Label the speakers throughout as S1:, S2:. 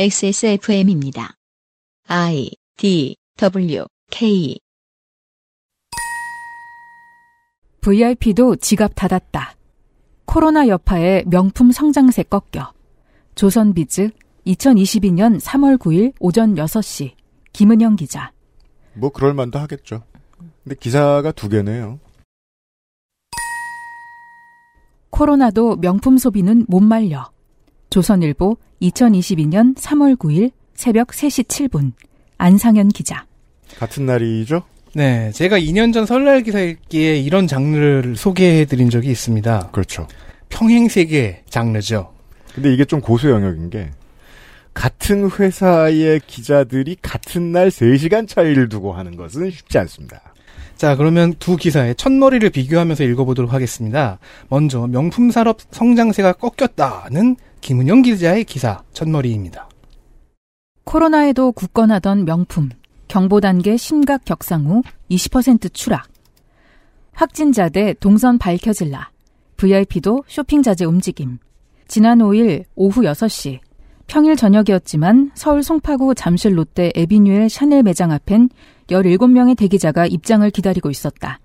S1: XSFM입니다. I D W K
S2: VIP도 지갑 닫았다. 코로나 여파에 명품 성장세 꺾여. 조선비즈 2022년 3월 9일 오전 6시 김은영 기자.
S3: 뭐 그럴 만도 하겠죠. 근데 기사가 두 개네요.
S2: 코로나도 명품 소비는 못 말려. 조선일보 2022년 3월 9일 새벽 3시 7분 안상현 기자.
S3: 같은 날이죠?
S4: 네, 제가 2년 전 설날 기사 읽기에 이런 장르를 소개해드린 적이 있습니다.
S3: 그렇죠.
S4: 평행세계 장르죠.
S3: 근데 이게 좀 고수 영역인 게 같은 회사의 기자들이 같은 날 3시간 차이를 두고 하는 것은 쉽지 않습니다.
S4: 자, 그러면 두 기사의 첫머리를 비교하면서 읽어보도록 하겠습니다. 먼저 명품 산업 성장세가 꺾였다는 김은영 기자의 기사 첫머리입니다.
S2: 코로나에도 굳건하던 명품 경보 단계 심각 격상 후 20% 추락. 확진자 대 동선 밝혀질라. VIP도 쇼핑 자제 움직임. 지난 5일 오후 6시 평일 저녁이었지만 서울 송파구 잠실 롯데 에비뉴엘 샤넬 매장 앞엔 17명의 대기자가 입장을 기다리고 있었다.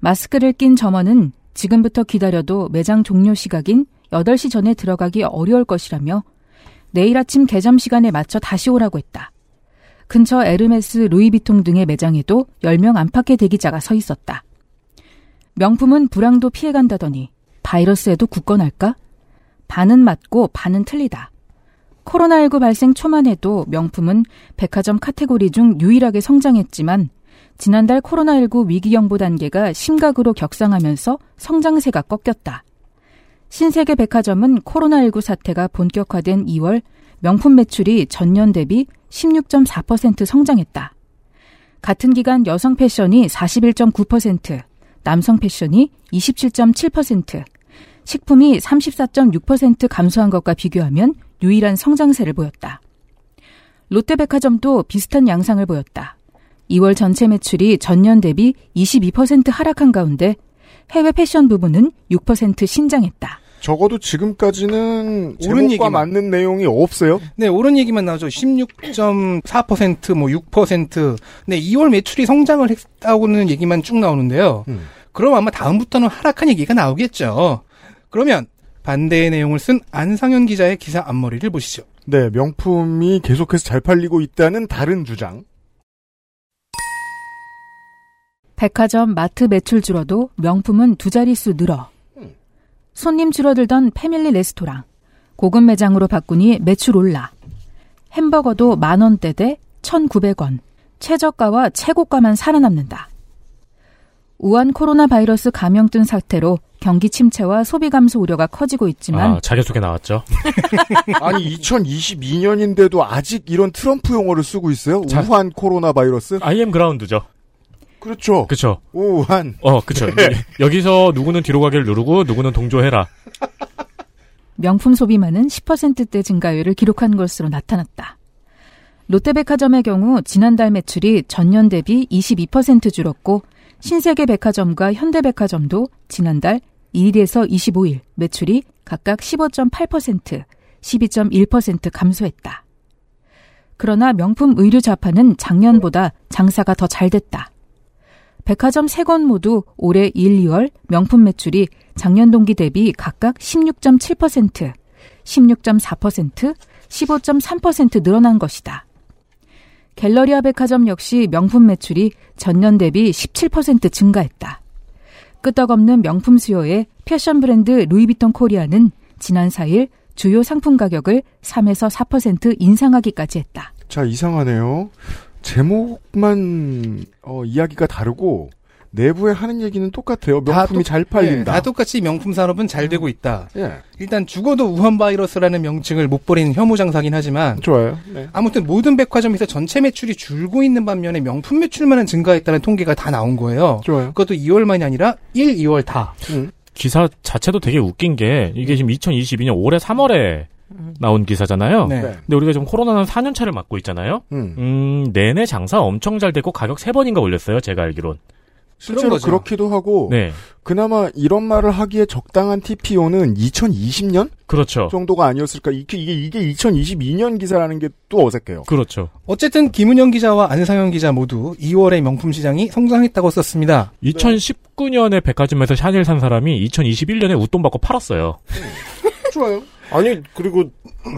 S2: 마스크를 낀 점원은 지금부터 기다려도 매장 종료 시각인 8시 전에 들어가기 어려울 것이라며 내일 아침 개점 시간에 맞춰 다시 오라고 했다. 근처 에르메스, 루이비통 등의 매장에도 10명 안팎의 대기자가 서 있었다. 명품은 불황도 피해간다더니 바이러스에도 굳건할까? 반은 맞고 반은 틀리다. 코로나19 발생 초만 해도 명품은 백화점 카테고리 중 유일하게 성장했지만 지난달 코로나19 위기 경보 단계가 심각으로 격상하면서 성장세가 꺾였다. 신세계 백화점은 코로나19 사태가 본격화된 2월 명품 매출이 전년 대비 16.4% 성장했다. 같은 기간 여성 패션이 41.9%, 남성 패션이 27.7%, 식품이 34.6% 감소한 것과 비교하면 유일한 성장세를 보였다. 롯데백화점도 비슷한 양상을 보였다. 2월 전체 매출이 전년 대비 22% 하락한 가운데 해외 패션 부분은 6% 신장했다.
S3: 적어도 지금까지는
S4: 옳은
S3: 제목과
S4: 얘기만.
S3: 맞는 내용이 없어요.
S4: 네, 옳은 얘기만 나오죠. 16.4%, 뭐 6%. 네, 2월 매출이 성장을 했다고는 얘기만 쭉 나오는데요.
S3: 음.
S4: 그럼 아마 다음부터는 하락한 얘기가 나오겠죠. 그러면 반대의 내용을 쓴 안상현 기자의 기사 앞머리를 보시죠.
S3: 네, 명품이 계속해서 잘 팔리고 있다는 다른 주장.
S2: 백화점 마트 매출 줄어도 명품은 두 자릿수 늘어. 손님 줄어들던 패밀리 레스토랑. 고급 매장으로 바꾸니 매출 올라. 햄버거도 만 원대 대 1,900원. 최저가와 최고가만 살아남는다. 우한 코로나 바이러스 감염증 사태로 경기 침체와 소비 감소 우려가 커지고 있지만
S5: 아, 자기소개 나왔죠.
S3: 아니 2022년인데도 아직 이런 트럼프 용어를 쓰고 있어요?
S5: 자-
S3: 우한 코로나 바이러스?
S5: IM 그라운드죠.
S3: 그렇죠.
S5: 그쵸.
S3: 우한.
S5: 어, 그쵸. 여- 여기서 누구는 뒤로 가기를 누르고, 누구는 동조해라.
S2: 명품 소비만은 10%대 증가율을 기록한 것으로 나타났다. 롯데백화점의 경우 지난달 매출이 전년 대비 22% 줄었고 신세계 백화점과 현대백화점도 지난달 1일에서 25일 매출이 각각 15.8%, 12.1% 감소했다. 그러나 명품 의류 자판은 작년보다 장사가 더 잘 됐다. 백화점 세 권 모두 올해 1, 2월 명품 매출이 작년 동기 대비 각각 16.7%, 16.4%, 15.3% 늘어난 것이다. 갤러리아 백화점 역시 명품 매출이 전년 대비 17% 증가했다. 끄떡없는 명품 수요에 패션 브랜드 루이비통 코리아는 지난 4일 주요 상품 가격을 3에서 4% 인상하기까지 했다.
S3: 자, 이상하네요. 제목만 어, 이야기가 다르고 내부에 하는 얘기는 똑같아요.
S4: 다
S3: 명품이
S4: 똑-
S3: 잘
S4: 네,
S3: 팔린다.
S4: 다 똑같이 명품 산업은 잘 되고 있다.
S3: 예,
S4: 일단 죽어도 우한 바이러스라는 명칭을 못 버린 혐오 장사긴 하지만
S3: 좋아요. 네.
S4: 아무튼 모든 백화점에서 전체 매출이 줄고 있는 반면에 명품 매출만은 증가했다는 통계가 다 나온 거예요.
S3: 좋아요. 음.
S4: 그것도 2월만이 아니라 1, 2월 다.
S5: 기사 자체도 되게 웃긴 게, 이게 지금 2022년 올해 3월에 나온 기사잖아요.
S4: 네.
S3: 네.
S5: 근데 우리가 지금 코로나는 4년차를 맞고 있잖아요.
S3: 음.
S5: 음, 내내 장사 엄청 잘 됐고, 가격 3번인가 올렸어요. 제가 알기론.
S4: 그런
S3: 실제로
S4: 거죠.
S3: 그렇기도 하고
S5: 네.
S3: 그나마 이런 말을 하기에 적당한 TPO는 2020년
S5: 그렇죠.
S3: 정도가 아니었을까? 이게 이게, 이게 2022년 기사라는 게 또 어색해요.
S5: 그렇죠.
S4: 어쨌든 김은영 기자와 안상현 기자 모두 2월에 명품 시장이 성장했다고 썼습니다.
S5: 2019년에 백화점에서 샤넬 산 사람이 2021년에 웃돈 받고 팔았어요.
S3: 예. 좋아요.
S6: 아니 그리고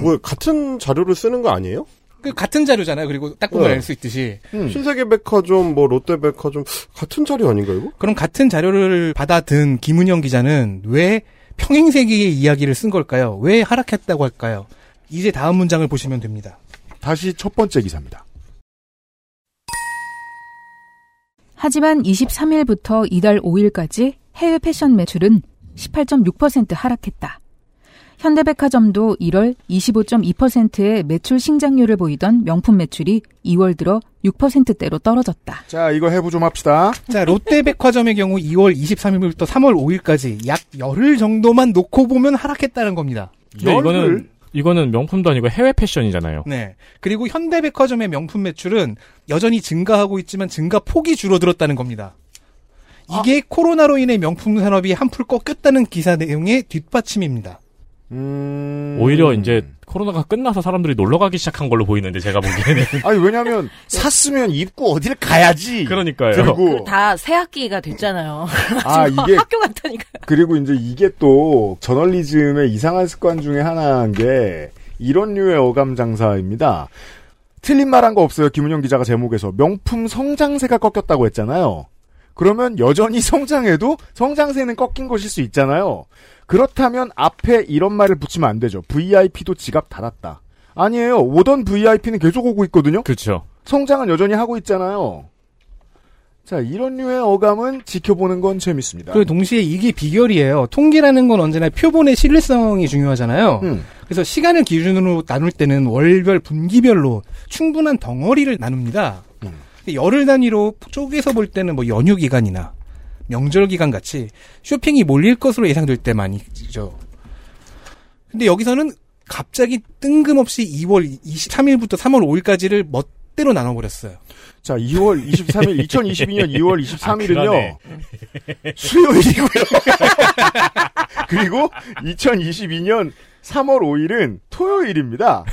S6: 뭐 같은 자료를 쓰는 거 아니에요?
S4: 그 같은 자료잖아요. 그리고 딱 보면
S6: 네.
S4: 알 수 있듯이.
S6: 신세계백화점, 뭐 롯데백화점 같은 자료 아닌가 이거?
S4: 그럼 같은 자료를 받아든 김은영 기자는 왜 평행세계의 이야기를 쓴 걸까요? 왜 하락했다고 할까요? 이제 다음 문장을 보시면 됩니다.
S3: 다시 첫 번째 기사입니다.
S2: 하지만 23일부터 이달 5일까지 해외 패션 매출은 18.6% 하락했다. 현대백화점도 1월 25.2%의 매출 신장률을 보이던 명품 매출이 2월 들어 6%대로 떨어졌다.
S3: 자, 이거 해부 좀 합시다.
S4: 자, 롯데백화점의 경우 2월 23일부터 3월 5일까지 약 열흘 정도만 놓고 보면 하락했다는 겁니다.
S5: 근데 이거는 이거는 명품도 아니고 해외 패션이잖아요.
S4: 네. 그리고 현대백화점의 명품 매출은 여전히 증가하고 있지만 증가 폭이 줄어들었다는 겁니다. 이게 코로나로 인해 명품 산업이 한풀 꺾였다는 기사 내용의 뒷받침입니다.
S3: 음...
S5: 오히려 이제 코로나가 끝나서 사람들이 놀러 가기 시작한 걸로 보이는데 제가 보기에는
S3: 아니 왜냐면 샀으면 입고 어딜 가야지.
S5: 그러니까요.
S3: 그리고
S7: 다 새 학기가 됐잖아요.
S3: 뭐. 아 이게
S7: 학교 갔다니까.
S3: 그리고 이제 이게 또 저널리즘의 이상한 습관 중에 하나인 게 이런 류의 어감 장사입니다. 틀린 말 한 거 없어요. 김은영 기자가 제목에서 명품 성장세가 꺾였다고 했잖아요. 그러면 여전히 성장해도 성장세는 꺾인 것일 수 있잖아요. 그렇다면 앞에 이런 말을 붙이면 안 되죠. VIP도 지갑 닫았다. 아니에요. 오던 VIP는 계속 오고 있거든요.
S5: 그렇죠.
S3: 성장은 여전히 하고 있잖아요. 자, 이런 류의 어감은 지켜보는 건 재밌습니다.
S4: 그리고 동시에 이게 비결이에요. 통계라는 건 언제나 표본의 신뢰성이 중요하잖아요.
S3: 음.
S4: 그래서 시간을 기준으로 나눌 때는 월별 분기별로 충분한 덩어리를 나눕니다.
S3: 음.
S4: 근데 열흘 단위로 쪼개서 볼 때는 뭐 연휴 기간이나 명절 기간 같이 쇼핑이 몰릴 것으로 예상될 때만 있죠. 근데 여기서는 갑자기 뜬금없이 2월 23일부터 3월 5일까지를 멋대로 나눠버렸어요.
S3: 자, 2월 23일, 2022년
S7: 아,
S3: 2월
S5: 아, 그러네.
S3: 23일은요, 수요일이고요. 그리고 2022년 3월 5일은 토요일입니다.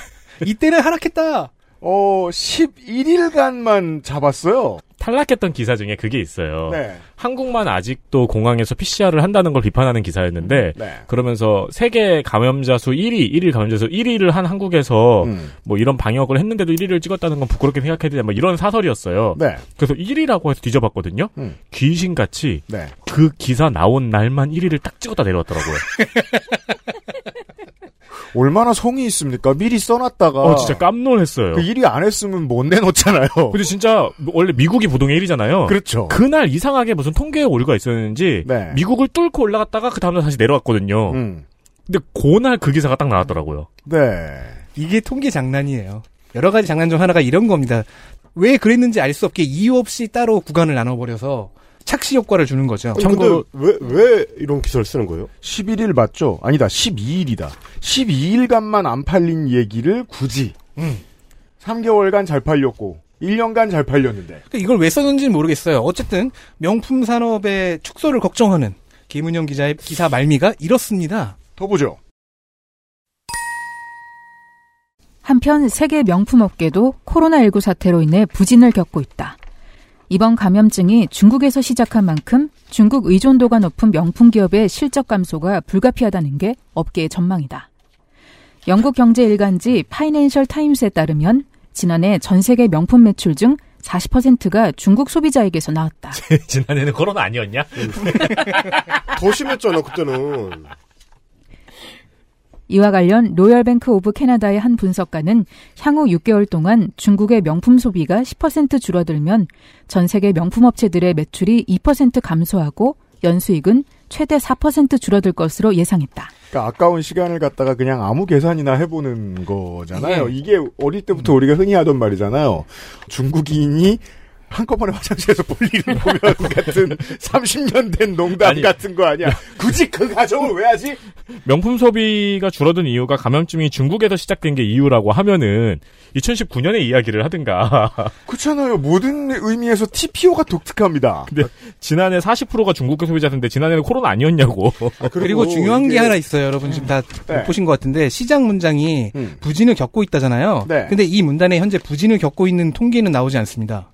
S4: 이때는 하락했다.
S3: 어, 11일간만 잡았어요.
S5: 탈락했던 기사 중에 그게 있어요.
S3: 네.
S5: 한국만 아직도 공항에서 PCR을 한다는 걸 비판하는 기사였는데
S3: 네.
S5: 그러면서 세계 감염자 수 1위, 1일 감염자 수 1위를 한 한국에서
S3: 음,
S5: 뭐 이런 방역을 했는데도 1위를 찍었다는 건 부끄럽게 생각해야 되냐 뭐 이런 사설이었어요.
S3: 네.
S5: 그래서 1위라고 해서 뒤져봤거든요.
S3: 음.
S5: 귀신같이
S3: 네.
S5: 그 기사 나온 날만 1위를 딱 찍었다 내려왔더라고요.
S3: 얼마나 성의 있습니까? 미리 써놨다가.
S5: 어 진짜 깜놀했어요.
S3: 그 일이 안 했으면 못 내놓잖아요.
S5: 근데 진짜 원래 미국이 부동의 1위잖아요.
S3: 그렇죠.
S5: 날 이상하게 무슨 통계 오류가 있었는지
S3: 네.
S5: 미국을 뚫고 올라갔다가 그 다음날 다시 내려왔거든요.
S3: 음.
S5: 근데 그날 그 기사가 딱 나왔더라고요.
S3: 네.
S4: 이게 통계 장난이에요. 여러 가지 장난 중 하나가 이런 겁니다. 왜 그랬는지 알 수 없게 이유 없이 따로 구간을 나눠버려서 착시 효과를 주는
S3: 어,
S4: 거죠.
S6: 아니,
S5: 참고로-
S6: 근데 왜, 왜 이런 기사를 쓰는 거예요?
S3: 11일 맞죠? 아니다, 12일이다. 12일간만 안 팔린 얘기를 굳이.
S4: 음.
S3: 3개월간 잘 팔렸고, 1년간 잘 팔렸는데.
S4: 그러니까 이걸 왜 썼는지는 모르겠어요. 어쨌든 명품 산업의 축소를 걱정하는 김은영 기자의 기사 말미가 이렇습니다.
S3: 더 보죠.
S2: 한편 세계 명품 업계도 코로나19 사태로 인해 부진을 겪고 있다. 이번 감염증이 중국에서 시작한 만큼 중국 의존도가 높은 명품 기업의 실적 감소가 불가피하다는 게 업계의 전망이다. 영국 경제 일간지 파이낸셜 타임스에 따르면 지난해 전 세계 명품 매출 중 40%가 중국 소비자에게서 나왔다.
S5: 지난해는 코로나 아니었냐?
S6: 더 심했잖아 그때는.
S2: 이와 관련 로열뱅크 오브 캐나다의 한 분석가는 향후 6개월 동안 중국의 명품 소비가 10% 줄어들면 전 세계 명품 업체들의 매출이 2% 감소하고 연수익은 최대 4% 줄어들 것으로 예상했다.
S3: 그러니까 아까운 시간을 갖다가 그냥 아무 계산이나
S4: 예. 음.
S3: 해보는 거잖아요. 이게 어릴 때부터 우리가 흔히 하던 말이잖아요. 중국인이 한꺼번에 화장실에서 볼일을 보면 같은 30년 된 농담
S5: 아니.
S3: 같은 거 아니야. 굳이 그 가정을 왜 하지?
S5: 명품 소비가 줄어든 이유가 감염증이 중국에서 시작된 게 이유라고 하면은 2019년에 이야기를 하든가
S3: 그렇잖아요. 모든 의미에서 TPO가 독특합니다.
S5: 지난해 40%가 중국계 소비자인데 지난해는 코로나 아니었냐고.
S4: 그리고 중요한 게
S3: 이게-
S4: 하나 있어요. 여러분 지금 다 못
S3: 네.
S4: 보신 것 같은데 시장 문장이
S3: 음.
S4: 부진을 겪고 있다잖아요.
S3: 네.
S4: 근데 이 문단에 현재 부진을 겪고 있는 통계는 나오지 않습니다.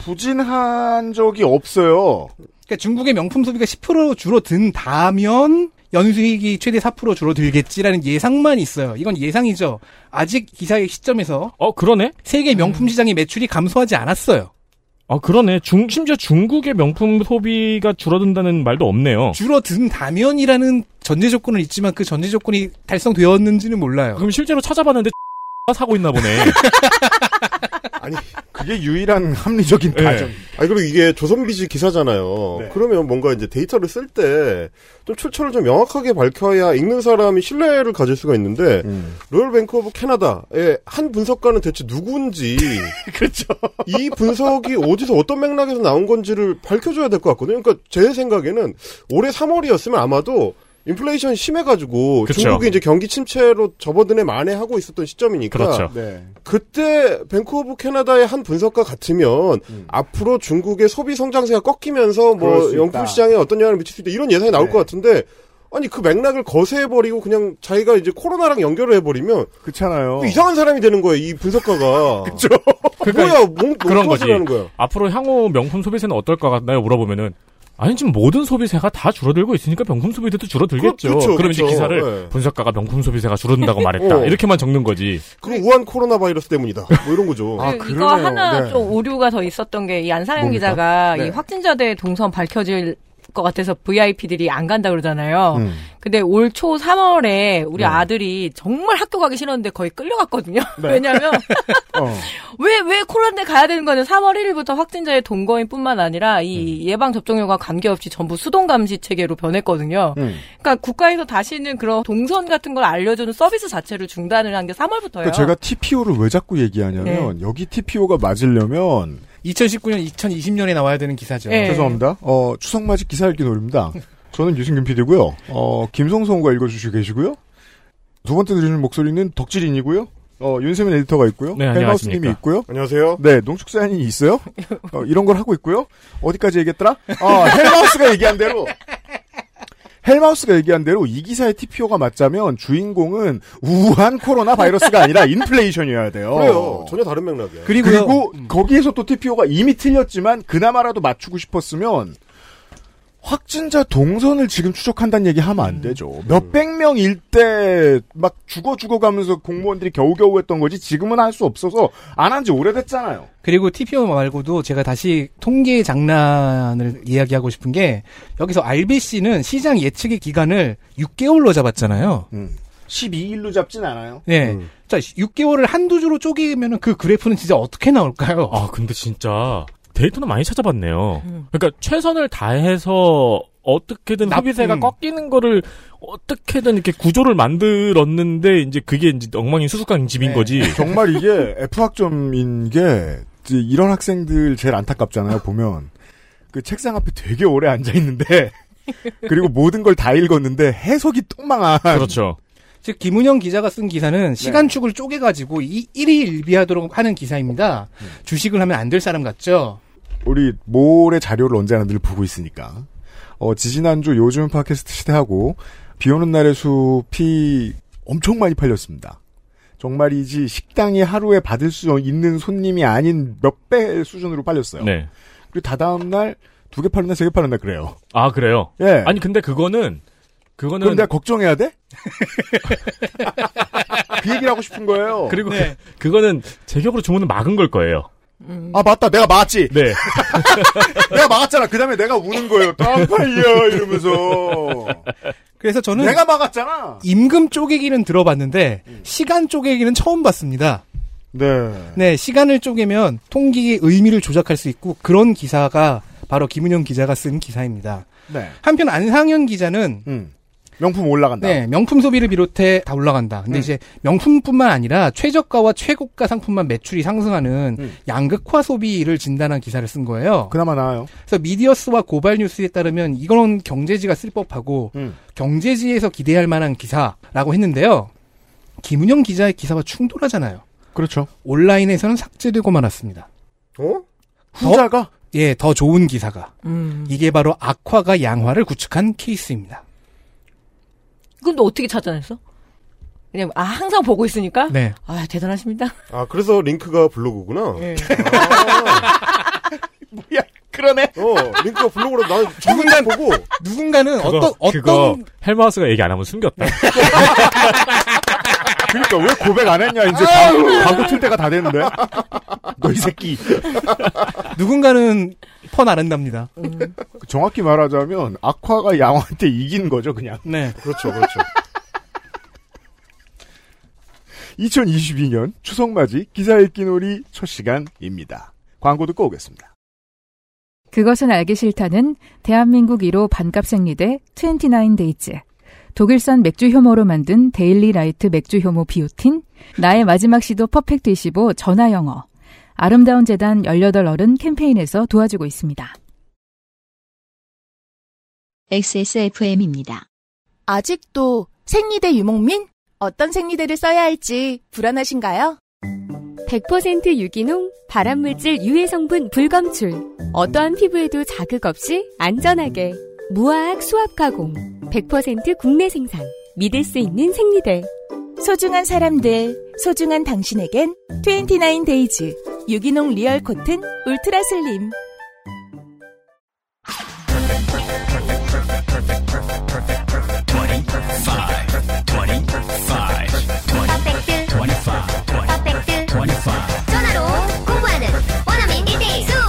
S3: 부진한 적이 없어요.
S4: 그러니까 중국의 명품 소비가 10% 줄어든다면 연수익이 최대 4% 줄어들겠지라는 예상만 있어요. 이건 예상이죠. 아직 기사의 시점에서
S5: 어 그러네. 음.
S4: 세계 명품 시장의 매출이 감소하지 않았어요.
S5: 아 그러네. 중 심지어 중국의 명품 소비가 줄어든다는 말도 없네요.
S4: 줄어든다면이라는 전제 조건은 있지만 그 전제 조건이 달성되었는지는 몰라요.
S5: 그럼 실제로 찾아봤는데 사고 있나 보네.
S3: 그게 유일한 합리적인
S5: 예.
S3: 가정.
S6: 아니 그리고 이게 조선비지 기사잖아요.
S3: 네.
S6: 그러면 뭔가 이제 데이터를 쓸 때 좀 출처를 좀 명확하게 밝혀야 읽는 사람이 신뢰를 가질 수가 있는데
S5: 음.
S6: 로열 뱅크 오브 캐나다의 한 분석가는 대체 누군지
S3: 그렇죠.
S6: 이 분석이 어디서 어떤 맥락에서 나온 건지를 밝혀줘야 될 것 같거든요. 그러니까 제 생각에는 올해 3월이었으면 아마도 인플레이션 심해가지고
S5: 그쵸.
S6: 중국이 이제 경기 침체로 접어드네 만에하고 있었던 시점이니까
S5: 그렇죠.
S3: 네.
S6: 그때 뱅크 오브 캐나다의 한 분석가 같으면 앞으로 중국의 소비 성장세가 꺾이면서
S3: 음. 그럴 수
S6: 뭐
S3: 있다.
S6: 영국 시장에 어떤 영향을 미칠 수 있다 이런 예상이 나올
S3: 네.
S6: 것 같은데 아니 그 맥락을 거세해버리고 그냥 자기가 이제 코로나랑 연결을 해버리면
S3: 그렇잖아요.
S6: 또 이상한 사람이 되는 거예요 이 분석가가 그죠 뭐야 뭔
S5: 그러니까 그런 거지.
S6: 하는 거야
S5: 앞으로 향후 명품 소비세는 어떨까 같나요? 물어보면은 아니 지금 모든 소비세가 다 줄어들고 있으니까 명품 소비세도 줄어들겠죠.
S6: 그렇죠,
S5: 럼 이제
S6: 그렇죠.
S5: 기사를
S6: 네.
S5: 분석가가 명품 소비세가 줄어든다고 말했다.
S6: 어.
S5: 이렇게만 적는 거지.
S6: 그럼 우한 코로나 바이러스 때문이다 뭐 이런 거죠
S3: 네. 아,
S7: 그리고 이거
S3: 그러네요.
S7: 하나
S6: 네.
S7: 좀 오류가 더 있었던 게 이 안상현
S5: 뭡니까?
S7: 기자가
S3: 네.
S7: 이 확진자들의 동선 밝혀질 것 같아서 VIP들이 안 간다 그러잖아요.
S3: 음.
S7: 근데 올 초 3월에
S3: 네.
S7: 우리 아들이 정말 학교 가기 싫었는데 거의 끌려갔거든요.
S3: 네.
S7: 왜냐면
S3: 어.
S7: 왜, 왜 코로나 가야 되는 거는 3월 1일부터 확진자의 동거인 뿐만 아니라
S3: 음.
S7: 이 예방접종률과 관계없이 전부 수동감시 체계로 변했거든요.
S3: 음.
S7: 그러니까 국가에서 다시는 그런 동선 같은 걸 알려주는 서비스 자체를 중단을 한 게 3월부터예요.
S3: 그러니까 제가 TPO를 왜 자꾸 얘기하냐면
S4: 네.
S3: 여기 TPO가 맞으려면
S4: 2019년, 2020년에 나와야 되는 기사죠.
S5: 예.
S7: 네.
S3: 죄송합니다. 어, 추석 맞이 기사 읽기 놀입니다. 저는 유승균 PD고요. 어, 김성성과 읽어주시고 계시고요. 두 번째 들으시는 목소리는 덕질인이고요. 어, 윤세민 에디터가 있고요.
S5: 네,
S3: 헬마우스님이
S5: 안녕하십니까.
S3: 있고요.
S6: 안녕하세요
S3: 네, 농축산인이 있어요. 어, 이런 걸 하고 있고요. 어디까지 얘기했더라?
S6: 아,
S3: 어, 헬마우스가 얘기한 대로. 헬마우스가 얘기한 대로 이 기사의 TPO가 맞자면 주인공은 우한 코로나 바이러스가 아니라 인플레이션이어야 돼요.
S6: 그래요 전혀 다른 맥락이야
S4: 그리고요.
S3: 그리고
S5: 음.
S3: 거기에서 또 TPO가 이미 틀렸지만 그나마라도 맞추고 싶었으면 확진자 동선을 지금 추적한다는 얘기 하면
S5: 음.
S3: 안 되죠. 몇백 명일 때 막 죽어 죽어가면서 공무원들이 겨우겨우 했던 거지 지금은 할 수 없어서 안 한 지 오래됐잖아요.
S4: 그리고 TPO 말고도 제가 다시 통계 장난을 이야기하고 싶은 게 여기서 RBC는 시장 예측의 기간을 6개월로 잡았잖아요.
S3: 12일로 잡진 않아요.
S4: 네. 자, 6개월을 한두 주로 쪼개면 그 그래프는 진짜 어떻게 나올까요?
S5: 아 근데 진짜 데이터는 많이 찾아봤네요.
S3: 음.
S5: 그러니까 최선을 다해서 어떻게든
S4: 나-
S5: 소비세가
S4: 음.
S5: 꺾이는 거를 어떻게든 이렇게 구조를 만들었는데 이제 그게 이제 엉망인 수수깡 집인
S4: 네.
S5: 거지.
S3: 정말 이게 F학점인 게 이제 이런 학생들 제일 안타깝잖아요. 보면 그 책상 앞에 되게 오래 앉아 있는데 그리고 모든 걸 다 읽었는데 해석이 똥망한
S5: 그렇죠.
S4: 즉 김은영 기자가 쓴 기사는 시간축을 쪼개가지고 이 일희일비하도록 하는 기사입니다. 주식을 하면 안 될 사람 같죠.
S3: 우리 모레 자료를 언제나 늘 보고 있으니까. 어, 지지난주 요즘 팟캐스트 시대하고 비 오는 날의 숲이 엄청 많이 팔렸습니다. 정말이지 식당이 하루에 받을 수 있는 손님이 아닌 몇 배 수준으로 팔렸어요.
S5: 네.
S3: 그리고 다다음 날 두 개 팔렸나 세 개 팔렸나 그래요.
S5: 아 그래요.
S3: 예.
S5: 아니 근데 그거는
S3: 그럼
S5: 그거는
S3: 내가 걱정해야 돼? 그 얘기를 하고 싶은 거예요.
S5: 그리고
S4: 네.
S5: 그, 거는 제격으로 주문을 막은 걸 거예요.
S3: 아 맞다 내가 막았지.
S5: 네.
S3: 내가 막았잖아. 그 다음에 내가 우는 거예요. 땅 팔려 이러면서
S4: 그래서 저는
S3: 내가 막았잖아. 음.
S4: 임금 쪼개기는 들어봤는데 시간 쪼개기는 처음 봤습니다.
S3: 네.
S4: 네, 시간을 쪼개면 통기의 의미를 조작할 수 있고 그런 기사가 바로 김은영 기자가 쓴 기사입니다.
S3: 네.
S4: 한편 안상현 기자는
S3: 음. 명품 올라간다. 음.
S4: 네, 명품 소비를 비롯해 다 올라간다. 근데 이제 명품뿐만 아니라 최저가와 최고가 상품만 매출이 상승하는 양극화 소비를 진단한 기사를 쓴 거예요.
S3: 음. 그나마 나아요.
S4: 그래서 미디어스와 고발 뉴스에 따르면 이건 경제지가 쓸 법하고
S3: 음.
S4: 경제지에서 기대할 만한 기사라고 했는데요. 김은영 기자의 기사와 충돌하잖아요.
S3: 그렇죠.
S4: 온라인에서는 삭제되고 말았습니다.
S6: 어?
S3: 후자가
S4: 예, 더 좋은 기사가.
S7: 음.
S4: 이게 바로 악화가 양화를 구축한 케이스입니다.
S7: 그럼 너 어떻게 찾아냈어? 그냥 아 항상 보고 있으니까.
S4: 네.
S7: 아 대단하십니다.
S6: 아 그래서 링크가 블로그구나.
S7: 네.
S3: 그러네.
S6: 어 링크가 블로그로 난 누군가 보고
S4: 누군가는
S5: 그거,
S4: 어떤, 어떤,
S5: 그거 헬마우스가 얘기 안 하면 숨겼다.
S3: 그러니까 왜 고백 안 했냐 이제 광고, 광고 틀 때가 다 됐는데. 너 이 새끼.
S4: 누군가는 퍼나른답니다.
S3: 정확히 말하자면 아쿠아가 양호한테 이긴 거죠 그냥.
S4: 네.
S6: 그렇죠 그렇죠.
S3: 2022년 추석맞이 기사 읽기 놀이 첫 시간입니다. 광고 듣고 오겠습니다.
S2: 그것은 알기 싫다는 대한민국 1호 반값 생리대 29데이즈. 독일산 맥주 효모로 만든 데일리 라이트 맥주 효모 비오틴. 나의 마지막 시도 퍼펙트 25 전화 영어. 아름다운 재단 18 어른 캠페인에서 도와주고 있습니다.
S1: XSFM입니다.
S8: 아직도 생리대 유목민? 어떤 생리대를 써야 할지 불안하신가요?
S9: 100% 유기농, 발암물질 유해 성분 불검출. 어떠한 피부에도 자극 없이 안전하게. 무화학 수압 가공. 100% 국내 생산. 믿을 수 있는 생리대.
S8: 소중한 사람들, 네, 소중한 당신에겐 29 데이즈 유기농 리얼 코튼 울트라 슬림.
S10: 퍼펙트 25 퍼펙트 25 전화로 공부하는 원어민 1대1 수업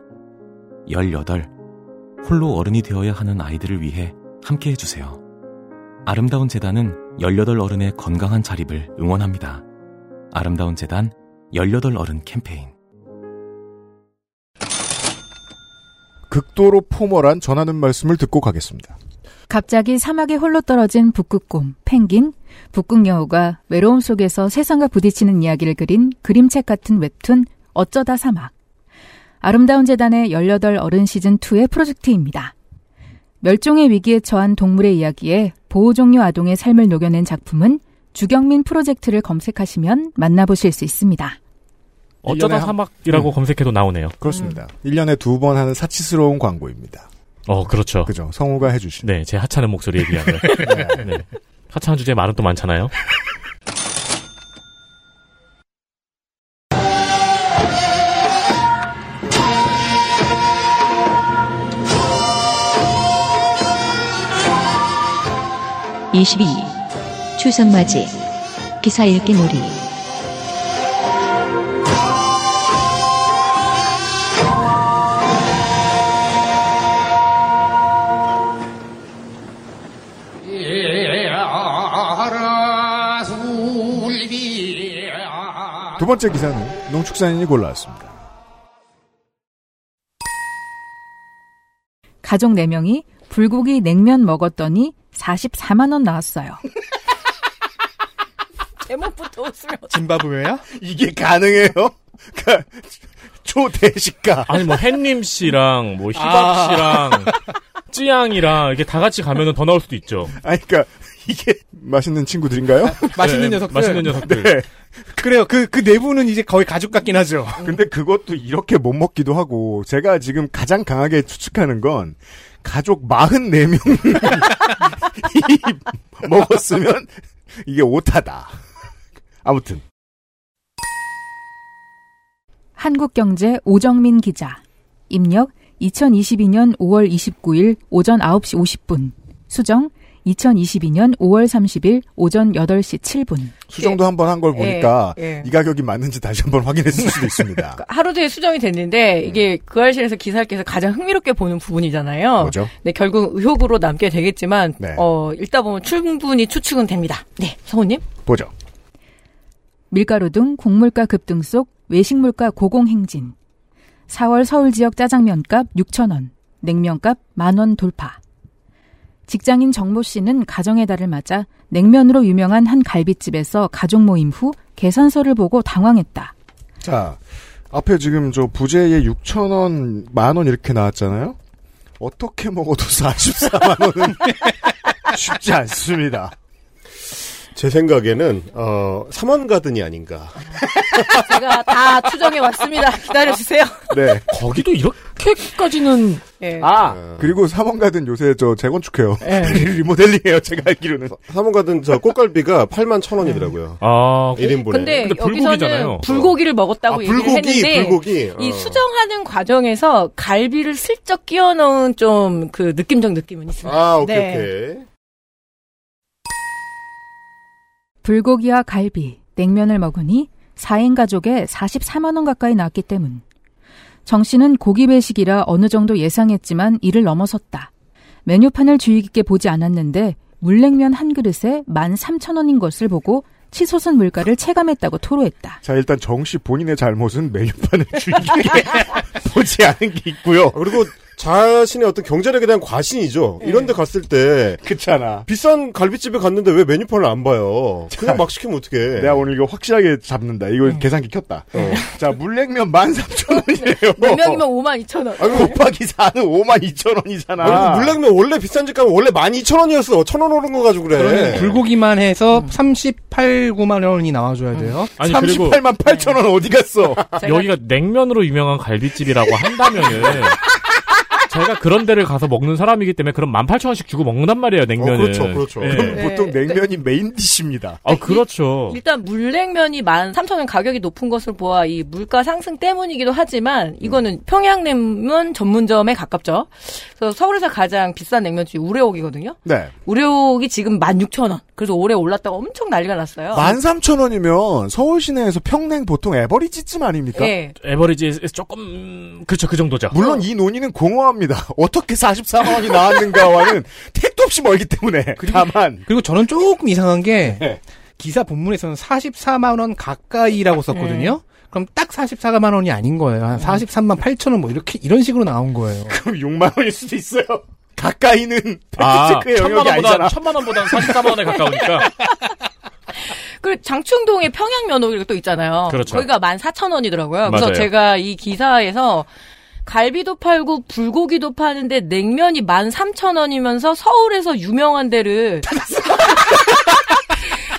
S11: 18. 홀로 어른이 되어야 하는 아이들을 위해 함께 해주세요. 아름다운 재단은 18 어른의 건강한 자립을 응원합니다. 아름다운 재단 18 어른 캠페인.
S3: 극도로 포멀한 전하는 말씀을 듣고 가겠습니다.
S2: 갑자기 사막에 홀로 떨어진 북극곰, 펭귄, 북극 여우가 외로움 속에서 세상과 부딪히는 이야기를 그린 그림책 같은 웹툰 어쩌다 사막. 아름다운 재단의 18 어른 시즌2의 프로젝트입니다. 멸종의 위기에 처한 동물의 이야기에 보호종류 아동의 삶을 녹여낸 작품은 주경민 프로젝트를 검색하시면 만나보실 수 있습니다.
S5: 어쩌다
S3: 일련의 한-
S5: 사막이라고
S3: 음.
S5: 검색해도 나오네요.
S3: 그렇습니다. 1년에 두 번 하는 사치스러운 광고입니다.
S5: 어, 그렇죠.
S3: 그죠. 성우가 해주신.
S5: 네, 제 하찮은 목소리에 비하면. 네. 하찮은 주제에 말은 또 많잖아요.
S1: 22. 추석맞이. 기사 읽기 놀이.
S3: 두 번째 기사는 농축산인이 골라왔습니다.
S2: 가족 4명이 불고기 냉면 먹었더니 44만원 나왔어요.
S7: 제목부터 웃으면
S4: 짐바브웨야?
S3: 이게 가능해요? 그러니까 초대식가.
S5: 아니, 뭐, 햇님 씨랑, 뭐, 희박
S4: 아.
S5: 씨랑, 찌양이랑, 이렇게 다 같이 가면은 더 나올 수도 있죠.
S3: 아니, 그러니까 이게 맛있는 친구들인가요?
S4: 아, 맛있는
S5: 네,
S4: 녀석들.
S5: 맛있는 녀석들.
S4: 그래요. 그, 그 내부는 이제 거의 가족 같긴 하죠.
S3: 음. 근데 그것도 이렇게 못 먹기도 하고 제가 지금 가장 강하게 추측하는 건 가족 44명이 먹었으면 이게 오타다. 아무튼
S2: 한국경제 오정민 기자. 입력 2022년 5월 29일 오전 9시 50분. 수정 2022년 5월 30일 오전 8시 7분.
S3: 수정도 한 번 한 걸
S7: 예,
S3: 보니까
S7: 예. 그러니까.
S3: 이 가격이 맞는지 다시 한 번 확인했을 수도 있습니다.
S7: 하루 종일 수정이 됐는데
S6: 음.
S7: 이게 그 알실에서 기사께서 가장 흥미롭게 보는 부분이잖아요.
S3: 뭐죠?
S7: 네, 결국 의혹으로 남게 되겠지만
S3: 네.
S7: 어, 읽다 보면 충분히 추측은 됩니다. 네, 성우님.
S3: 보죠.
S2: 밀가루 등 곡물가 급등 속 외식물가 고공행진. 4월 서울 지역 짜장면값 6,000원, 냉면값 만원 돌파. 직장인 정모 씨는 가정의 달을 맞아 냉면으로 유명한 한 갈비집에서 가족 모임 후 계산서를 보고 당황했다.
S3: 자, 앞에 지금 저 부재에 6천원, 만원 이렇게 나왔잖아요? 어떻게 먹어도 44만원은 쉽지 않습니다.
S6: 제 생각에는 어 삼원 가든이 아닌가.
S7: 제가 다 추정해 왔습니다. 기다려 주세요.
S3: 네.
S5: 거기도
S7: 킥까지는
S3: 아 그리고 삼원가든 요새 저 재건축해요. 리모델링해요. 제가 알기로는
S6: 삼원가든 저 꽃갈비가 8만 천 원이더라고요.
S5: 아,
S6: 1인분에.
S7: 근데, 여기서는 불고기를 먹었다고
S6: 아,
S7: 얘기를
S6: 불고기,
S7: 했는데
S6: 불고기.
S7: 이
S6: 어.
S7: 수정하는 과정에서 갈비를 슬쩍 끼워 넣은 좀 그 느낌적 느낌은 있습니다.
S6: 아, 오케이,
S7: 네.
S6: 오케이.
S2: 불고기와 갈비, 냉면을 먹으니 4인 가족에 44만원 가까이 났기 때문. 정 씨는 고기 배식이라 어느 정도 예상했지만 이를 넘어섰다. 메뉴판을 주의 깊게 보지 않았는데 물냉면 한 그릇에 13,000원인 것을 보고 치솟은 물가를 체감했다고 토로했다.
S3: 자, 일단 정 씨 본인의 잘못은 메뉴판을 주의 깊게 보지 않은 게 있고요.
S6: 그리고 자신의 어떤 경제력에 대한 과신이죠. 이런 데 갔을 때
S3: 예. 그렇잖아.
S6: 비싼 갈비집에 갔는데 왜 메뉴판을 안 봐요? 그냥 막 시키면 어떡해.
S3: 내가 오늘 이거 확실하게 잡는다. 이거
S7: 네.
S3: 계산기 켰다. 자, 물냉면
S6: 어,
S3: 13,000원이에요. 아,
S7: 물면이면 5만 2천
S6: 아,
S7: 원.
S3: 곱하기 4는 52,000원이잖아.
S6: 아니, 물냉면 원래 비싼 집 가면 원래 12,000원이었어. 1,000원 오른 거 가지고
S4: 그러면
S6: 그래. 음.
S4: 불고기만 해서 38, 9만 원이 나와줘야 돼요.
S5: 아니, 그리고- 38만
S6: 네.
S3: 8천 원 어디 갔어?
S5: 여기가 냉면으로 유명한 갈비집이라고 한다면은 제가 그런 데를 가서 먹는 사람이기 때문에 그럼 18,000원씩 주고 먹는단 말이에요, 냉면은.
S6: 그렇죠, 그렇죠.
S3: 어, 그럼
S7: 네.
S3: 보통 냉면이 메인 디시입니다.
S5: 아, 그렇죠.
S7: 일단 물냉면이 13,000원 가격이 높은 것을 보아 이 물가 상승 때문이기도 하지만
S5: 음.
S7: 이거는 평양냉면 전문점에 가깝죠. 그래서 서울에서 가장 비싼 냉면집이 우레옥이거든요.
S3: 네.
S7: 우레옥이 지금 16,000원. 그래서 올해 올랐다가 엄청 난리가 났어요.
S3: 13,000원이면 서울 시내에서 평냉 보통 에버리지쯤 아닙니까?
S7: 예.
S5: 에버리지에서 조금 그렇죠. 그 정도죠.
S3: 물론 이 논의는 공허합니다. 어떻게 44만원이 나왔는가와는 택도 없이 멀기 때문에. 다만.
S4: 그리고 저는 조금 이상한 게
S3: 네.
S4: 기사 본문에서는 44만 원 가까이라고
S6: 네.
S4: 썼거든요. 그럼 딱 44만 원이 아닌 거예요.
S6: 음.
S4: 한 43만 8천 원 뭐 이렇게 이런 식으로 나온 거예요.
S3: 그럼 6만원일 수도 있어요. 가까이는
S5: 아,
S3: 팩트체크의 영역이
S5: 천만
S3: 아니잖아.
S5: 원보다 천만 원보다 44만 원에 가까우니까.
S7: 그 장충동에 평양면옥이 또 있잖아요.
S5: 그렇죠.
S7: 거기가 14,000원이더라고요. 그래서
S5: 맞아요.
S7: 제가 이 기사에서 갈비도 팔고 불고기도 파는데 냉면이 13,000원이면서 서울에서 유명한 데를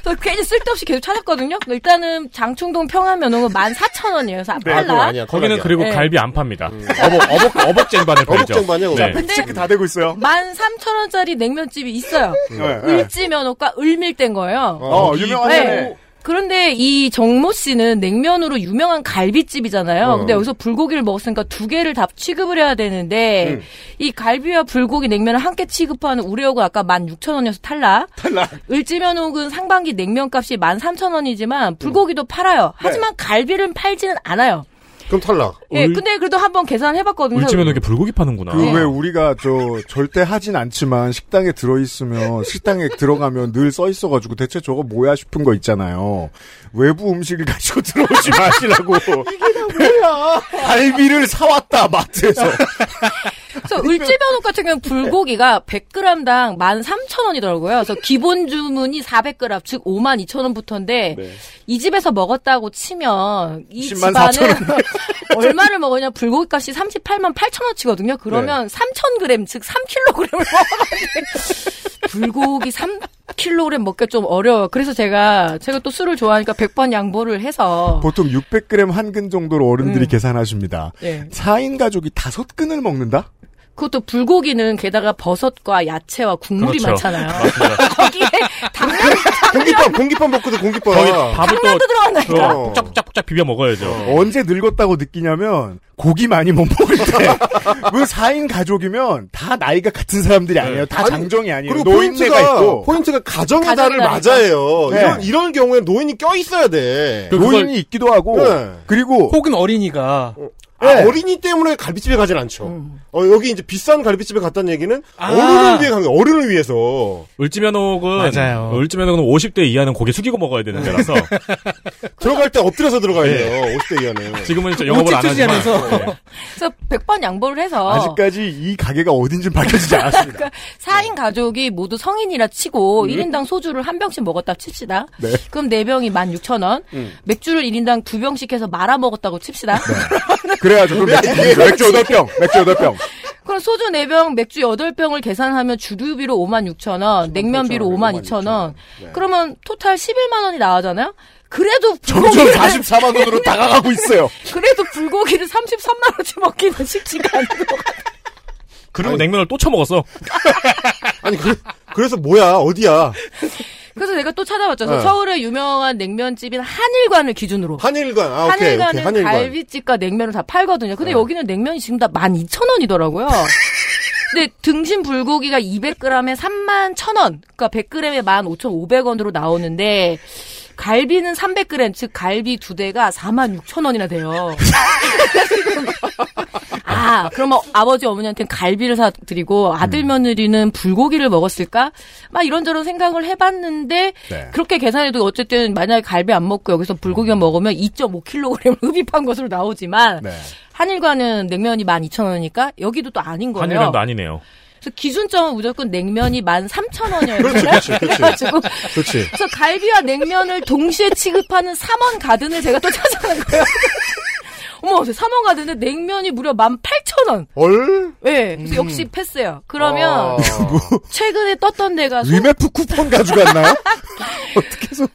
S7: 그래서 괜히 쓸데없이 계속 찾았거든요. 근데 일단은 장충동 평안면옥은 14,000원이에요. 그래서
S6: 네,
S7: 빨라.
S6: 그거 아니야. 그거
S5: 거기는
S6: 아니야.
S5: 그리고
S7: 네.
S5: 갈비 안 팝니다. 어복 어복 어복 쟁반을 팔죠.
S6: 어복쟁반이야, 그거.
S5: 네.
S3: 팩트체크 다 되고 있어요.
S7: 13,000원짜리 냉면집이 있어요.
S3: 네, 네.
S7: 을지면옥과 을밀대인 거예요.
S3: 어, 유명한
S7: 네.
S3: 데네.
S7: 그런데 이 정모 씨는 냉면으로 유명한 갈비집이잖아요.
S3: 어.
S7: 근데 여기서 불고기를 먹었으니까 두 개를 다 취급을 해야 되는데 이 갈비와 불고기 냉면을 함께 취급하는 우레옥은 아까 16,000원이어서 탈락.
S3: 탈락.
S7: 을지면옥은 상반기 냉면값이 13,000원이지만 불고기도 팔아요. 하지만 갈비를 팔지는 않아요.
S6: 그럼 탈락.
S7: 예,
S3: 을-
S7: 근데 그래도 한번 계산해 봤거든요.
S5: 울지면옥에 불고기 파는구나.
S3: 그 왜 우리가 저 절대 하진 않지만 식당에 들어있으면 식당에 들어가면 늘 써 있어가지고 대체 저거 뭐야 싶은 거 있잖아요. 외부 음식을 가지고 들어오지 마시라고. 이게 다 뭐야? 갈비를 사왔다 마트에서.
S7: 네. 그래서 을지면옥 같은 경우는 불고기가 100g당 13,000원이더라고요. 그래서 기본 주문이 400g, 즉 52,000원부터인데 이 집에서 먹었다고 치면 이
S3: 10만
S7: 집안은 얼마를 먹었냐 불고기 값이 38만 8천원치거든요. 그러면 3,000g, 즉 3kg을 먹었는데 불고기 3kg 먹기 좀 어려워요. 그래서 제가 제가 또 술을 좋아하니까 100번 양보를 해서
S3: 보통 600g 한 근 정도로 어른들이 계산하십니다.
S7: 예.
S3: 4인 가족이 다섯 근을 먹는다?
S7: 그것도 불고기는 게다가 버섯과 야채와 국물이
S3: 그렇죠.
S7: 많잖아요. 거기에 당면
S6: 공깃밥, 공깃밥 공깃밥 먹거든 공깃밥.
S5: 거기 밥을 또
S7: 들어간다니까.
S5: 어, 북짝북짝북짝 비벼 먹어야죠.
S3: 아. 언제 늙었다고 느끼냐면 고기 많이 못 먹을 때. 왜 4인 가족이면 다 나이가 같은 사람들이
S5: 네.
S3: 아니에요. 다
S6: 아니,
S3: 장정이 아니에요.
S6: 그리고
S3: 노인네가
S6: 포인트가-
S3: 있고.
S6: 포인트가 가정의 달을 맞아요. 이런 이런 경우에 노인이 껴 있어야 돼.
S3: 노인이 있기도 하고 그리고
S4: 혹은 어린이가
S6: 아, 어린이 때문에 갈비집에 가진 않죠.
S7: 음.
S6: 어, 여기 이제 비싼 갈비집에 갔다는 얘기는
S5: 아.
S6: 어른을 위해 간 거예요. 어른을 위해서.
S5: 을지면옥은
S6: 맞아요.
S5: 을지면옥은 50대 이하는 고개 숙이고 먹어야 되는 데라서
S6: 들어갈 때 엎드려서 들어가야 돼요. 50대 이하는.
S5: 지금은 진짜 영업을 안 하지만
S7: 그래서 100번 양보를 해서
S3: 네. 아직까지 이 가게가 어딘지 는 밝혀지지 않았습니다.
S7: 그러니까 4인
S3: 네.
S7: 가족이 모두 성인이라 치고 1인당 소주를 한 병씩 먹었다 칩시다.
S3: 음. 네.
S7: 그럼 4병이 16,000원.
S3: 음.
S7: 맥주를 1인당 2병씩 해서 말아 먹었다고 칩시다.
S3: 네. 그래야죠. 그럼
S6: 뭐야,
S7: 네.
S3: 맥주,
S6: 이게.
S3: 맥주 8병. 맥주 8병.
S7: 그럼 소주 4병, 맥주 8병을 계산하면 주류비로 56,000원, 냉면비로 52,000원.
S3: 네.
S7: 그러면 토탈 11만 원이 나가잖아요. 그래도
S3: 점점
S7: 불고기를-
S3: 44만 원으로 다가가고 있어요.
S7: 그래도 불고기를 33만 원치 먹기는 쉽지가 않아.
S5: 그리고 뭐 냉면을 또 처먹었어.
S6: 아니 그, 래서 뭐야 어디야?
S7: 그래서 내가 또 찾아봤죠. 그래서
S6: 네.
S7: 서울의 유명한 냉면집인 한일관을 기준으로.
S6: 한일관, 아, 오케이,
S7: 한일관은
S6: 오케이, 한일관. 네.
S7: 갈비집과 냉면을 다 팔거든요. 근데 여기는 냉면이 지금 다 12,000원이더라고요. 근데 등심 불고기가 200g에 31,000원, 그러니까 100g에 15,500원으로 나오는데 갈비는 300g, 즉 갈비 두 대가 46,000원이나 돼요. 아, 그러면 아버지 어머니한테 갈비를 사 드리고
S5: 음.
S7: 아들 며느리는 불고기를 먹었을까? 막 이런저런 생각을 해봤는데
S10: 네.
S7: 그렇게 계산해도 어쨌든 만약에 갈비 안 먹고 여기서
S5: 음.
S7: 불고기만 먹으면 2.5kg을 흡입한 것으로 나오지만
S5: 네.
S7: 한일관은 냉면이 12,000원이니까 여기도 또 아닌 거예요.
S5: 한일면도 아니네요.
S7: 그래서 기준점은 무조건 냉면이 13,000원이었어요.
S5: 그렇지, 그렇지.
S7: 그래가지고
S5: 그렇지.
S7: 그래서 갈비와 냉면을 동시에 취급하는 삼원 가든을 제가 또 찾아간 거예요. 어머, 저 삼원 가든은 냉면이 무려 18,000원.
S6: 얼?
S7: 예,
S6: 음.
S7: 그래서 역시 패스예요.
S6: 아.
S7: 그러면
S10: 뭐,
S7: 아, 최근에 떴던 데가 송,
S3: 위메프 쿠폰 가져갔나요?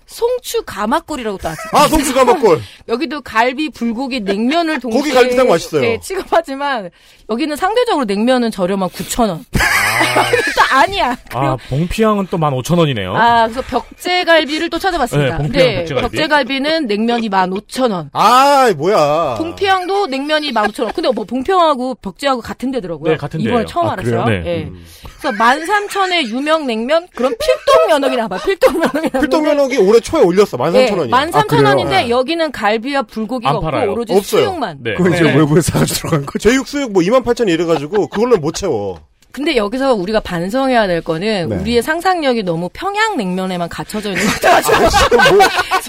S7: 송추 가마골이라고 떴어요.
S6: 아, 송추 가마골.
S7: 여기도 갈비, 불고기, 냉면을 동시에
S6: 고기 갈비탕 맛있어요.
S7: 예, 취급하지만 여기는 상대적으로 냉면은 저렴한 9,000원. 아. 아니야.
S5: 아 봉피향은 또 15,000원이네요.
S7: 아, 그래서 벽제갈비를 또 찾아봤습니다.
S5: 어? 네, 봉피향 벽제갈비.
S7: 벽제갈비는 냉면이 15,000원.
S6: 아, 뭐야.
S7: 봉평도 냉면이 15,000원. 근데 뭐 봉평하고 벽제하고 같은 데더라고요.
S6: 네, 같은
S7: 이번에
S6: 데예요.
S7: 처음
S6: 아,
S7: 알았어요.
S6: 그래요? 네.
S7: 예. 그래서 13,000원의 유명 냉면? 그럼 필동 면허기 나봐. 필동 면허기.
S6: 필동면허기 올해 초에 올렸어. 13,000원이요.
S7: 예,
S6: 네.
S7: 13,000원인데 여기는 갈비와 불고기가 없고 오로지 수육만. 네.
S3: 그건 이제 외부에서 사가지고 들어간
S6: 거죠. 제육 수육 뭐 28,000원 이래가지고 그걸로 못 채워.
S7: 근데 여기서 우리가 반성해야 될 거는
S6: 네.
S7: 우리의 상상력이 너무 평양 냉면에만 갇혀져 있는 것 같아서
S6: 뭐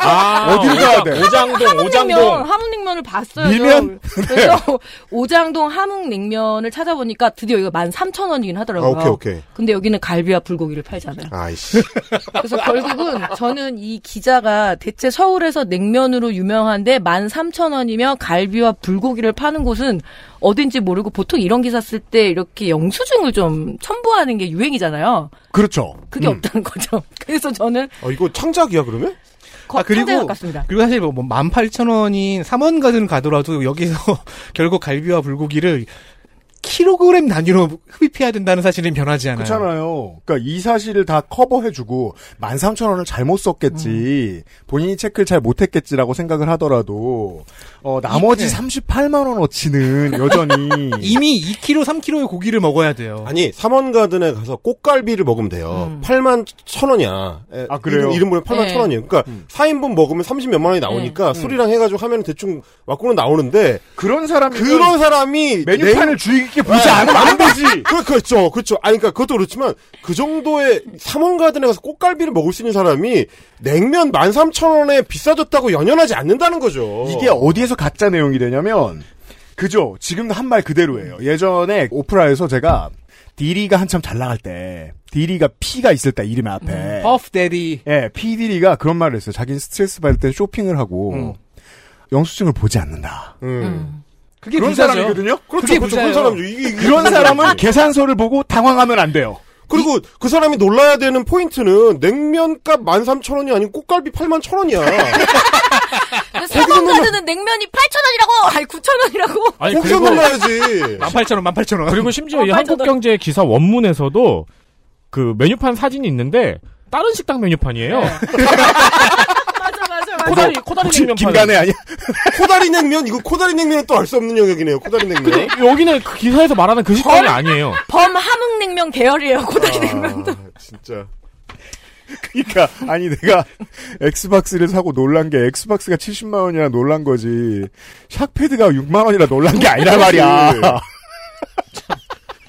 S5: 아,
S10: 어디로 가야 돼?
S5: 오장동,
S7: 함흥냉면,
S5: 오장동.
S7: 함흥냉면을 봤어요.
S5: 밀면?
S7: 그래서 오장동 함흥냉면을 찾아보니까 드디어 이거 13,000원이긴 하더라고요.
S6: 아, 오케이, 오케이.
S7: 근데 여기는 갈비와 불고기를 팔잖아요.
S6: 아이씨.
S7: 그래서 결국은 저는 이 기자가 대체 서울에서 냉면으로 유명한데 13,000원이면 갈비와 불고기를 파는 곳은 어딘지 모르고 보통 이런 기사 쓸 때 이렇게 영수증을 좀 첨부하는 게 유행이잖아요.
S3: 그렇죠.
S7: 그게
S6: 음.
S7: 없다는 거죠. 그래서 저는
S3: 어,
S6: 아, 이거 창작이야, 그러면?
S7: 거,
S4: 아, 그리고,
S7: 천재가 같습니다.
S4: 그리고 사실 뭐, 18,000원인 3원 가든 가더라도 여기서 결국 갈비와 불고기를 킬로그램 단위로 흡입해야 된다는 사실은 변하지 않아요.
S3: 그렇잖아요. 그러니까 이 사실을 다 커버해주고 13,000원을 잘못
S4: 음.
S3: 썼겠지 본인이 체크를 잘 못했겠지라고 생각을 하더라도 어, 나머지 38만 원 어치는 여전히
S4: 네. 이미 2kg, 3kg의 고기를 먹어야 돼요.
S6: 아니, 삼원가든에 가서 꽃갈비를 먹으면
S7: 음.
S6: 돼요. 8만 천 원이야. 아,
S3: 그래요?
S6: 이름 보면 8만
S3: 네.
S6: 천 원이에요. 그러니까 4인분 먹으면 30 몇만 원이 나오니까
S7: 네. 음.
S6: 술이랑 해가지고 하면 대충 맞고는 나오는데
S3: 그런 사람이
S6: 그런 사람이 네.
S3: 메뉴판을 주의 깊게 보지 않으면 안 되지.
S6: 그, 그렇죠, 그렇죠. 아니, 그러니까 그것도 그렇지만 그 정도의 삼원가든에 가서 꽃갈비를 먹을 수 있는 사람이 냉면 13,000원에 비싸졌다고 연연하지 않는다는 거죠.
S3: 이게 어디에서 가짜 내용이 되냐면 그죠 지금 한 말 그대로예요 예전에 오프라에서 제가 디리가 한참 잘 나갈 때 디리가 P가 있을 때 이름 앞에
S6: 음,
S4: 퍼프 데리
S3: 예 PD리가 그런 말을 했어요 자기는 스트레스 받을 때 쇼핑을 하고
S6: 음.
S3: 영수증을 보지 않는다
S4: 그게
S3: 그런
S4: 부자죠.
S3: 사람이거든요
S6: 그렇죠,
S4: 그게
S6: 그렇죠.
S4: 부자예요.
S6: 그런 사람이죠. 이게, 이게
S3: 그런 사람은
S6: 부자죠.
S3: 계산서를 보고 당황하면 안 돼요
S6: 그리고 그 사람이 놀라야 되는 포인트는 냉면값 13,000원이 아닌 꽃갈비 81,000원이야. 뭐-
S7: 사방가드는 냉면이 8,000원이라고! 아니, 9,000원이라고!
S6: 거기서 놀라야지.
S4: 18,000원, 18,000원.
S5: 그리고 심지어 이 한국경제 기사 원문에서도 그 메뉴판 사진이 있는데 다른 식당 메뉴판이에요.
S7: 네. 맞아 맞아
S5: 코다리 코다리
S6: 혹시
S5: 냉면
S6: 김간의 아니야? 코다리 냉면 이거 코다리 냉면은 또 알 수 없는 영역이네요. 코다리 냉면.
S5: 근데 여기는 그 기사에서 말하는 그 식당이 아니에요.
S7: 범 함흥냉면 계열이에요
S6: 어.
S7: 고다리 냉면도
S6: 진짜.
S3: 그러니까 아니 내가 엑스박스를 사고 놀란 게 엑스박스가 70만 원이라 놀란 거지 샥패드가 6만 원이라 놀란 게 아니란 말이야.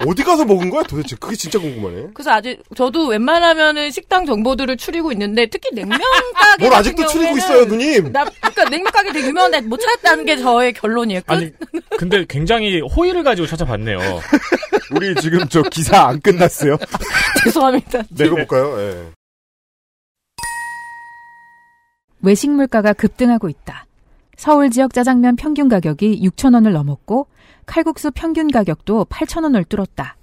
S6: 어디 가서 먹은 거야 도대체? 그게 진짜 궁금하네.
S7: 그래서 아직 저도 웬만하면은 식당 정보들을 추리고 있는데 특히 냉면 가게
S6: 뭘
S7: 같은
S6: 아직도 추리고
S7: 경우에는
S6: 있어요, 누님?
S7: 나 그러니까 냉면 가게 되게 유명한데 못 찾았다는 게 저의 결론이에요. 끝.
S5: 아니 근데 굉장히 호의를 가지고 찾아봤네요.
S3: 우리 지금 저 기사 안 끝났어요.
S7: 죄송합니다.
S5: 네.
S6: 읽어볼까요? 예.
S2: 외식 물가가 급등하고 있다. 서울 지역 짜장면 평균 가격이 6,000원을 넘었고 칼국수 평균 가격도 8,000원을 뚫었다.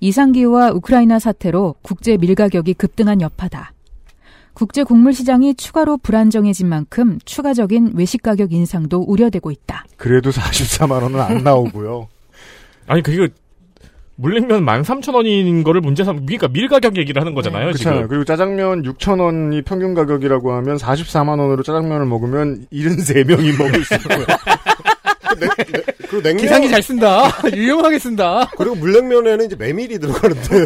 S2: 이상기후와 우크라이나 사태로 국제 밀가격이 급등한 여파다. 국제 곡물 시장이 추가로 불안정해진 만큼 추가적인 외식 가격 인상도 우려되고 있다.
S3: 그래도 44만 원은 안 나오고요.
S5: 아니 그게 물냉면 13,000원인 거를 문제 삼 그러니까 밀가격 얘기를 하는
S4: 네,
S5: 거잖아요,
S6: 네.
S3: 그렇잖아요.
S5: 지금.
S3: 그리고 짜장면 6천 원이 평균 가격이라고 하면 44만 원으로 짜장면을 먹으면 73명이 먹을 수 있고요.
S6: 그 냉면
S3: 기상이 잘
S4: 쓴다. 유용하게 쓴다.
S6: 그리고 물냉면에는 이제 메밀이 들어가는데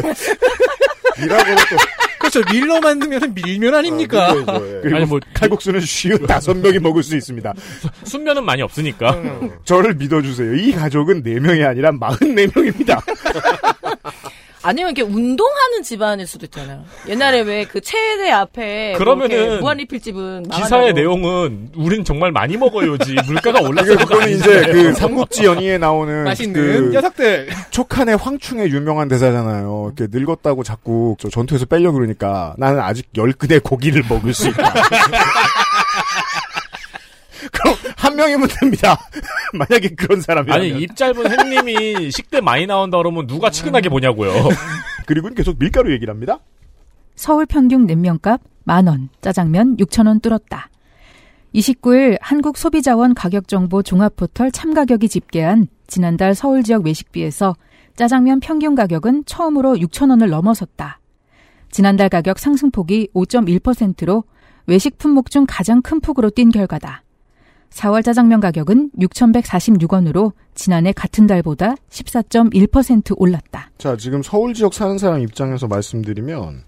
S6: 밀하고는 또
S4: 그렇죠. 밀로 만들면 밀면 아닙니까? 뭐
S3: 그리고 칼국수는 쉬운 다섯 명이 먹을 수 있습니다.
S5: 순면은 많이 없으니까.
S7: 음.
S3: 저를 믿어주세요. 이 가족은 4명이 아니라 44명입니다.
S7: 아니면 이렇게 운동하는 집안일 수도 있잖아요. 옛날에 왜 그 체대 앞에
S5: 그러면은
S7: 뭐 이렇게 무한리필집은 망한다고.
S5: 기사의 내용은 우린 정말 많이 먹어요지 물가가 올랐어요.
S3: 그러니까 그거는 이제 그 삼국지 연의에 나오는
S5: 맛있는
S3: 그
S4: 녀석들
S3: 촉한의 황충의 유명한 대사잖아요. 이렇게 늙었다고 자꾸 저 전투에서 빼려 그러니까 나는 아직 열 근의 고기를 먹을 수 있다. 그럼 한 명이면 됩니다. 만약에 그런 사람이라면
S5: 아니 입 짧은 햇님이 식대 많이 나온다 그러면 누가 치근하게 보냐고요.
S3: 그리고는 계속 밀가루 얘기를 합니다.
S2: 서울 평균 냉면값 만원, 짜장면 6천원 뚫었다. 29일 한국소비자원 가격정보 종합포털 참가격이 집계한 지난달 서울 지역 외식비에서 짜장면 평균 가격은 처음으로 6천원을 넘어섰다. 지난달 가격 상승폭이 5.1%로 외식 품목 중 가장 큰 폭으로 뛴 결과다. 4월 짜장면 가격은 6,146원으로 지난해 같은 달보다 14.1% 올랐다.
S3: 자, 지금 서울 지역 사는 사람 입장에서 말씀드리면,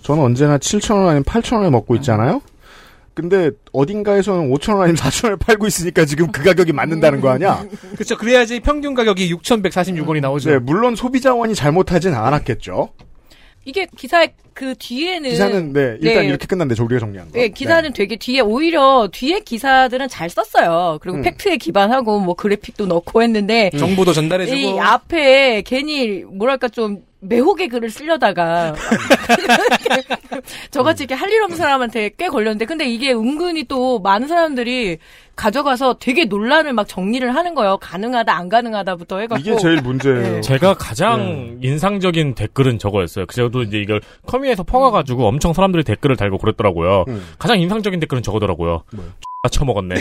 S3: 저는 언제나 7,000원 아니면 8,000원에 먹고 있잖아요? 근데 어딘가에서는 5,000원 아니면 4,000원에 팔고 있으니까 지금 그 가격이 맞는다는 거 아니야?
S4: 그렇죠. 그래야지 평균 가격이 6,146원이 나오죠.
S3: 네, 물론 소비자원이 잘못하진 않았겠죠.
S7: 이게 기사의 그 뒤에는
S3: 기사는, 네, 일단
S7: 네.
S3: 이렇게 끝났는데, 저 우리가 정리한 거.
S4: 어,
S7: 네, 기사는 되게 뒤에 오히려 뒤에 기사들은 잘 썼어요. 그리고
S3: 음.
S7: 팩트에 기반하고 뭐 그래픽도 넣고 했는데
S4: 음. 정보도 전달해주고.
S7: 이 앞에 괜히 뭐랄까 좀 매혹의 글을 쓰려다가 저같이
S4: 음.
S7: 이렇게 할 일 없는 사람한테 꽤 걸렸는데 근데 이게 은근히 또 많은 사람들이 가져가서 되게 논란을 막 정리를 하는 거예요. 가능하다 안 가능하다부터 해갖고
S3: 문제예요. 네.
S5: 제가 가장 인상적인 댓글은 저거였어요. 그 저도 이제 이걸 커뮤에서 퍼가가지고 엄청 사람들이 댓글을 달고 그랬더라고요.
S3: 음.
S5: 가장 인상적인 댓글은 저거더라고요. 아, 처먹었네.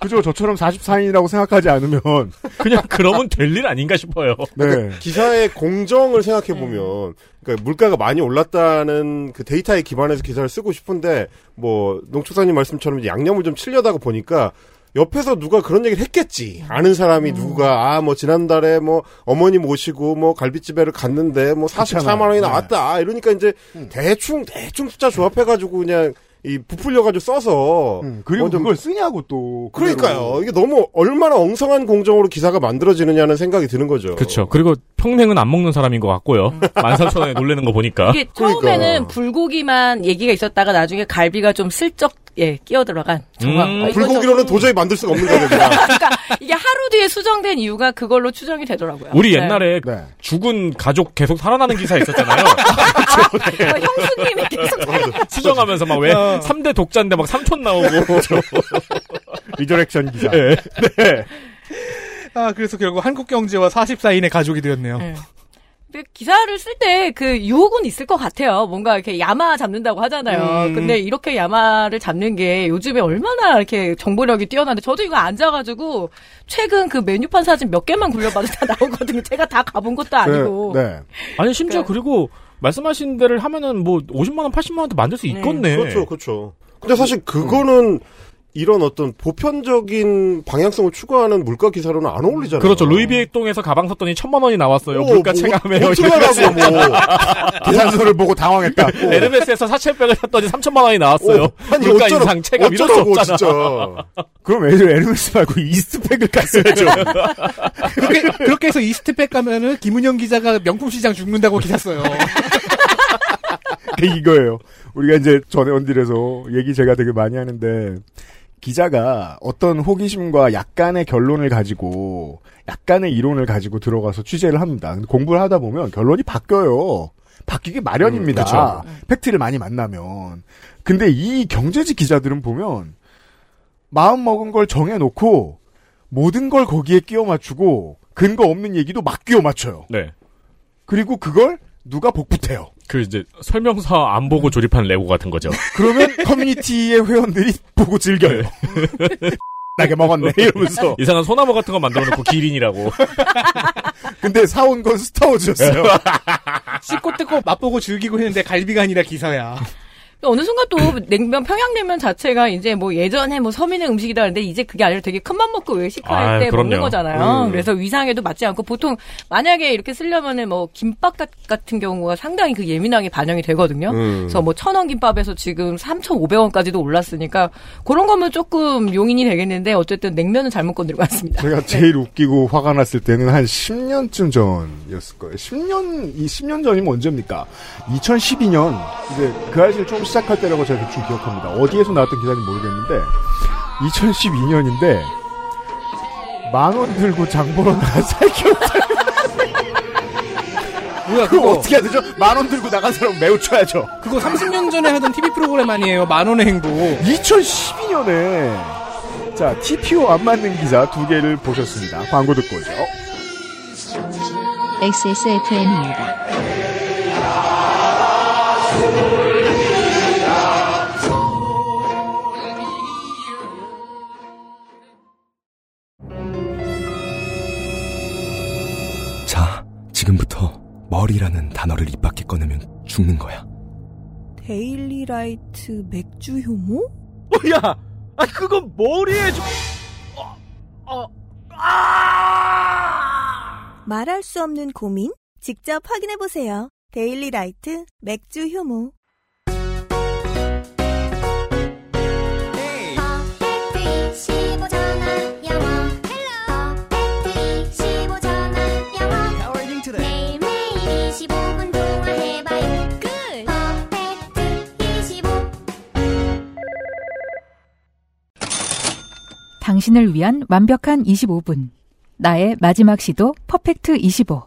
S3: 그죠? 저처럼 44인이라고 생각하지 않으면.
S5: 그냥 그러면 될 일 아닌가 싶어요.
S3: 네.
S6: 기사의 공정을 생각해
S3: 음.
S6: 보면 그러니까 물가가 많이 올랐다는 그 데이터에 기반해서 기사를 쓰고 싶은데 뭐 농축사님 말씀처럼 이제 양념을 좀 치려다가 보니까 옆에서 누가 그런 얘기를 했겠지 아는
S3: 음.
S6: 사람이 누가 아 뭐 지난달에 뭐 어머니 모시고 뭐 갈비집에를 갔는데 뭐 44만 원이 나왔다
S3: 네.
S6: 이러니까 이제
S3: 음.
S6: 대충 대충 숫자 조합해 가지고 그냥 이 부풀려 가지고 써서
S3: 음, 그리고
S6: 뭐 좀-
S3: 그걸 쓰냐고 또. 그대로.
S6: 그러니까요. 이게 너무 얼마나 엉성한 공정으로 기사가 만들어지느냐는 생각이 드는 거죠.
S5: 그렇죠. 그리고 평생은 안 먹는 사람인 것 같고요. 13,000원에 놀래는 거 보니까.
S7: 음. 이게
S6: 그러니까.
S4: 그러니까.
S7: 처음에는 불고기만 얘기가 있었다가 나중에 갈비가 좀 슬쩍 예 끼어 들어간
S5: 음.
S7: 정황.
S6: 어, 불고기로는 도저히 만들 수가 없는 거예요.
S7: 이게 하루 뒤에 수정된 이유가 그걸로 추정이 되더라고요.
S5: 우리
S7: 네.
S5: 옛날에 죽은 가족 계속 살아나는 기사 있었잖아요.
S7: 어,
S5: 어,
S7: 형수님이 계속
S5: 수정하면서 막 왜
S7: 어.
S5: 3대 독자인데 막 3촌
S6: 네.
S5: 나오고.
S3: 어, 뭐,
S6: 그렇죠.
S3: 리저렉션 기사.
S5: 네.
S4: 아, 그래서 결국 한국 경제와 44인의 가족이 되었네요.
S7: 근데 그 기사를 쓸 때 그 유혹은 있을 것 같아요. 뭔가 이렇게 야마 잡는다고 하잖아요.
S4: 음.
S7: 근데 이렇게 야마를 잡는 게 요즘에 얼마나 이렇게 정보력이 뛰어난데 저도 이거 앉아가지고 최근 그 메뉴판
S6: 네.
S5: 그, 네.
S7: 사진 몇 개만 굴려봐도 다 나오거든요. 제가 다 가본 것도 아니고. 그러니까.
S5: 아니 심지어 그리고 말씀하신 데를 하면은 뭐 50만 원, 80만 원도 만들 수 있겠네.
S6: 그렇죠, 그렇죠. 근데 사실 그거는 이런 어떤 보편적인 방향성을 추구하는 물가 기사로는 안 어울리잖아요.
S5: 그렇죠. 루이비액동에서 가방 샀더니 천만 원이 나왔어요. 물가
S3: 뭐
S5: 체감해요.
S6: 어쩌라고 뭐
S3: 계산서를 보고 당황했다.
S5: 에르메스에서 사채백을 샀더니 3천만 원이 나왔어요.
S3: 오, 아니,
S5: 물가
S3: 어쩌라-
S5: 인상 체감 이럴 수
S3: 어쩌라고,
S5: 없잖아.
S3: 진짜. 그럼 애들 에르메스 말고 이스트팩을 갔어야죠.
S4: 그렇게, 그렇게 해서 이스트백 가면은 김은영 기자가 명품 시장 죽는다고 기사 써요.
S3: 네, 이거예요. 우리가 이제 전에 언딜에서 얘기 제가 되게 많이 하는데 기자가 어떤 호기심과 약간의 결론을 가지고 약간의 이론을 가지고 들어가서 취재를 합니다. 근데 공부를 하다 보면 결론이 바뀌어요. 바뀌기 마련입니다.
S5: 음, 그렇죠.
S3: 팩트를 많이 만나면. 근데 이 경제지 기자들은 보면 마음 먹은 걸 정해놓고 모든 걸 거기에 끼워 맞추고 근거 없는 얘기도 막 끼워 맞춰요.
S5: 네.
S3: 그리고 그걸 누가 복붙해요.
S5: 그 이제 설명서 안 보고 조립한 레고 같은 거죠.
S3: 그러면 커뮤니티의 회원들이 보고 즐겨요. 나게 먹었네 이러면서.
S5: 이상한 소나무 같은 거 만들어 놓고 기린이라고.
S3: 근데 사온 건
S5: 네.
S3: 스타워즈였어요.
S4: 씻고 뜯고 맛보고 즐기고 했는데 갈비가 아니라 기사야.
S7: 어느 순간 또 냉면 평양냉면 자체가 이제 뭐 예전에 뭐 서민의 음식이다 그랬는데 이제 그게 아니라 되게 큰 맘 먹고 외식할
S5: 아유,
S7: 때
S5: 그럼요.
S7: 먹는 거잖아요.
S5: 음.
S7: 그래서 위상에도 맞지 않고 보통 만약에 이렇게 쓰려면은 뭐 김밥 같- 같은 경우가 상당히 그 예민하게 반영이 되거든요.
S10: 음.
S7: 그래서 뭐 천 원 김밥에서 지금 3,500원까지도 올랐으니까 그런 거면 조금 용인이 되겠는데 어쨌든 냉면은 잘못 건드리고 왔습니다. 네.
S3: 제가 제일 웃기고 화가 났을 때는 한 10년쯤 전이었을 거예요. 10년, 이 10년 전이면 언제입니까? 2012년, 이제 그 아이씨를 처음 시작할 때라고 제가 대충 기억합니다. 어디에서 나왔던 기사인지 모르겠는데, 2012년인데, 만 원 들고 장 보러 나간 살기였
S4: 뭐야,
S3: 그거
S4: 그거.
S3: 어떻게 해야 되죠? 만 원 들고 나간 사람 매우 쳐야죠.
S4: 그거 30년 전에 하던 TV 프로그램 아니에요. 만원의 행복.
S3: 2012년에 자 TPO 안 맞는 기사 두 개를 보셨습니다. 광고 듣고 오죠.
S1: XSFM입니다.
S12: 자, 지금부터 머리라는 단어를 입 밖에 꺼내면 죽는 거야.
S13: 데일리라이트 맥주 효모?
S14: 뭐야? 아 그건 머리에 좀 어, 아!
S13: 말할 수 없는 고민? 직접 확인해보세요. 데일리라이트 맥주 효모.
S10: 매일매일 25분 동안 해봐요 끝 퍼펙트 25
S2: 당신을 위한 완벽한 25분. 나의 마지막 시도 퍼펙트 25.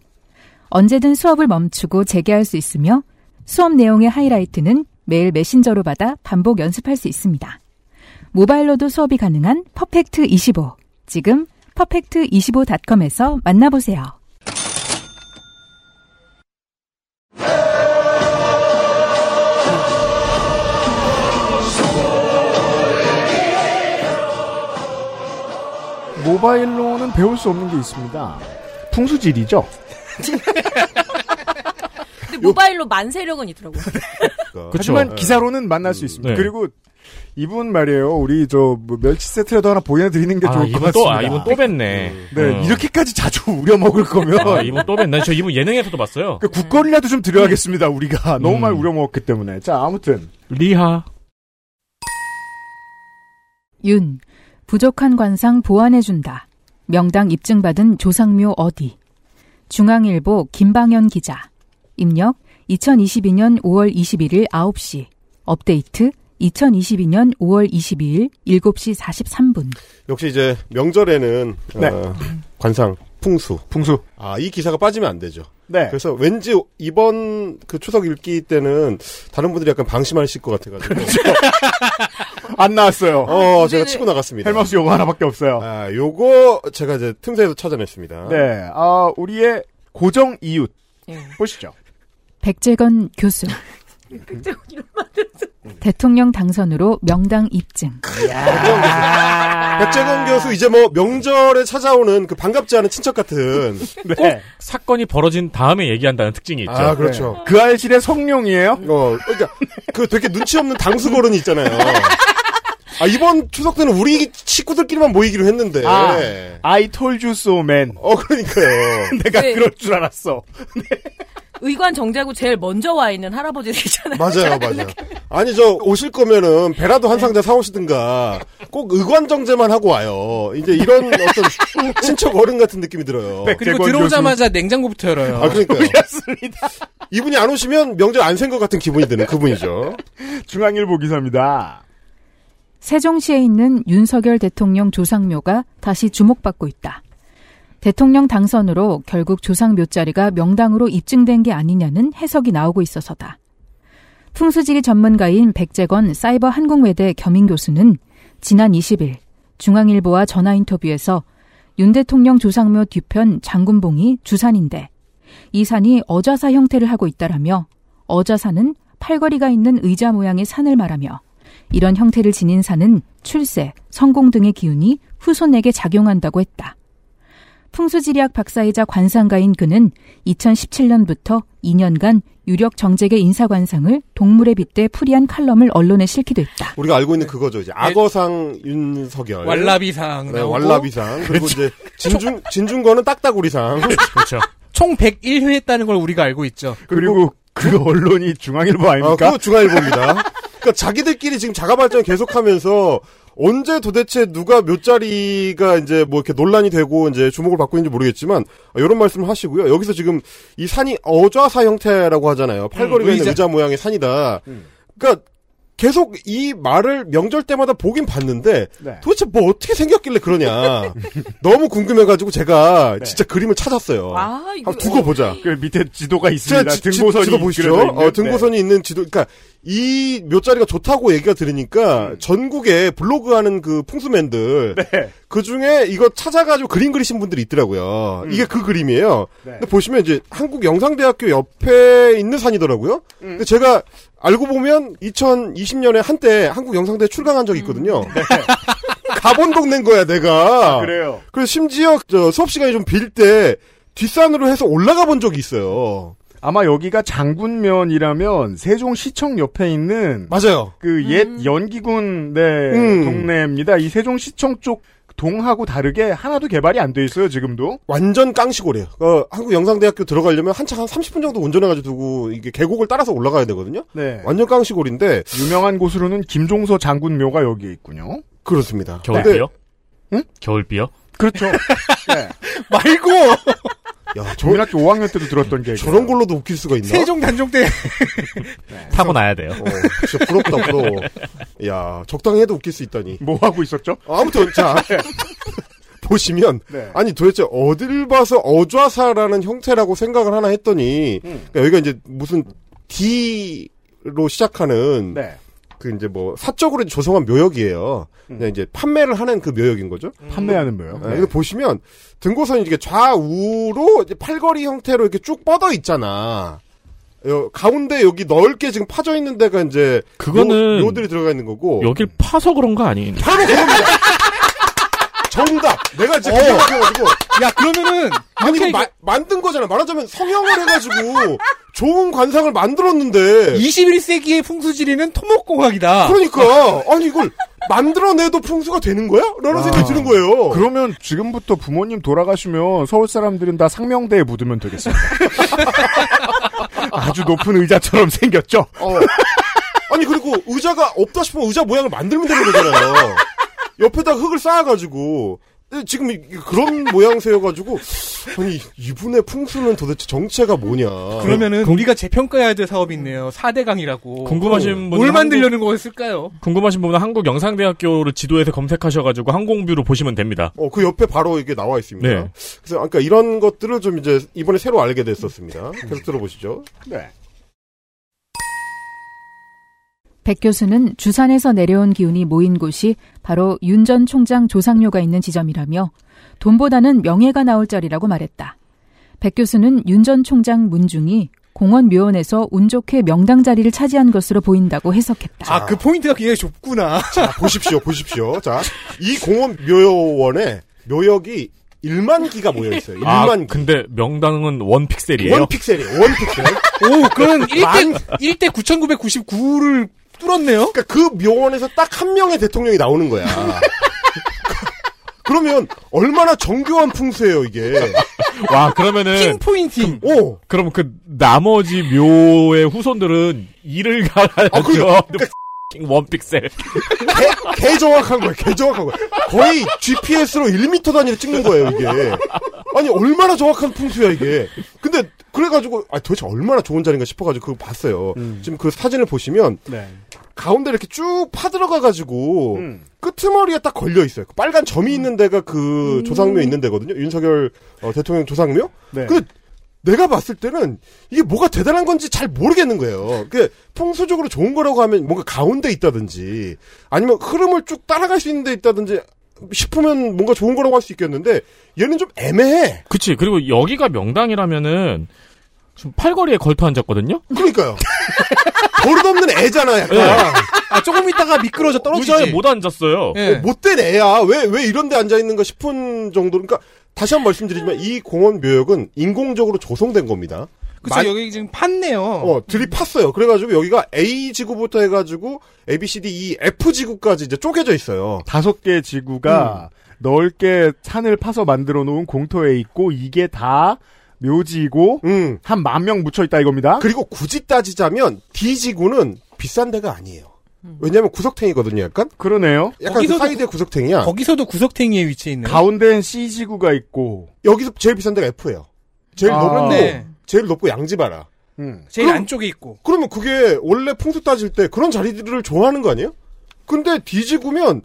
S2: 언제든 수업을 멈추고 재개할 수 있으며 수업 내용의 하이라이트는 매일 메신저로 받아 반복 연습할 수 있습니다. 모바일로도 수업이 가능한 퍼펙트 25. 지금 퍼펙트25.com에서 만나보세요.
S3: 모바일로는 배울 수 없는 게 있습니다. 풍수질이죠.
S7: 근데 모바일로 만세력은 있더라고요.
S3: 하지만
S6: 네.
S3: 기사로는 만날 수 있습니다.
S6: 네.
S3: 그리고 이분 말이에요. 우리 저뭐 멸치 세트라도 하나 보내드리는 게
S5: 아,
S3: 좋을 것
S5: 이분
S3: 같습니다.
S5: 또, 아, 이분 또 뵀네.
S3: 네,
S5: 어.
S3: 이렇게까지 자주 우려 먹을 거면
S5: 아, 이분 또 뵀네. 저 이분 예능에서도 봤어요.
S3: 그 국거리라도 좀 드려야겠습니다. 우리가 너무 많이 우려 먹었기 때문에. 자 아무튼
S5: 음. 리하
S2: 윤. 부족한 관상 보완해준다. 명당 입증받은 조상묘 어디? 중앙일보 김방현 기자. 입력 2022년 5월 21일 9시. 업데이트 2022년 5월 22일 7시 43분.
S6: 역시 이제 명절에는 어, 관상 풍수
S3: 네. 풍수
S6: 아 이 기사가 빠지면 안 되죠.
S3: 네.
S6: 그래서 왠지 이번 그 추석 읽기 때는 다른 분들이 약간 방심하실 것 같아가지고
S3: 그렇죠. 안 나왔어요.
S6: 어 제가 치고 나갔습니다.
S3: 헬마우스 요거 하나밖에 없어요.
S6: 아 요거 제가 이제 틈새에서 찾아냈습니다.
S3: 네, 아 우리의 고정 이웃 보시죠.
S2: 백재건 교수. 대통령 당선으로 명당 입증.
S6: 박재건 교수 이제 뭐 명절에 찾아오는 그 반갑지 않은 친척 같은
S3: 네.
S5: 꼭 사건이 벌어진 다음에 얘기한다는 특징이 있죠.
S6: 아, 그렇죠.
S3: 그 알실의 성룡이에요?
S6: 어, 그러니까 그 되게 눈치 없는 당수거른이 있잖아요. 아, 이번 추석 때는 우리 식구들끼리만 모이기로 했는데.
S3: 아, I told you so,
S6: 예.
S3: man.
S6: 어, 그러니까요.
S3: 내가
S7: 네.
S3: 그럴 줄 알았어.
S7: 의관 정자고 제일 먼저 와 있는 할아버지들이잖아요.
S6: 맞아요, 맞아요. 아니, 저, 오실 거면은, 배라도 한 상자 사오시든가, 꼭 의관정제만 하고 와요. 이제 이런 어떤, 친척 어른 같은 느낌이 들어요.
S4: 네, 그리고 들어오자마자 냉장고부터 열어요.
S6: 아, 그러니까요. 이분이 안 오시면 명절 안 센 것 같은 기분이 드는 그분이죠.
S3: 중앙일보 기사입니다.
S2: 세종시에 있는 윤석열 대통령 조상묘가 다시 주목받고 있다. 대통령 당선으로 결국 조상묘 자리가 명당으로 입증된 게 아니냐는 해석이 나오고 있어서다. 풍수지리 전문가인 백재건 사이버 항공외대 겸임 교수는 지난 20일 중앙일보와 전화 인터뷰에서 윤 대통령 조상묘 뒤편 장군봉이 주산인데 이 산이 어좌사 형태를 하고 있다라며 어좌사는 팔걸이가 있는 의자 모양의 산을 말하며 이런 형태를 지닌 산은 출세, 성공 등의 기운이 후손에게 작용한다고 했다. 풍수지리학 박사이자 관상가인 그는 2017년부터 2년간 유력 정재계 인사관상을 동물의 빗대 풀이한 칼럼을 언론에 실기도 했다.
S6: 우리가 알고 있는 그거죠. 이제 악어상 윤석열.
S4: 왈라비상
S6: 네,
S4: 나오고.
S6: 왈라비상. 그리고 이제, 진중, 진중권은 딱따구리상.
S5: 그렇죠.
S4: 총 101회 했다는 걸 우리가 알고 있죠.
S3: 그리고 그 언론이 중앙일보
S6: 아,
S3: 아닙니까?
S6: 그거 중앙일보입니다. 그러니까 자기들끼리 지금 자가 발전 계속하면서 언제 도대체 누가 몇 자리가 이제 뭐 이렇게 논란이 되고 이제 주목을 받고 있는지 모르겠지만 어, 이런 말씀을 하시고요. 여기서 지금 이 산이 어좌사 형태라고 하잖아요. 팔걸이가
S4: 음,
S6: 있는
S4: 의자.
S6: 의자 모양의 산이다.
S3: 음.
S6: 그러니까 계속 이 말을 명절 때마다 보긴 봤는데
S3: 네.
S6: 도대체 뭐 어떻게 생겼길래 그러냐 너무 궁금해가지고 제가
S3: 네.
S6: 진짜 그림을 찾았어요.
S7: 아, 이거-
S6: 한번 두고 보자.
S3: 그 밑에 지도가 있습니다.
S6: 자, 지- 지-
S3: 등보선이
S6: 지도 보시죠.
S3: 그려져 있는,
S6: 어, 등보선이 있는 지도. 그러니까 이 묘자리가 좋다고 얘기가 들으니까
S3: 음.
S6: 전국에 블로그 하는 그 풍수맨들
S3: 네.
S6: 그 중에 이거 찾아가지고 그림 그리신 분들이 있더라고요. 이게 그 그림이에요.
S3: 음. 네.
S6: 근데 보시면 이제 한국영상대학교 옆에 있는 산이더라고요.
S3: 음.
S6: 근데 제가 알고 보면 2020년에 한때 한국영상대 출강한 적이 있거든요. 가본 동네인 거야 내가.
S3: 음. 네. 아, 그래요.
S6: 그래서 심지어 저 수업 시간이 좀 빌 때 뒷산으로 해서 올라가 본 적이 있어요.
S3: 아마 여기가 장군면이라면 세종시청 옆에 있는
S6: 맞아요.
S3: 그 옛
S5: 음.
S3: 연기군 네
S6: 음.
S3: 동네입니다. 이 세종시청 쪽 동하고 다르게 하나도 개발이 안 돼 있어요 지금도.
S6: 완전 깡시골이에요. 어, 한국 영상대학교 들어가려면 한참 한 30분 정도 운전해가지고 두고 이게 계곡을 따라서 올라가야 되거든요.
S3: 네.
S6: 완전 깡시골인데
S3: 유명한 곳으로는 김종서 장군묘가 여기에 있군요.
S6: 그렇습니다.
S5: 겨울비요?
S3: 응?
S5: 겨울비요?
S3: 그렇죠.
S4: 말고
S6: 야, 저,
S3: 조민학교 5학년 아, 때도 들었던 게
S6: 저런 걸로도 웃길 수가
S3: 네.
S6: 있나?
S4: 세종 단종 때
S5: 타고 나야 돼요.
S6: 어, 진짜 부럽다 부러워. 야, 적당히 해도 웃길 수 있다니.
S3: 뭐 하고 있었죠?
S6: 아무튼 자 보시면
S3: 네.
S6: 아니 도대체 어딜 봐서 어좌사라는 형태라고 생각을 하나 했더니
S3: 음.
S6: 그러니까 여기가 이제 무슨 D로 시작하는
S3: 네.
S6: 그 이제 뭐 사적으로 조성한 묘역이에요.
S3: 음.
S6: 그냥 이제 판매를 하는 그 묘역인 거죠.
S3: 판매하는 거예요.
S6: 네. 근데 보시면 등고선이 이게 좌우로 이제 팔걸이 형태로 이렇게 쭉 뻗어 있잖아. 요- 가운데 여기 넓게 지금 파져 있는 데가 이제
S5: 그거는
S6: 요, 요들이 들어가 있는 거고
S5: 여길 파서 그런 거 아닌?
S6: 바로 그겁니다. 정답. 내가 지금
S4: 어.
S6: 생각해가지고
S4: 야 그러면은
S6: 아니 이거
S4: 이렇게
S6: 마- 만든 거잖아. 말하자면 성형을 해가지고 좋은 관상을 만들었는데
S4: 21세기의 풍수지리는 토목공학이다.
S6: 그러니까 아니 이걸 만들어내도 풍수가 되는 거야? 라는 생각이 드는 거예요.
S3: 아. 그러면 지금부터 부모님 돌아가시면 서울 사람들은 다 상명대에 묻으면 되겠습니다. 아주 높은 의자처럼 생겼죠.
S6: 어. 아니 그리고 의자가 없다 싶으면 의자 모양을 만들면 되는 거잖아요. 옆에다 흙을 쌓아가지고 근데 지금 이- 이- 그런 모양새여가지고 아니 이분의 풍수는 도대체 정체가 뭐냐?
S4: 그러면은 우리가 재평가해야 될 사업이 있네요. 4대강이라고.
S6: 어,
S5: 궁금하신 분은
S4: 뭘 만들려는 거였을까요?
S5: 궁금하신 분은 한국 영상대학교를 지도에서 검색하셔가지고 항공뷰로 보시면 됩니다.
S6: 어, 그 옆에 바로 이게 나와 있습니다.
S5: 네.
S6: 그래서 아까 이런 것들을 좀 이제 이번에 새로 알게 됐었습니다. 계속 들어보시죠.
S3: 네.
S2: 백 교수는 주산에서 내려온 기운이 모인 곳이 바로 윤 전 총장 조상묘가 있는 지점이라며 돈보다는 명예가 나올 자리라고 말했다. 백 교수는 윤 전 총장 문중이 공원 묘원에서 운 좋게 명당 자리를 차지한 것으로 보인다고 해석했다.
S6: 아, 그 포인트가 굉장히 좁구나. 자, 보십시오, 보십시오. 자, 이 공원 묘원에 묘역이 1만 기가 모여 있어요. 1만
S5: 아,
S6: 기.
S5: 근데 명당은 원 픽셀이에요.
S6: 원 픽셀이에요. 원 픽셀.
S4: 예. 오, 그럼 1대
S6: 만-
S4: 1대 9,999를 뚫었네요.
S6: 그러니까 그 묘원에서 딱 한 명의 대통령이 나오는 거야. 그러면 얼마나 정교한 풍수예요, 이게.
S5: 와, 그러면은.
S4: 포인팅.
S6: 오.
S5: 그럼 그 나머지 묘의 후손들은 이를 갈아야죠. 원 픽셀.
S6: 그러니까 개, 개 정확한 거예요. 개 정확한 거예요. 거의 GPS로 1m 단위로 찍는 거예요, 이게. 아니, 얼마나 정확한 풍수야, 이게. 근데, 그래가지고, 아, 도대체 얼마나 좋은 자리인가 싶어가지고, 그거 봤어요.
S4: 음.
S6: 지금 그 사진을 보시면, 가운데 이렇게 쭉 파들어가가지고,
S4: 음.
S6: 끄트머리에 딱 걸려있어요. 그 빨간 점이 있는 데가 그 조상묘 있는 데거든요. 윤석열 어, 대통령 조상묘?
S3: 네.
S6: 근데 내가 봤을 때는 이게 뭐가 대단한 건지 잘 모르겠는 거예요. 그 풍수적으로 좋은 거라고 하면 뭔가 가운데 있다든지 아니면 흐름을 쭉 따라갈 수 있는 데 있다든지 싶으면 뭔가 좋은 거라고 할 수 있겠는데 얘는 좀 애매해.
S5: 그치. 그리고 여기가 명당이라면은 좀 팔걸이에 걸터 앉았거든요?
S6: 그러니까요. 버릇없는 애잖아, 약간.
S4: 네. 아, 조금 있다가 미끄러져 뭐
S6: 떨어지지.
S5: 의자에 못 앉았어요.
S4: 예.
S6: 어, 못된 애야. 왜, 왜 이런 데 앉아있는가 싶은 정도로. 그러니까 다시 한 번 말씀드리지만 이 공원 묘역은 인공적으로 조성된 겁니다.
S4: 그쵸,
S6: 만-
S4: 여기 지금 팠네요.
S6: 어, 들이팠어요. 그래가지고 여기가 A 지구부터 해가지고 A, B, C, D, E, F 지구까지 이제 쪼개져 있어요.
S3: 다섯 개 지구가
S6: 음.
S3: 넓게 산을 파서 만들어 놓은 공터에 있고 이게 다 묘지고 한 만 명 묻혀 있다 이겁니다.
S6: 음. 그리고 굳이 따지자면 D 지구는 비싼 데가 아니에요. 왜냐하면 구석탱이거든요, 약간.
S3: 그러네요.
S6: 약간 그 사이드에 구석탱이야.
S4: 거기서도 구석탱이에 위치해 있는.
S3: 가운데엔 C 지구가 있고
S6: 여기서 제일 비싼 데가 F예요. 제일
S3: 아.
S6: 높고
S3: 네.
S6: 제일 높고 양지바라.
S10: 음.
S4: 제일
S6: 그럼-
S4: 안쪽에 있고.
S6: 그러면 그게 원래 풍수 따질 때 그런 자리들을 좋아하는 거 아니에요? 근데 D 지구면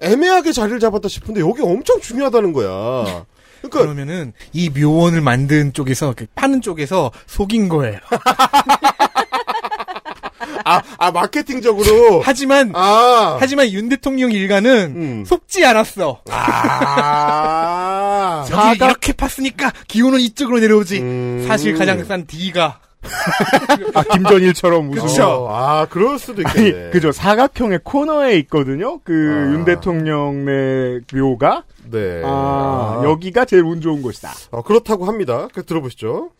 S6: 애매하게 자리를 잡았다 싶은데 여기 엄청 중요하다는 거야. 그러니까
S4: 그러면은이 묘원을 만든 쪽에서 이렇게 파는 쪽에서 속인 거예요.
S6: 아, 아 마케팅적으로.
S4: 하지만
S6: 아. 음.
S4: 하지만 윤 대통령 일가는 속지 않았어.
S6: 아.
S4: 여기 이렇게 팠으니까 기운은 이쪽으로 내려오지.
S6: 음.
S4: 사실 가장 싼 D가
S3: 아 김전일처럼
S4: 그쵸.
S3: 우승.
S6: 아 그럴 수도
S3: 아니 그죠 사각형의 코너에 있거든요. 그
S6: 아.
S3: 윤 대통령의 묘가
S6: 네.
S3: 아, 여기가 제일 운 좋은 곳이다.
S6: 어, 그렇다고 합니다. 그 들어보시죠.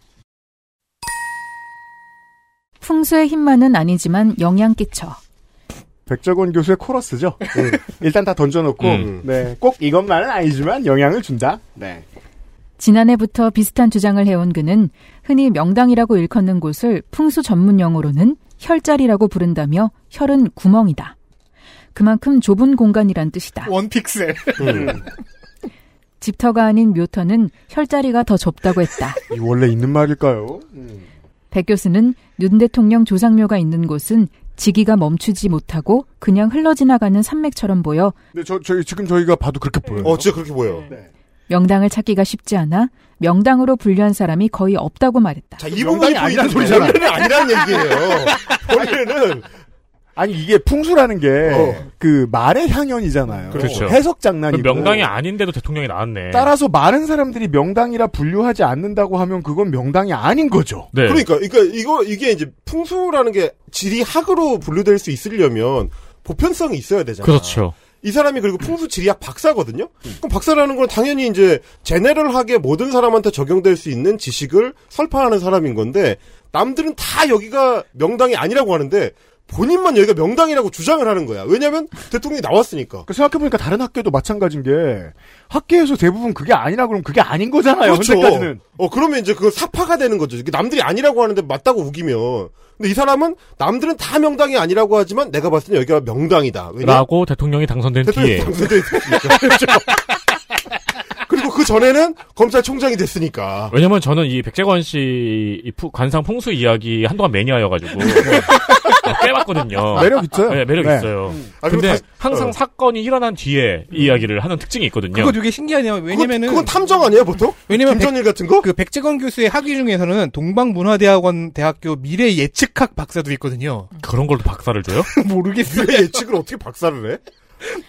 S2: 풍수의 힘만은 아니지만 영향 끼쳐.
S3: 백적원 교수의 코러스죠. 네. 일단 다 던져놓고
S5: 음.
S3: 네, 꼭 이것만은 아니지만 영향을 준다. 네.
S2: 지난해부터 비슷한 주장을 해온 그는 흔히 명당이라고 일컫는 곳을 풍수 전문 용어로는 혈자리라고 부른다며 혈은 구멍이다. 그만큼 좁은 공간이란 뜻이다.
S6: 뭐,
S4: 원 픽셀.
S5: 음.
S2: 집터가 아닌 묘터는 혈자리가 더 좁다고 했다.
S3: 이 원래 있는 말일까요?
S2: 백 교수는 윤 대통령 조상묘가 있는 곳은 지기가 멈추지 못하고 그냥 흘러 지나가는 산맥처럼 보여
S3: 근데 저, 저희 지금 저희가 봐도 그렇게 보여요.
S6: 어, 진짜 그렇게 보여요.
S3: 네.
S2: 명당을 찾기가 쉽지 않아 명당으로 분류한 사람이 거의 없다고 말했다.
S6: 자,
S3: 이 부분이 아니란 소리잖아.
S6: 원래는 아니란 얘기예요. 원래는
S3: 아니 이게 풍수라는 게 그 말의 향연이잖아요.
S5: 그렇죠.
S3: 해석 장난이고
S5: 명당이 아닌데도 대통령이 나왔네.
S4: 예.
S3: 따라서 많은 사람들이 명당이라 분류하지 않는다고 하면 그건 명당이 아닌 거죠.
S5: 네.
S6: 그러니까, 그러니까 이거 이게 이제 풍수라는 게 지리학으로 분류될 수 있으려면 보편성이 있어야 되잖아요.
S5: 그렇죠.
S6: 이 사람이 그리고 풍수 지리학 박사거든요. 그럼 박사라는 건 당연히 이제 제네럴하게 모든 사람한테 적용될 수 있는 지식을 설파하는 사람인 건데 남들은 다 여기가 명당이 아니라고 하는데 본인만 여기가 명당이라고 주장을 하는 거야. 왜냐하면 대통령이 나왔으니까.
S3: 그 생각해보니까 다른 학교도 마찬가지인 게 학교에서 대부분 그게 아니라 그러면 그게 아닌 거잖아요. 현재까지는.
S6: 어 그러면 이제 그 사파가 되는 거죠. 이게 남들이 아니라고 하는데 맞다고 우기면. 근데 이 사람은 남들은 다 명당이 아니라고 하지만 내가 봤을 때 여기가 명당이다. 왜냐?
S5: 라고 대통령이 당선된 뒤에.
S6: 대통령 당선돼 그 있으니까. 그렇죠. 그리고 그 전에는 검찰총장이 됐으니까.
S5: 왜냐면 저는 이 백재권 씨이 푸- 관상 풍수 이야기 한동안 매니아여가지고 깨봤거든요.
S6: 네. 매력 있어요.
S5: 네, 매력
S6: 네.
S5: 있어요.
S6: 아, 그리고
S5: 근데
S6: 다시-
S5: 항상
S6: 어.
S5: 사건이 일어난 뒤에 이 이야기를 하는 특징이 있거든요.
S4: 그거 되게 신기하네요. 왜냐면은
S6: 그건 탐정 아니에요 보통?
S4: 왜냐면
S6: 김전일 같은 거?
S4: 그 백재건 교수의 학위 중에서는 동방문화대학원 대학교 미래 예측학 박사도 있거든요.
S5: 그런 걸로 박사를 줘요?
S4: 모르겠어요.
S6: 미래 예측을 어떻게 박사를 해?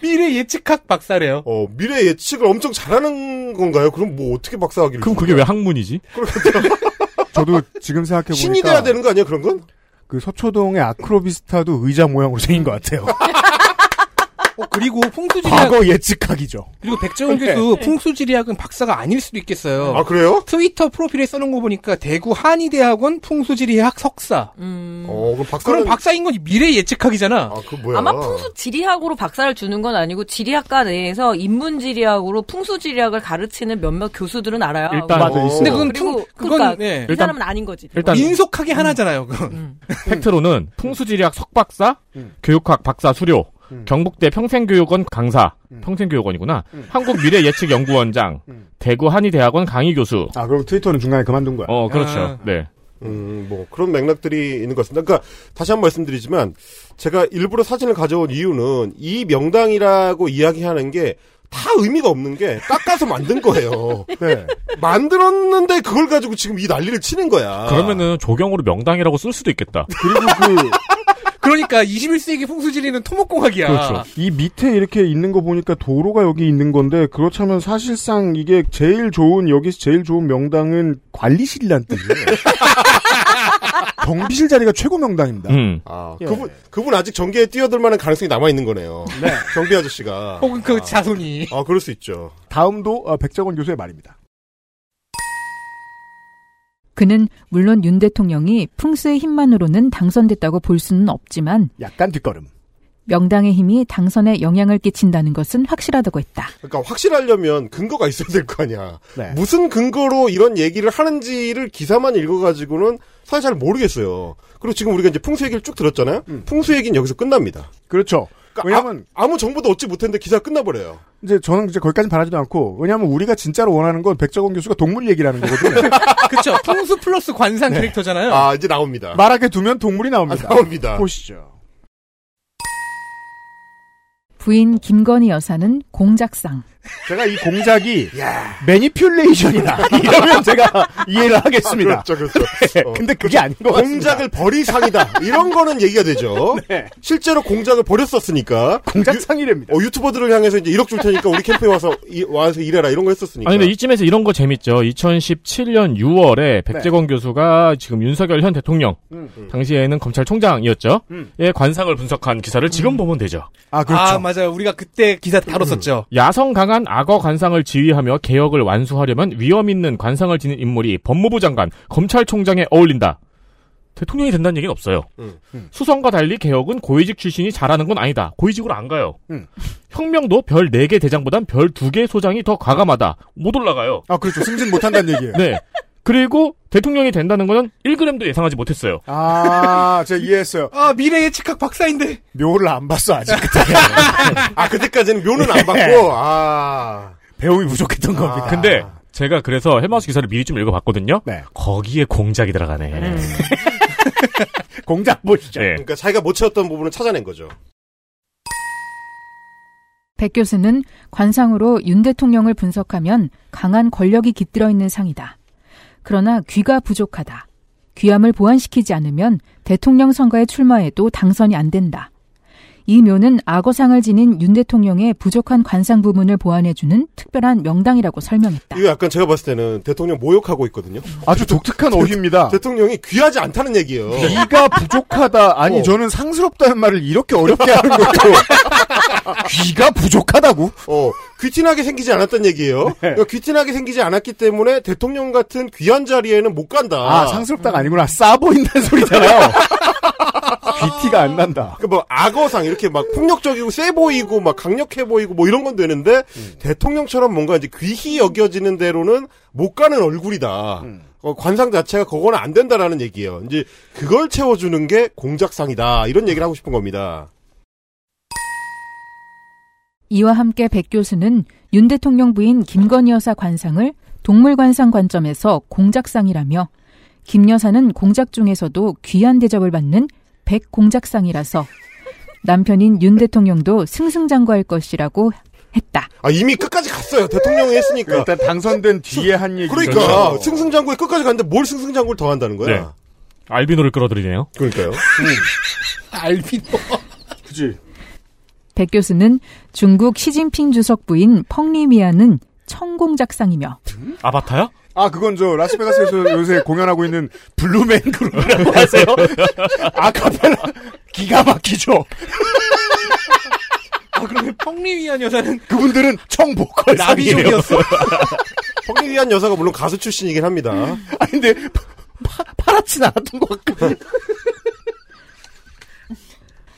S4: 미래 예측학 박사래요.
S6: 어, 미래 예측을 엄청 잘하는 건가요? 그럼 뭐 어떻게 박사하기를?
S5: 그럼 그게 왜 학문이지?
S3: 저도 지금 생각해 보니까
S6: 신이 돼야 되는 거 아니야 그런 건?
S3: 그 서초동의 아크로비스타도 의자 모양으로 생긴 것 같아요.
S4: 어, 그리고 풍수지리학
S3: 과거 예측하기죠.
S4: 그리고 백정은
S3: 네.
S4: 교수 풍수지리학은 박사가 아닐 수도 있겠어요.
S6: 아, 그래요?
S4: 트위터 프로필에 써놓은 거 보니까 대구 한의대학원 풍수지리학 석사.
S6: 어, 그럼 박사
S4: 그럼 박사인 건 미래 예측학이잖아.
S6: 아, 그
S4: 뭐야?
S7: 아마 풍수 지리학으로 박사를 주는 건 아니고 지리학과 내에서 인문 지리학으로 풍수 지리학을 가르치는 몇몇 교수들은 알아요. 뭐.
S5: 일단
S7: 그리고-
S5: 맞아, 있어요.
S4: 근데 그건
S7: 그리고
S4: 풍- 그건,
S7: 그러니까
S4: 예.
S7: 이
S5: 일단-
S7: 사람은 아닌 거지. 음.
S5: 일단
S4: 민속학이 하나잖아요. 그건.
S5: 팩트로는 풍수지리학 석박사, 교육학 박사 수료, 경북대 평생교육원 강사, 평생교육원이구나. 한국 미래 예측 연구원장, 대구 한의대학원 강의 교수.
S3: 아 그럼 트위터는 중간에 그만둔 거야.
S5: 어 그렇죠.
S6: 아.
S5: 네.
S6: 음, 뭐 그런 맥락들이 있는 것 같습니다. 그러니까 다시 한 번 말씀드리지만 제가 일부러 사진을 가져온 이유는 이 명당이라고 이야기하는 게 다 의미가 없는 게 깎아서 만든 거예요.
S3: 네.
S6: 만들었는데 그걸 가지고 지금 이 난리를 치는 거야.
S5: 그러면은 조경으로 명당이라고 쓸 수도 있겠다.
S3: 그리고 그
S4: 그러니까 21세기 풍수지리는 토목공학이야.
S3: 그렇죠. 이 밑에 이렇게 있는 거 보니까 도로가 여기 있는 건데 그렇다면 사실상 이게 제일 좋은 여기서 제일 좋은 명당은 관리실이란 뜻이에요. 경비실 자리가 최고 명당입니다.
S6: 아,
S3: 예.
S6: 그분 그분 아직 전개에 뛰어들 만한 가능성이 남아 있는 거네요.
S3: 네.
S6: 경비 아저씨가
S4: 혹은 그 자손이.
S6: 아, 그럴 수 있죠.
S3: 다음도 아, 백정원 교수의 말입니다.
S2: 그는 물론 윤 대통령이 풍스의 힘만으로는 당선됐다고 볼 수는 없지만
S3: 약간 뒷걸음.
S2: 명당의 힘이 당선에 영향을 끼친다는 것은 확실하다고 했다.
S6: 그러니까 확실하려면 근거가 있어야 될 거 아니야.
S3: 네.
S6: 무슨 근거로 이런 얘기를 하는지를 기사만 읽어가지고는 사실 잘 모르겠어요. 그리고 지금 우리가 이제 풍수 얘기를 쭉 들었잖아요.
S4: 음.
S6: 풍수 얘기는 여기서 끝납니다.
S3: 그렇죠.
S6: 왜냐면 아, 무 정보도 얻지 못했는데 기사 가 끝나버려요.
S3: 이제 저는 이제 거기까지 바라지도 않고 왜냐하면 우리가 진짜로 원하는 건 백정원 교수가 동물 얘기라는 거거든요.
S4: 그렇죠. 풍수 플러스 관상
S3: 네.
S4: 캐릭터잖아요.
S6: 아 이제 나옵니다.
S3: 말하게 두면 동물이 나옵니다.
S6: 아, 나옵니다.
S3: 보시죠.
S2: 부인 김건희 여사는 공작상.
S3: 제가 이 공작이 매니퓰레이션이다 이러면 제가 이해를 하겠습니다.
S6: 그렇죠,
S3: 네.
S6: 그렇죠.
S3: 예, 근데 그게 아닌 것 같습니다.
S6: 공작을 버릴 상이다. 이런 거는 얘기가 되죠. 실제로 공작을 버렸었으니까.
S3: 네. 공작상이랍니다.
S6: 어, 유튜버들을 향해서 이제 1억 줄 테니까 우리 캠프에 와서, 이- 와서 일해라. 이런 거 했었으니까.
S5: 아니 근데 이쯤에서 이런 거 재밌죠. 2017년 6월에 백재건 교수가 지금 윤석열 현 대통령 당시에는 검찰총장이었죠.
S4: 음.
S5: 의 관상을 분석한 기사를 지금 보면 되죠.
S3: 아
S4: 아, 맞아요. 우리가 그때 기사 다뤘었죠.
S5: 야성 강한 악어 관상을 지휘하며 개혁을 완수하려면 위험 있는 관상을 지닌 인물이 법무부 장관, 검찰총장에 어울린다. 대통령이 된다는 얘기는 없어요. 수성과 달리 개혁은 고위직 출신이 잘하는 건 아니다. 고위직으로 안 가요. 혁명도 별 4개 대장보단 별 2개 소장이 더 과감하다. 못 올라가요.
S3: 아, 그렇죠. 승진 못 한다는 얘기예요.
S5: 네. 그리고 대통령이 된다는 거는 1g도 예상하지 못했어요.
S3: 아, 제가 이해했어요.
S4: 아, 미래의 측학 박사인데.
S3: 묘를 안 봤어, 아직 네. 그때.
S6: 아, 그때까지는 묘는 안 받고,
S5: 네.
S6: 아.
S3: 배움이 부족했던 겁니다.
S5: 근데 제가 그래서 헬마우스 기사를 미리 좀 읽어봤거든요.
S3: 네.
S5: 거기에 공작이 들어가네.
S3: 음.
S5: 네.
S3: 공작 뭐 보시죠.
S6: 그러니까 자기가 못 채웠던 부분을 찾아낸 거죠.
S2: 백 교수는 관상으로 윤 대통령을 분석하면 강한 권력이 깃들어 있는 상이다. 그러나 귀가 부족하다. 귀함을 보완시키지 않으면 대통령 선거에 출마해도 당선이 안 된다. 이 묘는 악어상을 지닌 윤 대통령의 부족한 관상 부분을 보완해주는 특별한 명당이라고 설명했다.
S6: 이거 약간 제가 봤을 때는 대통령 모욕하고 있거든요.
S3: 아주 독특한 어휘입니다.
S6: 대통령이 귀하지 않다는 얘기예요.
S3: 귀가 부족하다. 아니,
S6: 어.
S3: 저는 상스럽다는 말을 이렇게 어렵게 하는 것도. 귀가 부족하다고? 네.
S6: 어, 귀티나게 생기지 않았단 얘기예요. 그러니까 귀티나게 생기지 않았기 때문에 대통령 같은 귀한 자리에는 못 간다.
S3: 아, 상스럽다가 아니구나. 싸 보인다는 소리잖아요. 귀티가 안 난다.
S6: 그러니까 뭐 악어상 이렇게 막 폭력적이고 세 보이고 막 강력해 보이고 뭐 이런 건 되는데
S3: 음.
S6: 대통령처럼 뭔가 이제 귀히 여겨지는 대로는 못 가는 얼굴이다.
S3: 음.
S6: 어, 관상 자체가 그거는 안 된다라는 얘기예요. 이제 그걸 채워주는 게 공작상이다 이런 얘기를 하고 싶은 겁니다.
S2: 이와 함께 백 교수는 윤 대통령 부인 김건희 여사 관상을 동물 관상 관점에서 공작상이라며 김 여사는 공작 중에서도 귀한 대접을 받는 백공작상이라서 남편인 윤 대통령도 승승장구할 것이라고 했다.
S6: 아 이미 끝까지 갔어요. 대통령이 했으니까.
S3: 일단 당선된 뒤에 한 얘기.
S6: 그러니까 승승장구에 끝까지 갔는데 뭘 승승장구를 더 한다는 거야?
S5: 네. 알비노를 끌어들이네요. 음.
S6: 그러니까요.
S4: 알비노.
S3: 그지.
S2: 백 교수는 중국 시진핑 주석 부인 펑리미아는 천공작상이며
S5: 아바타요?
S3: 아 그건 저 라스베가스에서 요새 공연하고 있는 블루맨 그룹이라고 하세요? 아카펠라 기가 막히죠.
S4: 아 그러면 펑리 위한 여자는
S3: 그분들은 청보컬
S4: 나비족이었어.
S6: 펑리 위한 여자가 물론 가수 출신이긴 합니다.
S3: 아니 근데 파, 파랗진 않았던 것 같고.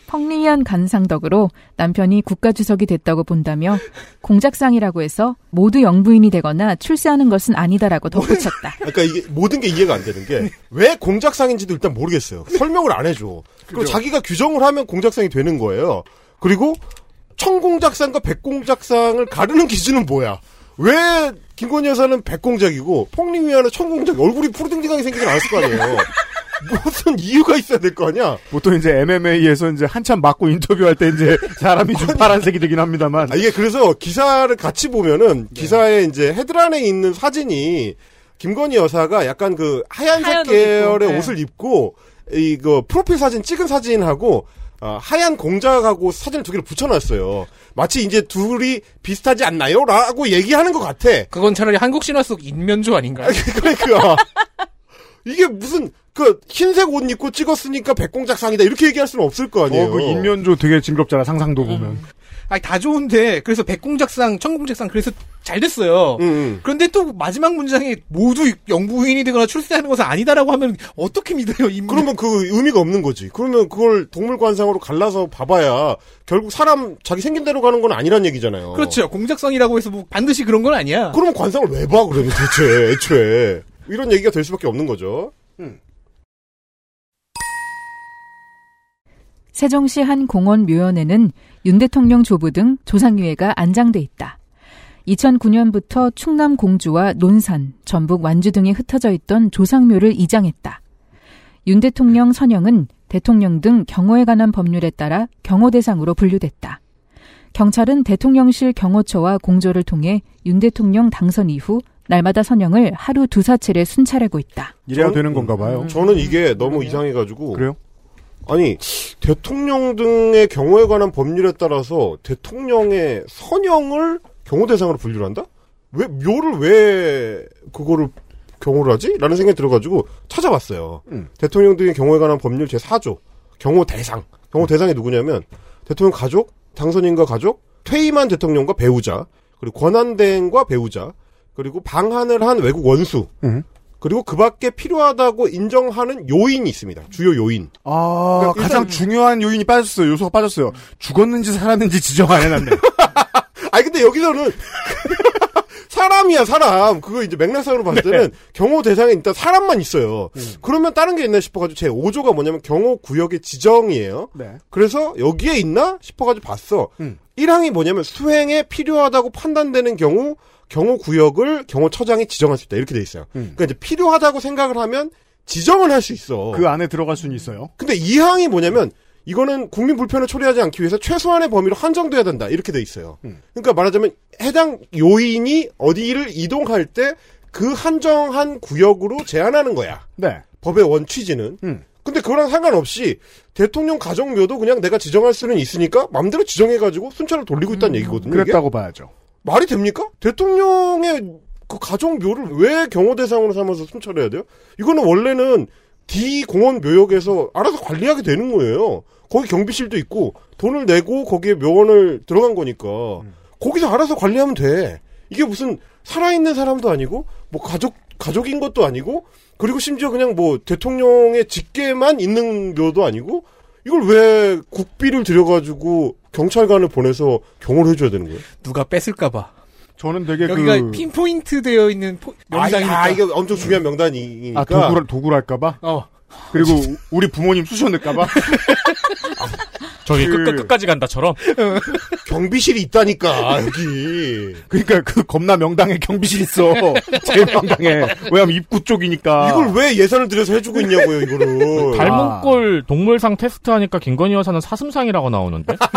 S2: 펑리한 간상덕으로 남편이 국가주석이 됐다고 본다며 공작상이라고 해서 모두 영부인이 되거나 출세하는 것은 아니다라고 덧붙였다.
S6: 그러니까 이게 모든 게 이해가 안 되는 게 왜 공작상인지도 일단 모르겠어요. 설명을 안 해줘. 그리고 자기가 규정을 하면 공작상이 되는 거예요. 그리고 청공작상과 백공작상을 가르는 기준은 뭐야? 왜 김건희 여사는 백공작이고 폭리미아는 청공작 얼굴이 푸르등등하게 생기진 않았을 거 아니에요. 무슨 이유가 있어야 될 거 아니야?
S3: 보통 이제 MMA에서 이제 한참 맞고 인터뷰할 때 이제 사람이 좀 파란색이 되긴 합니다만. 네.
S6: 아, 이게 그래서 기사를 같이 보면은 기사에 이제 헤드란에 있는 사진이 김건희 여사가 약간 그
S14: 하얀
S6: 하얀색
S14: 옷
S6: 계열의
S14: 입고, 네.
S6: 옷을 입고 이거 그 프로필 사진 찍은 사진하고 어, 하얀 공작하고 사진을 두 개를 붙여놨어요. 마치 이제 둘이 비슷하지 않나요? 라고 얘기하는 것 같아.
S4: 그건 차라리 한국 신화 속 인면조 아닌가요?
S6: 그러니까 이게 무슨 그 흰색 옷 입고 찍었으니까 백공작상이다 이렇게 얘기할 수는 없을 거 아니에요.
S3: 어, 그 인면조 되게 징그럽잖아, 상상도 보면.
S4: 아니 다 좋은데 그래서 백공작상, 천공작상 그래서 잘
S3: 음,
S4: 됐어요. 그런데 또 마지막 문장에 모두 영부인이 되거나 출세하는 것은 아니다라고 하면 어떻게 믿어요? 이
S6: 그러면 그 의미가 없는 거지. 그러면 그걸 동물관상으로 갈라서 봐봐야 결국 사람 자기 생긴 대로 가는 건 아니란
S3: 어.
S6: 얘기잖아요.
S4: 그렇죠. 공작상이라고 해서 뭐 반드시 그런 건 아니야.
S6: 그러면 관상을 왜 봐? 그러면 대체 애초에 이런 얘기가 될 수밖에 없는 거죠.
S2: 세종시 한 공원 묘연에는 윤 대통령 조부 등 조상유해가 안장돼 있다. 2009년부터 충남 공주와 논산, 전북 완주 등에 흩어져 있던 조상묘를 이장했다. 윤 대통령 선영은 대통령 등 경호에 관한 법률에 따라 경호 대상으로 분류됐다. 경찰은 대통령실 경호처와 공조를 통해 윤 대통령 당선 이후 날마다 선영을 하루 두 사체를 순찰하고 있다.
S3: 이래야 되는 건가 봐요.
S6: 저는 이게
S4: 음.
S6: 너무 이상해가지고.
S3: 그래요?
S6: 아니, 대통령 등의 경우에 관한 법률에 따라서 대통령의 선영을 경호 대상으로 분류를 한다? 왜, 묘를 왜 그거를 경호를 하지? 라는 생각이 들어가지고 찾아봤어요. 대통령 등의 경우에 관한 법률 제4조. 경호 대상. 경호 대상이 누구냐면, 대통령 가족, 당선인과 가족, 퇴임한 대통령과 배우자, 그리고 권한대행과 배우자, 그리고 방한을 한 외국 원수, 그리고 그 밖에 필요하다고 인정하는 요인이 있습니다. 주요 요인.
S3: 아, 가장 중요한 요인이 빠졌어요. 요소가 빠졌어요. 죽었는지 살았는지 지정 안 해놨네.
S6: 아니, 근데 여기서는. 사람이야, 사람. 그거 이제 맥락상으로 봤을
S3: 네.
S6: 때는 경호 대상에 일단 사람만 있어요.
S3: 음.
S6: 그러면 다른 게 있나 싶어가지고 제 5조가 뭐냐면 경호 구역의 지정이에요.
S3: 네.
S6: 그래서 여기에 있나 싶어가지고 봤어.
S3: 음.
S6: 1항이 뭐냐면 수행에 필요하다고 판단되는 경우 경호 구역을 경호처장이 지정할 수 있다. 이렇게 돼 있어요.
S3: 음.
S6: 그러니까 이제 필요하다고 생각을 하면 지정을 할 수 있어.
S3: 그 안에 들어갈 수는 있어요.
S6: 근데 2항이 뭐냐면 이거는 국민 불편을 초래하지 않기 위해서 최소한의 범위로 한정돼야 된다. 이렇게 돼 있어요.
S3: 음.
S6: 그러니까 말하자면 해당 요인이 어디를 이동할 때 그 한정한 구역으로 제한하는 거야.
S3: 네. 음.
S6: 법의 원 취지는. 근데 그거랑 상관없이 대통령 가정묘도 그냥 내가 지정할 수는 있으니까 맘대로 지정해가지고 순찰을 돌리고 있다는 얘기거든요. 이게?
S3: 음, 그랬다고 봐야죠.
S6: 말이 됩니까? 대통령의 그 가정묘를 왜 경호 대상으로 삼아서 순찰해야 돼요? 이거는 원래는 D 공원 묘역에서 알아서 관리하게 되는 거예요. 거기 경비실도 있고 돈을 내고 거기에 묘원을 들어간 거니까 거기서 알아서 관리하면 돼. 이게 무슨 살아있는 사람도 아니고 뭐 가족 가족인 것도 아니고 그리고 심지어 그냥 뭐 대통령의 직계만 있는 묘도 아니고 이걸 왜 국비를 들여가지고 경찰관을 보내서 경호를 해줘야 되는 거예요?
S4: 누가 뺐을까봐.
S3: 저는 되게
S4: 여기가
S6: 그-
S4: 핀포인트 되어 있는 포- 명당이니까.
S6: 아, 아, 이게 엄청 중요한 명단이니까.
S3: 아, 도굴, 도굴할까봐?
S4: 어.
S3: 그리고 우리 부모님 쑤셔낼까봐?
S5: 저기
S3: 그-
S5: 끝, 끝까지 간다처럼?
S6: 경비실이 있다니까, 여기.
S3: 그러니까 그 겁나 명당에 경비실 있어. 제일 명당에. 왜냐면 입구 쪽이니까.
S6: 이걸 왜 예산을 들여서 해주고 있냐고요,
S4: 아.
S6: 이거를.
S3: 아.
S5: 발목골 동물상 테스트하니까 김건희 여사는 사슴상이라고 나오는데?
S3: 아,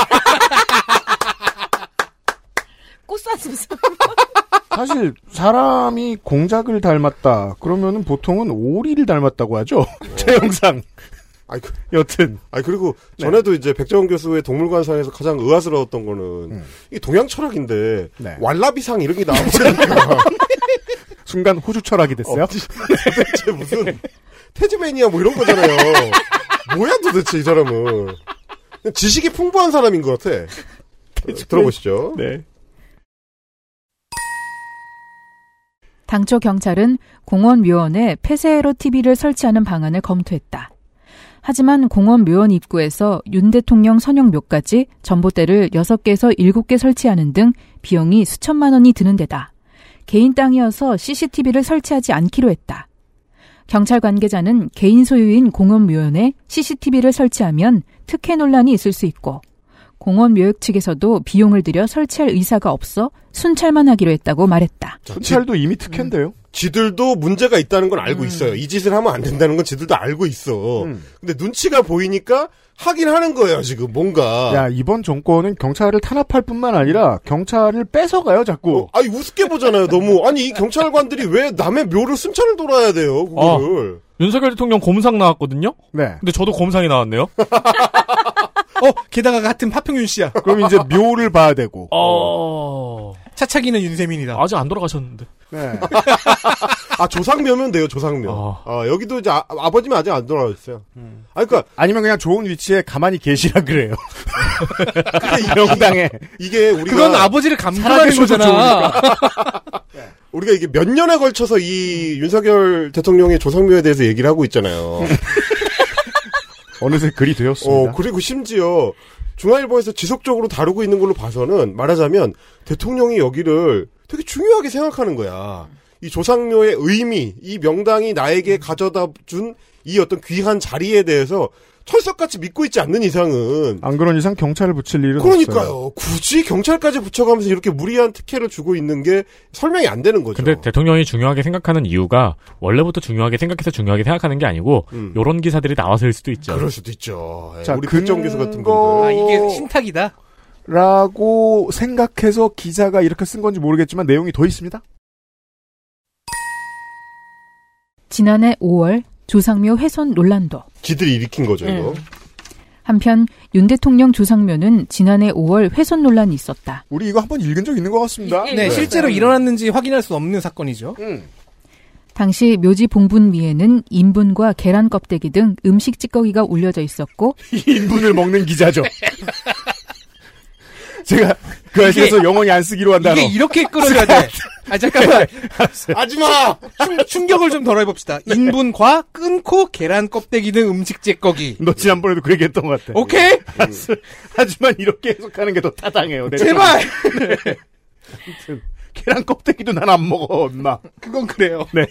S7: 꽃사슴상.
S3: 사실 사람이 공작을 닮았다. 그러면은 보통은 오리를 닮았다고 하죠. 제 영상.
S6: 아니, 그,
S3: 여튼.
S6: 아니, 그리고
S3: 네.
S6: 전에도 이제 백정원 교수의 동물관상에서 가장 의아스러웠던 거는,
S3: 음.
S6: 이게 동양 철학인데,
S3: 네.
S6: 왈라비상 이런 게 나오니까.
S3: 그렇죠. 순간 호주 철학이 됐어요?
S6: 도대체 무슨, 태즈메니아 뭐 이런 거잖아요. 뭐야 도대체 이 사람은. 지식이 풍부한 사람인 것 같아. 어, 들어보시죠.
S3: 네.
S2: 당초 경찰은 공원 묘원에 폐쇄로 TV를 설치하는 방안을 검토했다. 하지만 공원 묘원 입구에서 윤 대통령 선영묘까지 전봇대를 6개에서 7개 설치하는 등 비용이 수천만 원이 드는 데다 개인 땅이어서 CCTV를 설치하지 않기로 했다. 경찰 관계자는 개인 소유인 공원 묘원에 CCTV를 설치하면 특혜 논란이 있을 수 있고 공원 묘역 측에서도 비용을 들여 설치할 의사가 없어 순찰만 하기로 했다고 말했다.
S3: 찰도 이미
S6: 음.
S3: 특혜인데요? 음.
S6: 지들도 문제가 있다는 건 알고 있어요. 이 짓을 하면 안 된다는 건 지들도 알고 있어. 근데 눈치가 보이니까 하긴 하는 거예요, 지금 뭔가.
S3: 야, 이번 정권은 경찰을 탄압할 뿐만 아니라 경찰을 뺏어가요, 자꾸.
S6: 아니, 우습게 보잖아요, 너무. 아니, 이 경찰관들이 왜 남의 묘를 순찰을 돌아야 돼요,
S3: 어.
S6: 그거를.
S5: 어. 윤석열 대통령 검상 나왔거든요?
S3: 네.
S5: 근데 저도 검상이 나왔네요?
S4: 어, 게다가 같은 파평윤 씨야.
S3: 그럼 이제 묘를 봐야 되고.
S5: 어.
S4: 차차기는 윤세민이다.
S5: 아직 안 돌아가셨는데.
S3: 네.
S6: 아, 조상묘면 돼요, 조상묘.
S3: 어.
S6: 아, 여기도 이제 아, 버지면 아직 안 돌아가셨어요. 아, 그니까.
S3: 아니면 그냥 좋은 위치에 가만히 계시라 그래요. 명당에.
S6: 이게 우리가.
S4: 그건 아버지를 감금하는 거잖아.
S6: 네. 우리가 이게 몇 년에 걸쳐서 이 윤석열 대통령의 조상묘에 대해서 얘기를 하고 있잖아요.
S3: 어느새 글이
S6: 어,
S3: 되었습니다.
S6: 그리고 심지어 중앙일보에서 지속적으로 다루고 있는 걸로 봐서는 말하자면 대통령이 여기를 되게 중요하게 생각하는 거야. 이 조상묘의 의미, 이 명당이 나에게 가져다 준 이 어떤 귀한 자리에 대해서 철석같이 믿고 있지 않는 이상은
S3: 안 그런 이상 경찰을 붙일 일은 없어요.
S6: 그러니까요. 굳이 경찰까지 붙여가면서 이렇게 무리한 특혜를 주고 있는 게 설명이 안 되는 거죠.
S5: 근데 대통령이 중요하게 생각하는 이유가 원래부터 중요하게 생각해서 중요하게 생각하는 게 아니고
S7: 음.
S5: 요런 기사들이 나와서일 수도 있죠.
S6: 그럴 수도 있죠.
S3: 자,
S7: 그,
S6: 우리
S3: 근거-
S6: 백정 교수 같은 분들.
S3: 아, 이게
S4: 음. 신탁이다.
S3: 라고 생각해서 기자가 이렇게 쓴 건지 모르겠지만 내용이 더 있습니다.
S2: 지난해 5월 조상묘 훼손 논란도.
S6: 지들이 일으킨 거죠, 이거.
S2: 음. 한편 윤 대통령 조상묘는 지난해 5월 훼손 논란이 있었다.
S3: 우리 이거 한번 읽은 적 있는 것 같습니다. 음.
S4: 네, 실제로 일어났는지 확인할 수 없는 사건이죠.
S2: 당시 묘지 봉분 위에는 인분과 계란 껍데기 등 음식 찌꺼기가 올려져 있었고
S3: 인분을 먹는 기자죠. 제가 그 아시에서
S4: 이게-
S3: 영원히 안 쓰기로 한다.
S4: 이게 이렇게 끌어야 돼. 아, 잠깐만.
S6: 하지마!
S4: 충격을 좀 덜어해봅시다.
S3: 네.
S4: 인분과 끊고 계란 껍데기 등 음식 찌꺼기.
S3: 너 지난번에도 그 얘기했던 것 같아. 음.
S4: 오케이?
S3: 하지만 이렇게 해석하는 게 더 타당해요. 내
S4: 제발!
S3: 생각엔. 네. 아무튼 계란 껍데기도 난 안 먹어, 엄마.
S4: 그건 그래요.
S3: 네.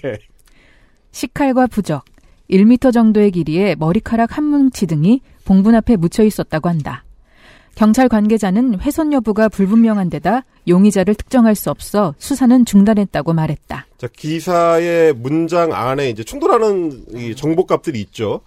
S2: 식칼과 부적, 1m 정도의 길이의 머리카락 한 뭉치 등이 봉분 앞에 묻혀 있었다고 한다. 경찰 관계자는 훼손 여부가 불분명한 데다 용의자를 특정할 수 없어 수사는 중단했다고 말했다.
S6: 자, 기사의 문장 안에 이제 충돌하는 이 정보값들이 있죠.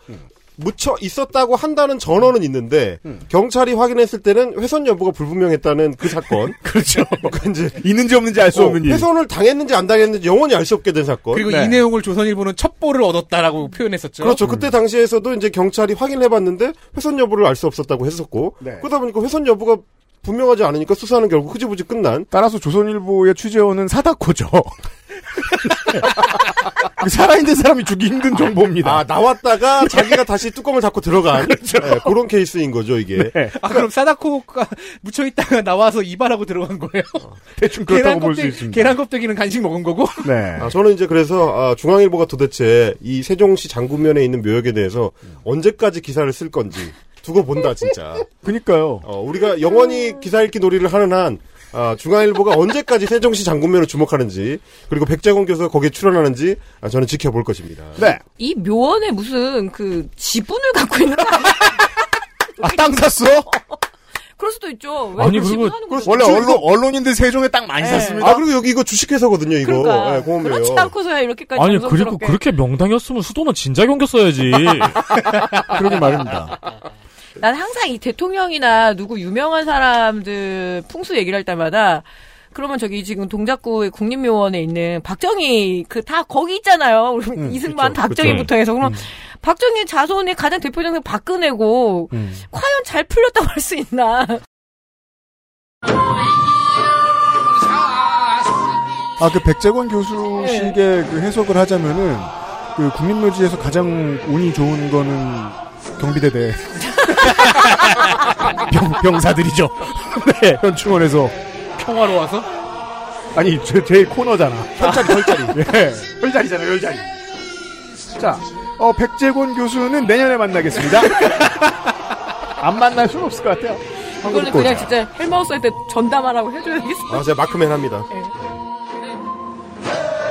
S6: 묻혀 있었다고 한다는 전언은 있는데 경찰이 확인했을 때는 훼손 여부가 불분명했다는 그 사건.
S3: 그렇죠.
S6: 그러니까 이제
S3: 있는지 없는지 알 수
S6: 어,
S3: 없는 일. 네.
S6: 훼손을 당했는지 안 당했는지 영원히 알 수 없게 된 사건.
S4: 그리고 이 내용을 조선일보는 첩보를 얻었다라고 표현했었죠.
S6: 그렇죠.
S3: 음.
S6: 그때 당시에서도 이제 경찰이 확인해봤는데 훼손 여부를 알 수 없었다고 했었고
S4: 네.
S6: 그러다 보니까 훼손 여부가 분명하지 않으니까 수사는 결국 흐지부지 끝난.
S3: 따라서 조선일보의 취재원은 사다코죠. 살아있는 사람이 주기 힘든 정보입니다. 그렇죠.
S6: 아 나왔다가 자기가 다시 뚜껑을 닫고 들어간 네, 그런 케이스인 거죠
S3: 예.
S6: 이게.
S3: 네.
S4: 아, 그럼 사다코가 묻혀있다가 나와서 이발하고 들어간 거예요?
S3: 대충
S6: 그렇다고 볼수 있습니다.
S4: 계란 껍데기는 간식 먹은 거고?
S3: 네.
S6: 아, 저는 이제 그래서 아, 중앙일보가 도대체 이 세종시 장구면에 있는 묘역에 대해서 언제까지 기사를 쓸 건지 두고 본다 진짜.
S3: 그니까요.
S6: 어, 우리가 영원히 기사 읽기 놀이를 하는 한 아, 중앙일보가 언제까지 세종시 장군면을 주목하는지 그리고 백재건 교수가 거기에 출연하는지 아, 저는 지켜볼 것입니다.
S3: 네.
S7: 이 묘원에 무슨 그 지분을 갖고 있는 거 아니야?
S3: 아, 땅 샀어?
S7: 그럴 수도 있죠. 왜
S3: 아니,
S7: 그
S3: 그리고
S7: 지분 하는 거지?
S3: 원래 언론, 언론인들 세종에 땅 많이
S7: 네.
S3: 샀습니다.
S6: 아 그리고 여기 이거 주식회사거든요 이거.
S7: 그러니까
S6: 예, 고맙네요.
S7: 그렇지 않고서야 이렇게까지
S5: 아니 그리고
S7: 정성스럽게.
S5: 그렇게 명당이었으면 수도는 진작 옮겼어야지.
S3: 그러게 말입니다.
S7: 난 항상 이 대통령이나 누구 유명한 사람들 풍수 얘기를 할 때마다 그러면 저기 지금 동작구의 국립묘원에 있는 박정희 그 다 거기 있잖아요. 우리
S6: 음,
S7: 이승만
S6: 그쵸,
S7: 박정희부터
S6: 그쵸.
S10: 음.
S7: 해서 그럼 박정희 자손의 가장 대표적인 건 박근혜고 과연 잘 풀렸다고 할 수 있나?
S3: 아, 그 백재권 교수식의
S7: 네.
S3: 그 해석을 하자면은, 그 국립묘지에서 가장 운이 좋은 거는 경비대대. 병, 병사들이죠. 네, 현충원에서.
S4: 평화로 와서?
S3: 아니, 제, 제일 코너잖아. 혈자리, 혈자리. 예.
S4: 혈자리잖아, 혈자리.
S3: 자, 어, 백재권 교수는 내년에 만나겠습니다. 안 만날 수는 없을 것 같아요.
S7: 이거는 그냥 진짜 헬마우스한테 전담하라고 해줘야 되겠어.
S6: 아, 제가 마크맨 합니다.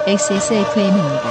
S1: XSFM입니다.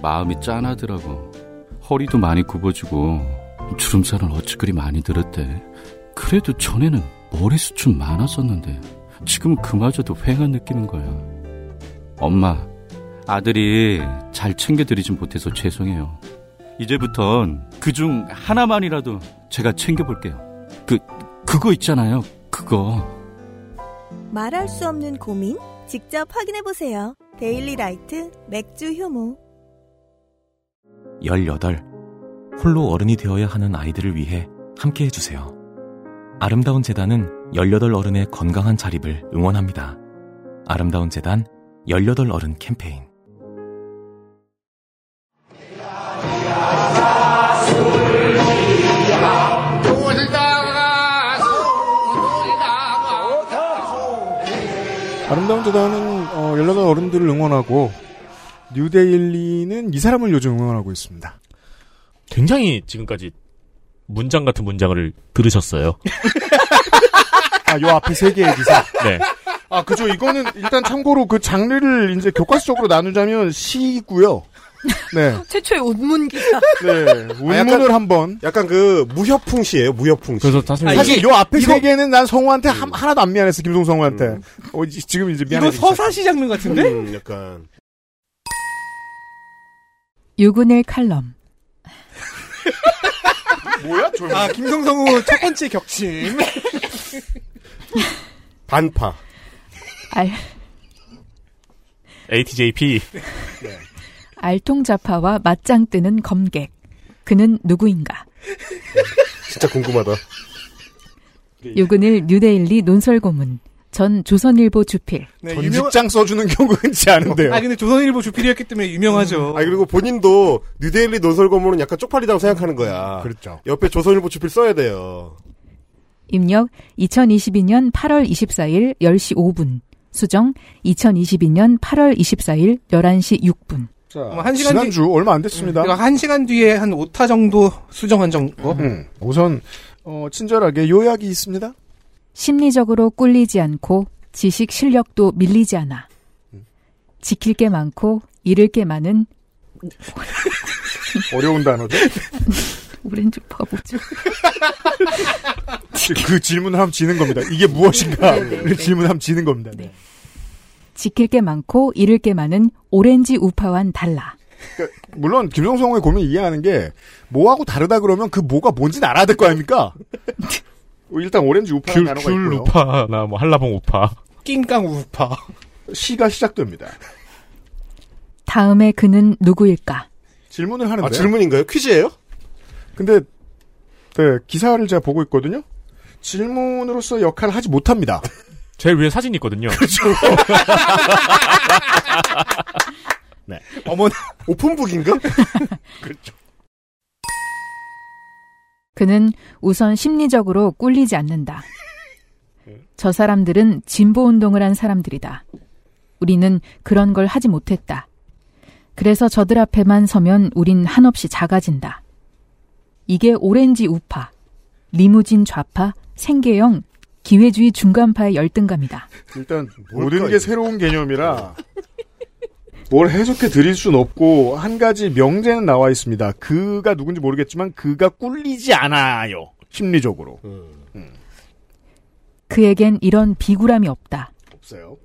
S15: 마음이 짠하더라고. 허리도 많이 굽어지고 주름살은 어찌 그리 많이 들었대. 그래도 전에는 머리숱은 많았었는데 지금은 그마저도 휑한 느끼는 거야. 엄마, 아들이 잘 챙겨드리진 못해서 죄송해요. 이제부턴 그중 하나만이라도 제가 챙겨볼게요. 그, 그거 있잖아요. 그거.
S13: 말할 수 없는 고민? 직접 확인해보세요. 데일리 라이트 맥주 효모.
S11: 18. 홀로 어른이 되어야 하는 아이들을 위해 함께 해주세요. 아름다운 재단은 18 어른의 건강한 자립을 응원합니다. 아름다운 재단 18 어른 캠페인.
S3: 아름다운 재단은 어, 연락한 어른들을 응원하고 뉴데일리는 이 사람을 요즘 응원하고 있습니다.
S5: 굉장히 지금까지 문장 같은 문장을 들으셨어요.
S3: 아, 요 앞에 세 개의 기사.
S5: 네.
S3: 아, 그죠. 이거는 일단 참고로 그 장르를 이제 교과서적으로 나누자면 시고요. 네.
S7: 최초의 운문 기사.
S3: 네. 운문을 한번.
S6: 약간 그 무협풍 시예요. 무협풍 시.
S5: 그래서 다시
S3: 사실 요 앞에 세 개는 난 성우한테 한- 하나도 안 미안했어. 김송성우한테. 어, 이- 지금 이제 미안해.
S4: 이거 서사시 장르 같은데?
S6: 음, 약간.
S2: 유군일 칼럼.
S3: 뭐야?
S4: 아, 김성성우 첫 번째 격침.
S6: 반파.
S2: 알,
S5: ATJP.
S7: 네.
S2: 알통자파와 맞짱 뜨는 검객. 그는 누구인가?
S6: 진짜 궁금하다.
S2: 유근일 뉴데일리 논설 고문. 전 조선일보 주필.
S3: 전 직장 써주는 경우가 흔치 않은데요.
S4: 아, 근데 조선일보 주필이었기 때문에 유명하죠.
S6: 아 그리고 본인도 뉴데일리 논설 고문은 약간 쪽팔리다고 생각하는 거야.
S3: 그렇죠.
S6: 옆에 조선일보 주필 써야 돼요.
S2: 입력 2022년 8월 24일 10시 5분. 수정 2022년 8월 24일 11시 6분.
S4: 아마 뭐 한 시간
S3: 지난주 얼마 안 됐습니다.
S4: 그러니까 한 시간 뒤에 한 5타 정도 수정한 정도?
S3: 음, 우선 어, 친절하게 요약이 있습니다.
S2: 심리적으로 꿀리지 않고 지식 실력도 밀리지 않아. 지킬 게 많고 잃을 게 많은
S3: 어려운 단어죠.
S2: 오렌지 바보죠.
S3: 그 질문을 하면 지는 겁니다. 이게 무엇인가를 그 질문하면 지는 겁니다. 네.
S2: 지킬 게 많고 잃을 게 많은 오렌지 우파와는 달라.
S3: 물론 김성성의 고민 이해하는 게 뭐하고 다르다 그러면 그 뭐가 뭔지는 알아야 될 거 아닙니까? 어, 일단 오렌지 우파
S5: 귤,
S3: 단어가
S5: 귤
S3: 있고요.
S5: 우파나 뭐 한라봉 우파.
S4: 낑깡 우파.
S3: 시가 시작됩니다.
S2: 다음에 그는 누구일까?
S3: 질문을 하는데.
S6: 아, 질문인가요? 퀴즈예요?
S3: 근데 네, 기사를 제가 보고 있거든요. 질문으로서 역할을 하지 못합니다.
S5: 제일 위에 사진이 있거든요.
S3: 그렇죠. 네.
S4: 어머나.
S6: 오픈북인가?
S2: 그는 우선 심리적으로 꿀리지 않는다. 저 사람들은 진보 운동을 한 사람들이다. 우리는 그런 걸 하지 못했다. 그래서 저들 앞에만 서면 우린 한없이 작아진다. 이게 오렌지 우파, 리무진 좌파, 생계형 기회주의 중간파의 열등감이다.
S3: 일단 모든 게 새로운 개념이라 뭘 해석해 드릴 순 없고 한 가지 명제는 나와 있습니다. 그가 누군지 모르겠지만 그가 꿀리지 않아요. 심리적으로. 음.
S2: 그에겐 이런 비굴함이 없다.
S3: 없어요.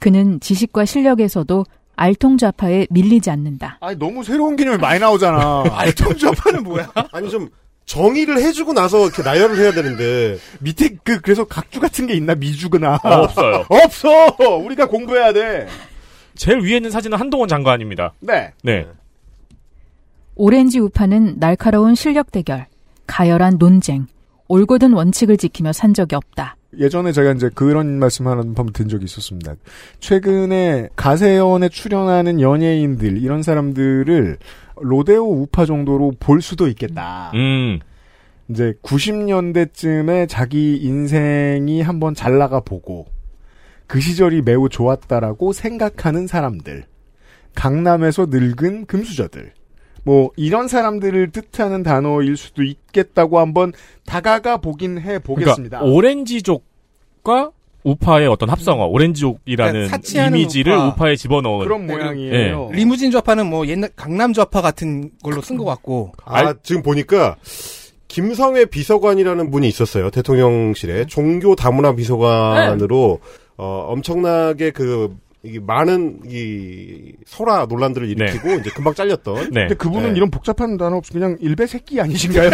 S2: 그는 지식과 실력에서도 알통좌파에 밀리지 않는다.
S3: 아니 너무 새로운 개념이 많이 나오잖아. 알통좌파는 뭐야?
S6: 아니 좀 정의를 해주고 나서 이렇게 나열을 해야 되는데
S3: 밑에 그 그래서 각주 같은 게 있나 미주거나
S5: 어, 없어요.
S3: 없어. 우리가 공부해야 돼.
S5: 제일 위에 있는 사진은 한동원 장관입니다.
S3: 네.
S5: 네.
S2: 오렌지 우파는 날카로운 실력 대결, 가열한 논쟁, 올곧은 원칙을 지키며 산 적이 없다.
S3: 예전에 제가 이제 그런 말씀 하나 한번든 적이 있었습니다. 최근에 가세연에 출연하는 연예인들 이런 사람들을 로데오 우파 정도로 볼 수도 있겠다.
S5: 음.
S3: 이제 90년대쯤에 자기 인생이 한번 잘 나가 보고 그 시절이 매우 좋았다라고 생각하는 사람들. 강남에서 늙은 금수저들. 뭐 이런 사람들을 뜻하는 단어일 수도 있겠다고 한번 다가가 보긴 해 보겠습니다.
S5: 그러니까 오렌지족과 우파의 어떤 합성어, 오렌지족이라는
S4: 그러니까 사치하는
S5: 이미지를
S4: 우파.
S5: 우파에 집어넣은
S3: 그런
S5: 네,
S3: 모양이에요.
S4: 리무진 좌파는 뭐 옛날 강남 좌파 같은 걸로 쓴 것 같고.
S6: 아 지금 보니까 김성애 비서관이라는 분이 있었어요 대통령실에 종교 다문화 비서관으로 어, 엄청나게 그 이게 많은 이 설화 논란들을 일으키고 이제 금방 잘렸던. 네.
S3: 근데 그분은 이런 복잡한 단어 없이 그냥 일배 새끼 아니신가요?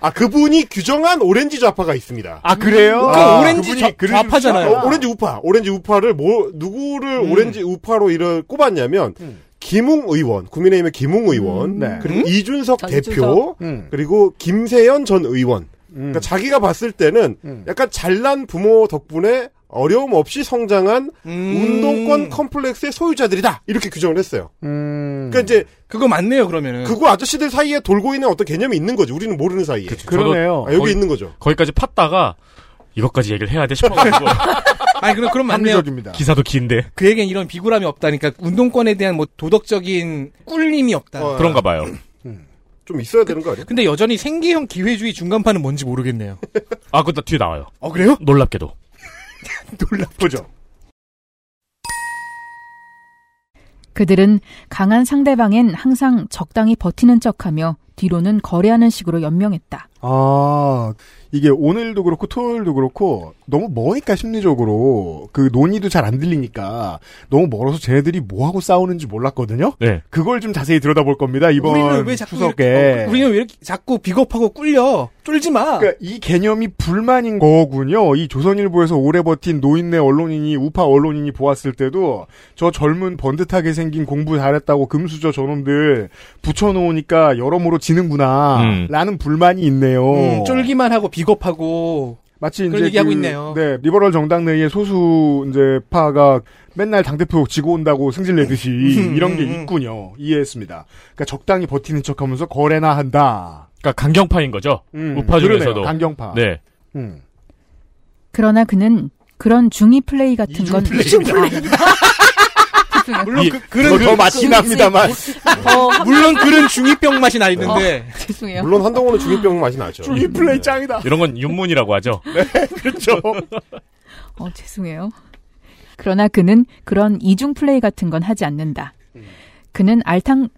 S6: 아 그분이 규정한 오렌지 좌파가 있습니다.
S3: 아, 그래요?
S6: 그
S3: 아,
S6: 오렌지
S3: 그분이
S6: 좌,
S3: 글을
S6: 파잖아요
S3: 쓰시구나.
S6: 오렌지 우파. 오렌지 우파를 뭐 누구를
S3: 음.
S6: 오렌지 우파로 이를 꼽았냐면 김웅 의원, 국민의힘의 김웅 의원, 그리고
S3: 음?
S6: 네. 이준석
S3: 전준석.
S6: 대표,
S3: 음.
S6: 그리고 김세연 전 의원. 그러니까 자기가 봤을 때는 약간 잘난 부모 덕분에 어려움 없이 성장한 운동권 컴플렉스의 소유자들이다 이렇게 규정을 했어요.
S3: 음.
S6: 그러니까 이제
S4: 그거 맞네요 그러면은.
S6: 그거 아저씨들 사이에 돌고 있는 어떤 개념이 있는 거죠. 우리는 모르는 사이에.
S5: 그러네요.
S6: 아, 여기
S5: 거의-
S6: 있는 거죠.
S5: 거기까지 팠다가 이것까지 얘기를 해야 돼 싶어가지고
S4: 아니 그럼 그럼 맞네요.
S5: 기사도 긴데
S4: 그에겐 이런 비굴함이 없다니까 운동권에 대한 뭐 도덕적인 꿀림이 없다.
S5: 그런가 봐요.
S6: 좀 있어야 되는 어, 거 아니야?
S4: 근데 여전히 생계형 기회주의 중간판은 뭔지 모르겠네요.
S5: 아 그거 다 뒤에 나와요.
S4: 어 그래요?
S5: 놀랍게도.
S6: 놀랍죠.
S2: 그들은 강한 상대방엔 항상 적당히 버티는 척하며 뒤로는 거래하는 식으로 연명했다.
S3: 아, 이게 오늘도 그렇고 토요일도 그렇고 너무 머니까 심리적으로 그 논의도 잘 안 들리니까 너무 멀어서 쟤네들이 뭐하고 싸우는지 몰랐거든요.
S5: 네.
S3: 그걸 좀 자세히 들여다볼 겁니다. 이번
S4: 우리는 왜 자꾸
S3: 추석에
S4: 이렇게, 어, 우리는 왜 이렇게 자꾸 비겁하고 꿀려? 쫄지 마.
S3: 그러니까 이 개념이 불만인 거군요. 이 조선일보에서 오래 버틴 노인네 언론인이 우파 언론인이 보았을 때도 저 젊은 번듯하게 생긴 공부 잘했다고 금수저 저놈들 붙여놓으니까 여러모로 지는구나
S4: 음.
S3: 라는 불만이 있네요.
S4: 음, 쫄기만 하고 비겁하고
S3: 어. 마치
S4: 그런
S3: 이제
S4: 얘기하고
S3: 그,
S4: 있네요.
S3: 네, 리버럴 정당 내의 소수 이제 파가 맨날 당 대표 지고 온다고 승질 내듯이
S5: 음,
S3: 이런 게
S5: 음, 음.
S3: 있군요. 이해했습니다. 그러니까 적당히 버티는 척하면서 거래나 한다.
S5: 그러니까 강경파인 거죠.
S3: 음,
S5: 우파
S3: 그러네요.
S5: 중에서도
S3: 강경파.
S5: 네.
S3: 음.
S2: 그러나 그는 그런 중이 플레이 같은 건
S4: 물론
S5: 이-
S4: 그, 글은
S5: 그거 더 맛이 납니다만.
S4: 물론 글은 중이병 맛이 나 있는데
S3: 어.
S2: 죄송해요.
S6: 물론 한동훈은 중이병 맛이 나죠. 네,
S3: 중이플레이 짱이다.
S5: 이런 건 윤문이라고 하죠.
S3: 그렇죠.
S2: 어, 죄송해요. 그러나 그는 그런 이중 플레이 같은 건 하지 않는다. 그는 알탕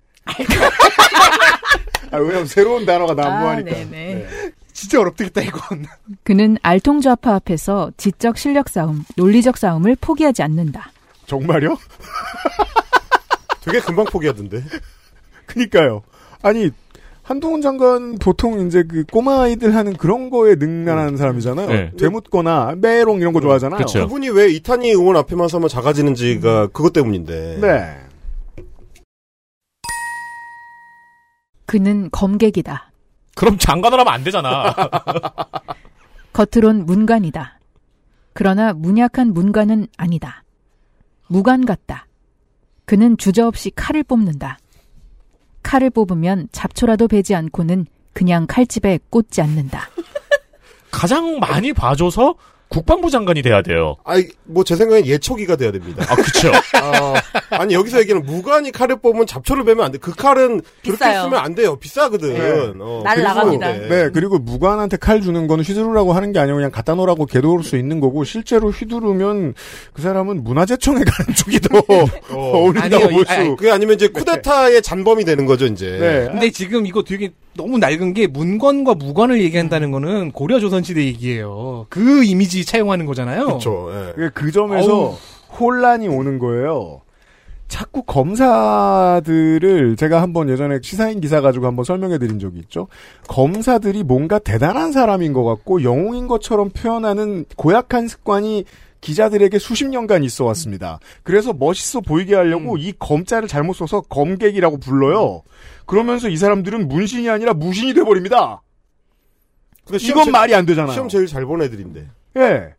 S3: 아, 왜냐면 새로운 단어가 난무하니까.
S2: 아, 네네.
S4: 진짜 어렵겠다 이건.
S2: 그는 알통좌파 앞에서 지적 실력 싸움, 논리적 싸움을 포기하지 않는다.
S3: 정말요?
S6: 되게 금방 포기하던데.
S3: 그니까요. 아니 한동훈 장관 보통 이제 그 꼬마 아이들 하는 그런 거에 능란한 사람이잖아요.
S6: 네.
S3: 되묻거나 메롱 이런 거 좋아하잖아요.
S6: 음. 그분이 왜 이탄희 의원 앞에만 서면 뭐 작아지는지가 그것 때문인데.
S3: 네.
S2: 그는 검객이다.
S5: 그럼 장관을 하면 안 되잖아.
S2: 겉으론 문관이다. 그러나 문약한 문관은 아니다. 무관 같다. 그는 주저없이 칼을 뽑는다. 칼을 뽑으면 잡초라도 베지 않고는 그냥 칼집에 꽂지 않는다.
S5: 가장 많이 봐줘서 국방부 장관이 돼야 돼요.
S6: 아이 뭐 제 생각엔 예초기가 돼야 됩니다.
S5: 예. 아 그쵸.
S6: 아, 니 여기서 얘기는 무관이 칼을 뽑으면 잡초를 베면 안 돼. 그 칼은 그렇게
S7: 비싸요. 네.
S6: 쓰면 안 돼요. 비싸거든. 어,
S7: 날
S6: 그리고-
S7: 나갑니다.
S6: 네.
S3: 네, 그리고 무관한테 칼 주는 거는 휘두르라고 하는 게 아니고 그냥 갖다 놓으라고 개도울 수 있는 거고 실제로 휘두르면 그 사람은 문화재청에 가는 쪽이 더 어울린다고 볼 수. 네.
S6: 그게 아니면 이제 쿠데타의 잔범이 되는 거죠,
S3: 예.
S6: 이제.
S4: 근데 지금 이거 되게 너무 낡은 게 문관과 무관을 얘기한다는 거는 고려 조선시대 얘기예요. 그 이미지 차용하는 거잖아요.
S6: 그쵸, 예.
S3: 그게 그 점에서
S4: 어우.
S3: 혼란이 오는 거예요. 자꾸 검사들을 제가 한번 예전에 시사인 기사 가지고 한번 설명해 드린 적이 있죠. 검사들이 뭔가 대단한 사람인 것 같고 영웅인 것처럼 표현하는 고약한 습관이 기자들에게 수십 년간 있어 왔습니다. 그래서 멋있어 보이게 하려고 이 검자를 잘못 써서 검객이라고 불러요. 그러면서 이 사람들은 문신이 아니라 무신이 돼버립니다.
S6: 근데 시험
S3: 이건
S6: 제-
S3: 말이 안 되잖아요.
S6: 시험 제일 잘 본 애들인데.
S3: 예.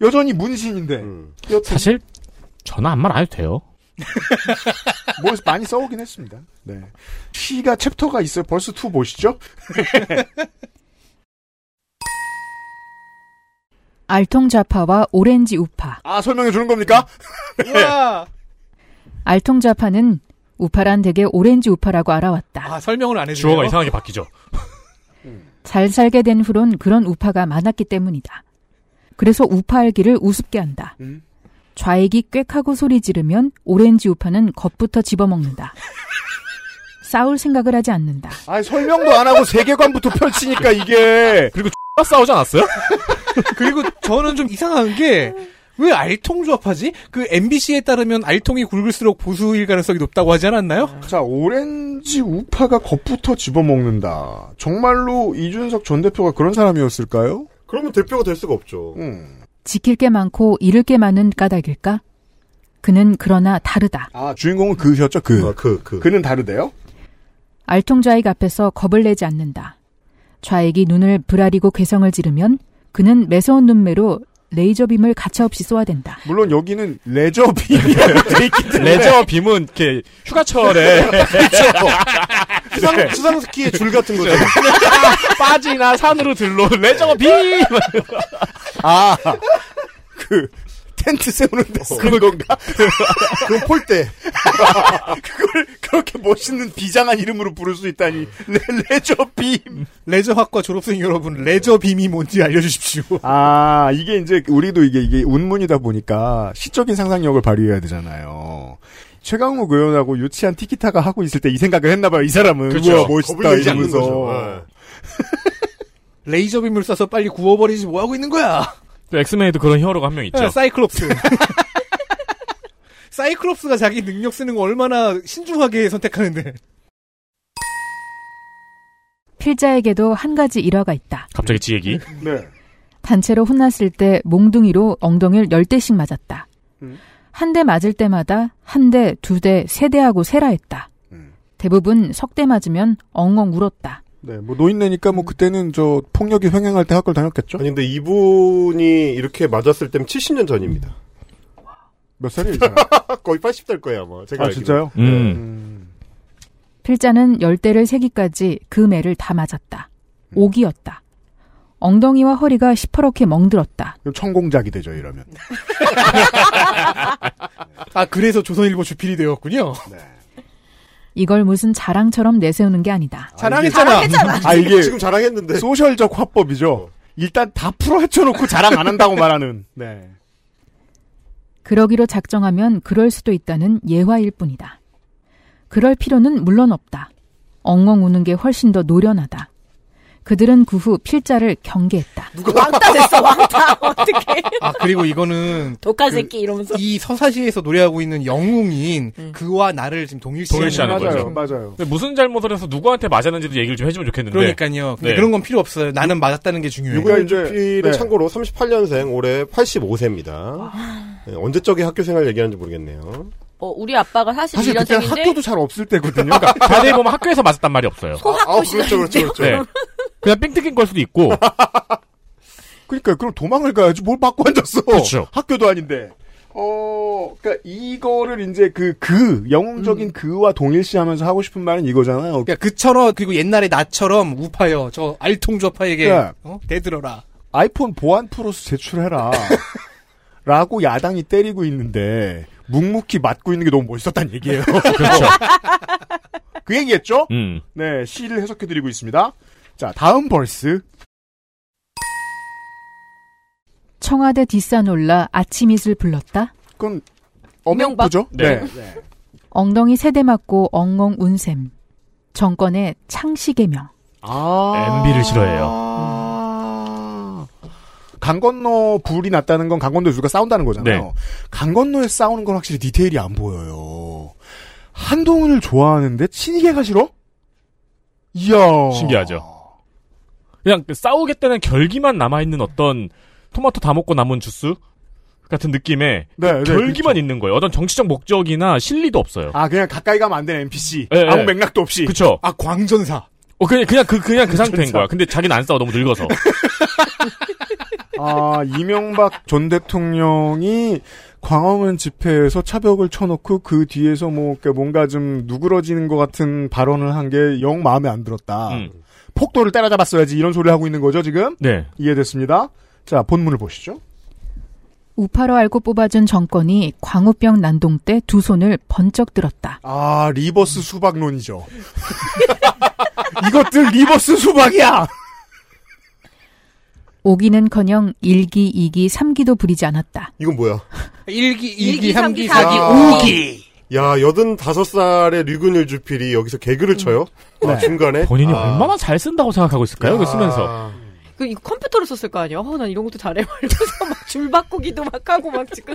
S3: 여전히 문신인데.
S5: 사실 저는 아무 말 안 해도 돼요.
S3: 뭘 많이 써오긴 했습니다. 네. 시가 챕터가 있어요. 벌써 2 보시죠?
S2: 알통좌파와 오렌지 우파.
S3: 아, 설명해 주는 겁니까? 네.
S2: 알통좌파는 우파란 되게 오렌지 우파라고 알아왔다.
S4: 아, 설명을 안 해주네요.
S5: 주어가 이상하게 바뀌죠.
S2: 잘 살게 된 후론 그런 우파가 많았기 때문이다. 그래서 우파 알기를 우습게 한다. 좌익이 꽥하고 소리 지르면 오렌지 우파는 겉부터 집어먹는다. 싸울 생각을 하지 않는다.
S3: 아, 설명도 안 하고 세계관부터 펼치니까 이게.
S5: 그리고 X가 싸우지 않았어요?
S4: 그리고 저는 좀 이상한 게, 왜 알통 조합하지? 그 MBC에 따르면 알통이 굵을수록 보수일 가능성이 높다고 하지 않았나요?
S3: 네. 자, 오렌지 우파가 겉부터 집어먹는다. 정말로 이준석 전 대표가 그런 사람이었을까요? 음.
S6: 그러면 대표가 될 수가 없죠.
S2: 지킬 게 많고 잃을 게 많은 까닭일까? 그는 그러나 다르다.
S3: 아, 주인공은 그셨죠? 그.
S6: 그, 그.
S3: 그는 다르대요?
S2: 알통좌익 앞에서 겁을 내지 않는다. 좌익이 눈을 부라리고 괴성을 지르면 그는 매서운 눈매로 레이저빔을 가차없이 쏘아댄다.
S3: 물론 여기는 네. 레저빔이라고 돼 있기 때문에. 네.
S5: 레저 빔은 이렇게 휴가철에
S6: 수상, 수상스키의 줄 같은 거죠.
S5: 빠지나 산으로 들러 레저 빔.
S3: 아, 그, 텐트 세우는 데 쓰는 건가?
S6: 그건 폴대.
S3: 그걸 그렇게 멋있는 비장한 이름으로 부를 수 있다니. 레, 레저 빔.
S4: 레저학과 졸업생 여러분, 레저빔이 뭔지 알려주십시오.
S3: 아, 이게 이제 우리도 이게 이게 운문이다 보니까 시적인 상상력을 발휘해야 되잖아요. 최강욱 의원하고 유치한 티키타가 하고 있을 때 이 생각을 했나 봐요. 이 사람은
S4: 그렇죠.
S3: 우와, 멋있다
S6: 겁을 내지 않는
S3: 이러면서. 어.
S6: 거죠.
S5: 네.
S4: 레이저빔을 쏴서 빨리 구워버리지 뭐하고 있는 거야?
S5: 또 엑스맨에도 그런 히어로가 한 명 있죠.
S4: 네, 사이클롭스. 사이클롭스가 자기 능력 쓰는 거 얼마나 신중하게 선택하는데.
S2: 필자에게도 한 가지 일화가 있다.
S5: 갑자기 지 얘기.
S3: 네.
S2: 단체로 혼났을 때 몽둥이로 엉덩이를 열 대씩 맞았다. 한 대 맞을 때마다 한 대, 두 대, 세 대하고 세라 했다. 대부분 석 대 맞으면 엉엉 울었다.
S3: 네, 뭐 노인네니까 뭐 그때는 저 폭력이 횡행할 때 학교를 다녔겠죠?
S6: 아니, 근데 이분이 이렇게 맞았을 때면 70년 전입니다.
S3: 몇 살이에요? 이 사람?
S6: 거의 80될 거예요, 아마. 제가
S3: 아,
S6: 알기로.
S3: 진짜요?
S2: 필자는 열대를 세기까지 그 매를 다 맞았다. 옥이었다. 엉덩이와 허리가 시퍼렇게 멍들었다.
S3: 그럼 천공작이 되죠, 이러면.
S4: 아, 그래서 조선일보 주필이 되었군요.
S3: 네.
S2: 이걸 무슨 자랑처럼 내세우는 게 아니다.
S3: 아, 이게
S6: 지금 자랑했는데.
S3: 소셜적 화법이죠. 일단 다 풀어 헤쳐놓고 자랑 안 한다고 말하는. 네.
S2: 그러기로 작정하면 그럴 수도 있다는 예화일 뿐이다. 그럴 필요는 물론 없다. 엉엉 우는 게 훨씬 더 노련하다. 그들은 그 후 필자를 경계했다.
S7: 왕따 됐어 왕따 어떻게
S4: 아, 그리고 이거는.
S7: 독한
S4: 그
S7: 새끼 이러면서 음.
S4: 이 서사시에서 노래하고 있는 영웅인 그와 나를 지금 동일시하는
S5: 동일시하는 거죠.
S3: 맞아요.
S5: 근데 무슨 잘못을 해서 누구한테 맞았는지도 얘기를 좀 해주면 좋겠는데.
S4: 그러니까요. 근데
S5: 네.
S4: 그런 건 필요 없어요. 나는 맞았다는 게 중요해요.
S6: 유가인 주필은 참고로 38년생, 올해 85세입니다. 네, 언제 적의 학교 생활 얘기하는지 모르겠네요.
S7: 어, 우리 아빠가 사실
S3: 사실 그때
S7: 1년생인데
S3: 학교도 잘 없을 때거든요.
S5: 그러니까 자세히 보면 학교에서 맞았단 말이 없어요.
S7: 소학도
S3: 그렇죠,
S7: 시절이죠.
S5: 네. 그냥 삥 뜯긴 걸 수도 있고.
S3: 그러니까 그럼 도망을 가야지 뭘 받고 앉았어.
S5: 그렇죠.
S3: 학교도 아닌데. 어, 그러니까 이거를 이제 그 그 영웅적인 그와 동일시하면서 하고 싶은 말은 이거잖아요.
S4: 그러니까 그처럼 그리고 옛날에 나처럼 우파여 저 알통좌파에게
S3: 네.
S4: 어? 대들어라.
S3: 아이폰 보안 플러스 제출해라. 라고 야당이 때리고 있는데 묵묵히 맞고 있는 게 너무 멋있었단 얘기예요. 그렇죠. 그 얘기했죠?
S5: 음.
S3: 네, 시를 해석해 드리고 있습니다. 자, 다음 벌스.
S2: 청와대 뒷산 올라 아침 이슬 불렀다.
S3: 그건 엄명부죠? 네. 네.
S2: 엉덩이 세대 맞고 엉엉 운셈. 정권의 창시개명.
S3: 아.
S5: MB를 싫어해요.
S3: 강 건너 불이 났다는 건 강 건너에서 누가 싸운다는 거잖아요.
S5: 네.
S3: 강 건너에 싸우는 건 확실히 디테일이 안 보여요. 한동훈을 좋아하는데 친이계가 싫어? 이야.
S5: 신기하죠. 그냥 그 싸우겠다는 결기만 남아있는 어떤 토마토 다 먹고 남은 주스 같은 느낌의
S3: 네, 네,
S5: 결기만 있는 거예요. 어떤 정치적 목적이나 실리도 없어요.
S3: 아 그냥 가까이 가면 안 되는 NPC.
S5: 예,
S3: 아무
S5: 예.
S3: 맥락도 없이.
S5: 그쵸.
S3: 아 광전사.
S5: 어, 그냥, 그냥 그, 그냥 그 상태인
S3: 진짜.
S5: 거야. 근데 자기는 안 싸워. 너무 늙어서.
S3: 아 이명박 전 대통령이 광화문 집회에서 차벽을 쳐놓고 그 뒤에서 뭐 이렇게 뭔가 좀 누그러지는 것 같은 발언을 한 게 영 마음에 안 들었다. 폭도를 때려잡았어야지 이런 소리를 하고 있는 거죠 지금?
S5: 네.
S3: 이해됐습니다. 자 본문을 보시죠.
S2: 우파로 알고 뽑아준 정권이 광우병 난동 때 두 손을 번쩍 들었다.
S3: 아 리버스 수박론이죠. 이것들 리버스 수박이야.
S2: 오기는커녕 일기이기삼기도 부리지 않았다.
S6: 이건 뭐야?
S4: 1기,
S6: 2기,
S4: 3기,
S6: 4기, 5기. 야, 85살의 류근일 주필이 여기서 개그를 쳐요? 아,
S5: 네.
S6: 중간에?
S5: 본인이
S6: 아.
S5: 얼마나 잘 쓴다고 생각하고 있을까요? 이거
S6: 야.
S5: 쓰면서.
S7: 그 이거 컴퓨터로 썼을 거 아니야? 어, 난 이런 것도 잘해. 막 이러면서 막 줄 바꾸기도 막 하고 막 지금.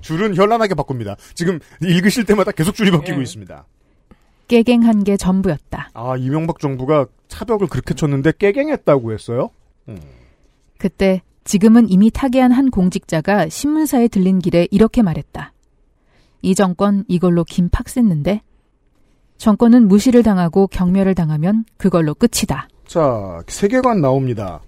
S3: 줄은 현란하게 바꿉니다. 지금 읽으실 때마다 계속 줄이 바뀌고 있습니다.
S2: 깨갱한 게 전부였다.
S3: 아 이명박 정부가 차벽을 그렇게 쳤는데 깨갱했다고 했어요? 음.
S2: 그때 지금은 이미 타계한 한 공직자가 신문사에 들린 길에 이렇게 말했다. 이 정권 이걸로 김팍 쐈는데 정권은 무시를 당하고 경멸을 당하면 그걸로 끝이다.
S3: 자, 세계관 나옵니다.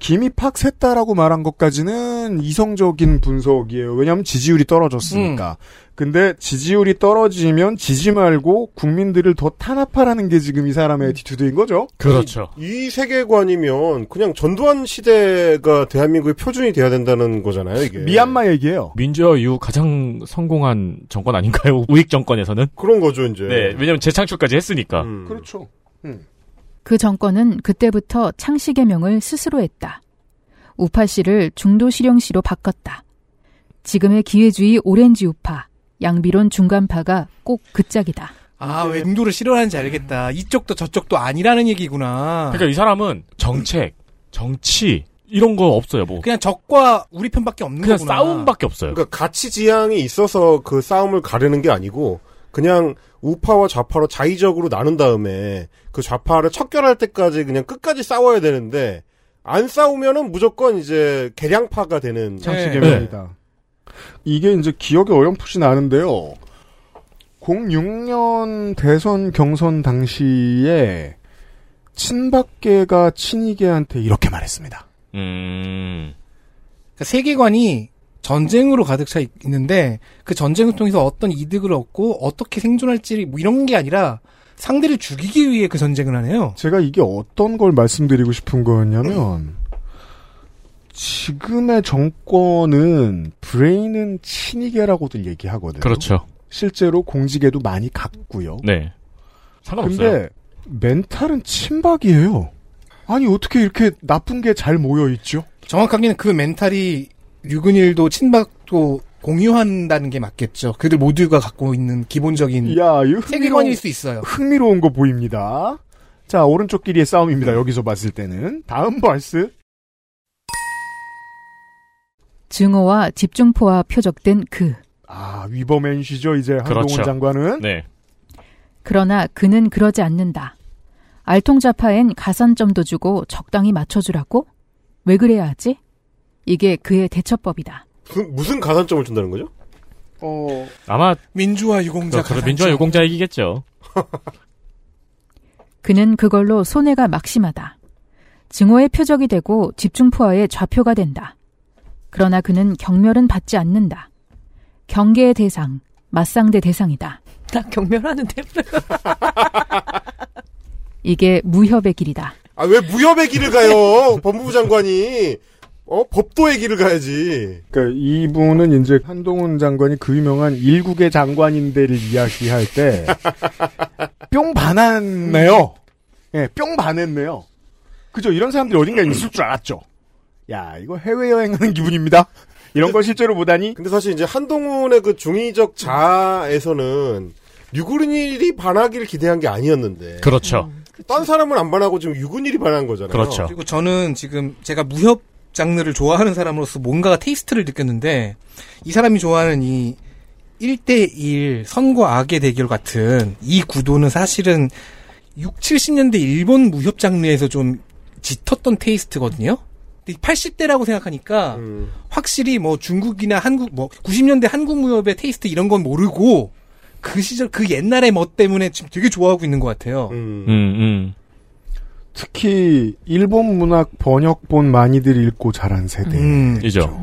S3: 김이 팍 샜다라고 말한 것까지는 이성적인 분석이에요. 왜냐하면 지지율이 떨어졌으니까. 근데 지지율이 떨어지면 지지 말고 국민들을 더 탄압하라는 게 지금 이 사람의 에티튜드인 거죠?
S5: 그렇죠.
S6: 이 세계관이면 그냥 전두환 시대가 대한민국의 표준이 돼야 된다는 거잖아요, 이게.
S3: 미얀마 얘기예요.
S5: 민주화 이후 가장 성공한 정권 아닌가요? 우익 정권에서는?
S6: 그런 거죠, 이제.
S5: 네. 왜냐면 재창출까지 했으니까.
S3: 그렇죠.
S2: 그 정권은 그때부터 창씨개명을 스스로 했다. 우파 씨를 중도 실용시로 바꿨다. 지금의 기회주의 오렌지 우파, 양비론 중간파가 꼭 그 짝이다.
S4: 아, 왜 인도를 싫어하는지 알겠다. 이쪽도 저쪽도 아니라는 얘기구나.
S5: 그러니까 이 사람은 정책, 정치, 이런 거 없어요, 뭐.
S4: 그냥 적과 아, 우리 편밖에 없는
S5: 그냥
S4: 거구나.
S5: 싸움밖에 없어요.
S6: 그러니까 가치 지향이 있어서 그 싸움을 가르는 게 아니고 그냥 우파와 좌파로 자의적으로 나눈 다음에 그 좌파를 척결할 때까지 그냥 끝까지 싸워야 되는데 안 싸우면은 무조건 이제 개량파가 되는
S5: 네.
S6: 네.
S3: 창씨개명이다. 네. 이게 이제 기억이 어렴풋이 나는데요. 06년 대선 경선 당시에 친박계가 친이계한테 이렇게 말했습니다.
S5: 음.
S4: 그러니까 세계관이 전쟁으로 가득 차 있- 있는데 그 전쟁을 통해서 어떤 이득을 얻고 어떻게 생존할지 뭐 이런 게 아니라 상대를 죽이기 위해 그 전쟁을 하네요.
S3: 제가 이게 어떤 걸 말씀드리고 싶은 거였냐면 지금의 정권은 브레인은 친이계라고들 얘기하거든요.
S5: 그렇죠.
S3: 실제로 공직에도 많이 갔고요.
S5: 네.
S3: 근데 멘탈은 친박이에요. 아니 어떻게 이렇게 나쁜 게 잘 모여 뭐 있죠?
S4: 정확하게는 그 멘탈이 류근일도 친박도 공유한다는 게 맞겠죠. 그들 모두가 갖고 있는 기본적인
S3: 야, 이
S4: 세계관일 음. 수 있어요.
S3: 흥미로운 거 보입니다. 자, 오른쪽 길이의 싸움입니다. 여기서 봤을 때는 다음 벌스.
S2: 증오와 집중포화 표적된 그.
S3: 아, 위버맨시죠, 이제 한동훈
S5: 그렇죠.
S3: 장관은.
S5: 네.
S2: 그러나 그는 그러지 않는다. 알통좌파엔 가산점도 주고 적당히 맞춰주라고? 왜 그래야 하지? 이게 그의 대처법이다.
S6: 그 무슨, 무슨 가산점을 준다는 거죠?
S3: 어.
S5: 아마
S4: 민주화 유공자
S5: 그렇죠. 민주화 유공자 얘기겠죠.
S2: 그는 그걸로 손해가 막심하다. 증오의 표적이 되고 집중포화의 좌표가 된다. 그러나 그는 경멸은 받지 않는다. 경계의 대상, 맞상대 대상이다.
S7: 나 경멸하는데.
S2: 이게 무협의 길이다.
S6: 아, 왜 무협의 길을 가요? 법무부 장관이. 어? 법도의 길을 가야지.
S3: 그러니까 이분은 이제 한동훈 장관이 그 유명한 일국의 장관인데를 이야기할 때 뿅 반했네요. 예, 뿅 반했네요. 그죠? 이런 사람들이 어딘가 있을 줄 알았죠. 야, 이거 해외 여행하는 기분입니다. 이런 걸 실제로 보다니.
S6: 근데 사실 이제 한동훈의 그 중의적 자아에서는 유구린일이 반하기를 기대한 게
S4: 네.
S6: 아니었는데.
S5: 그렇죠.
S6: 딴 사람은 안 반하고 지금 유구린일이 반한 거잖아요.
S4: 그리고 저는 지금 제가 무협 장르를 좋아하는 사람으로서 뭔가가 테이스트를 느꼈는데 이 사람이 좋아하는 이 1대1 선과 악의 대결 같은 이 구도는 사실은 6, 70년대 일본 무협 장르에서 좀 짙었던 테이스트거든요. 근데 80대라고 생각하니까 확실히 뭐 중국이나 한국 뭐 90년대 한국 무협의 테이스트 이런 건 모르고 그 시절 그 옛날의 멋 때문에 지금 되게 좋아하고 있는 것 같아요.
S5: 음,
S3: 특히 일본 문학 번역본 많이들 읽고 자란 세대.
S4: 음.
S5: 이죠.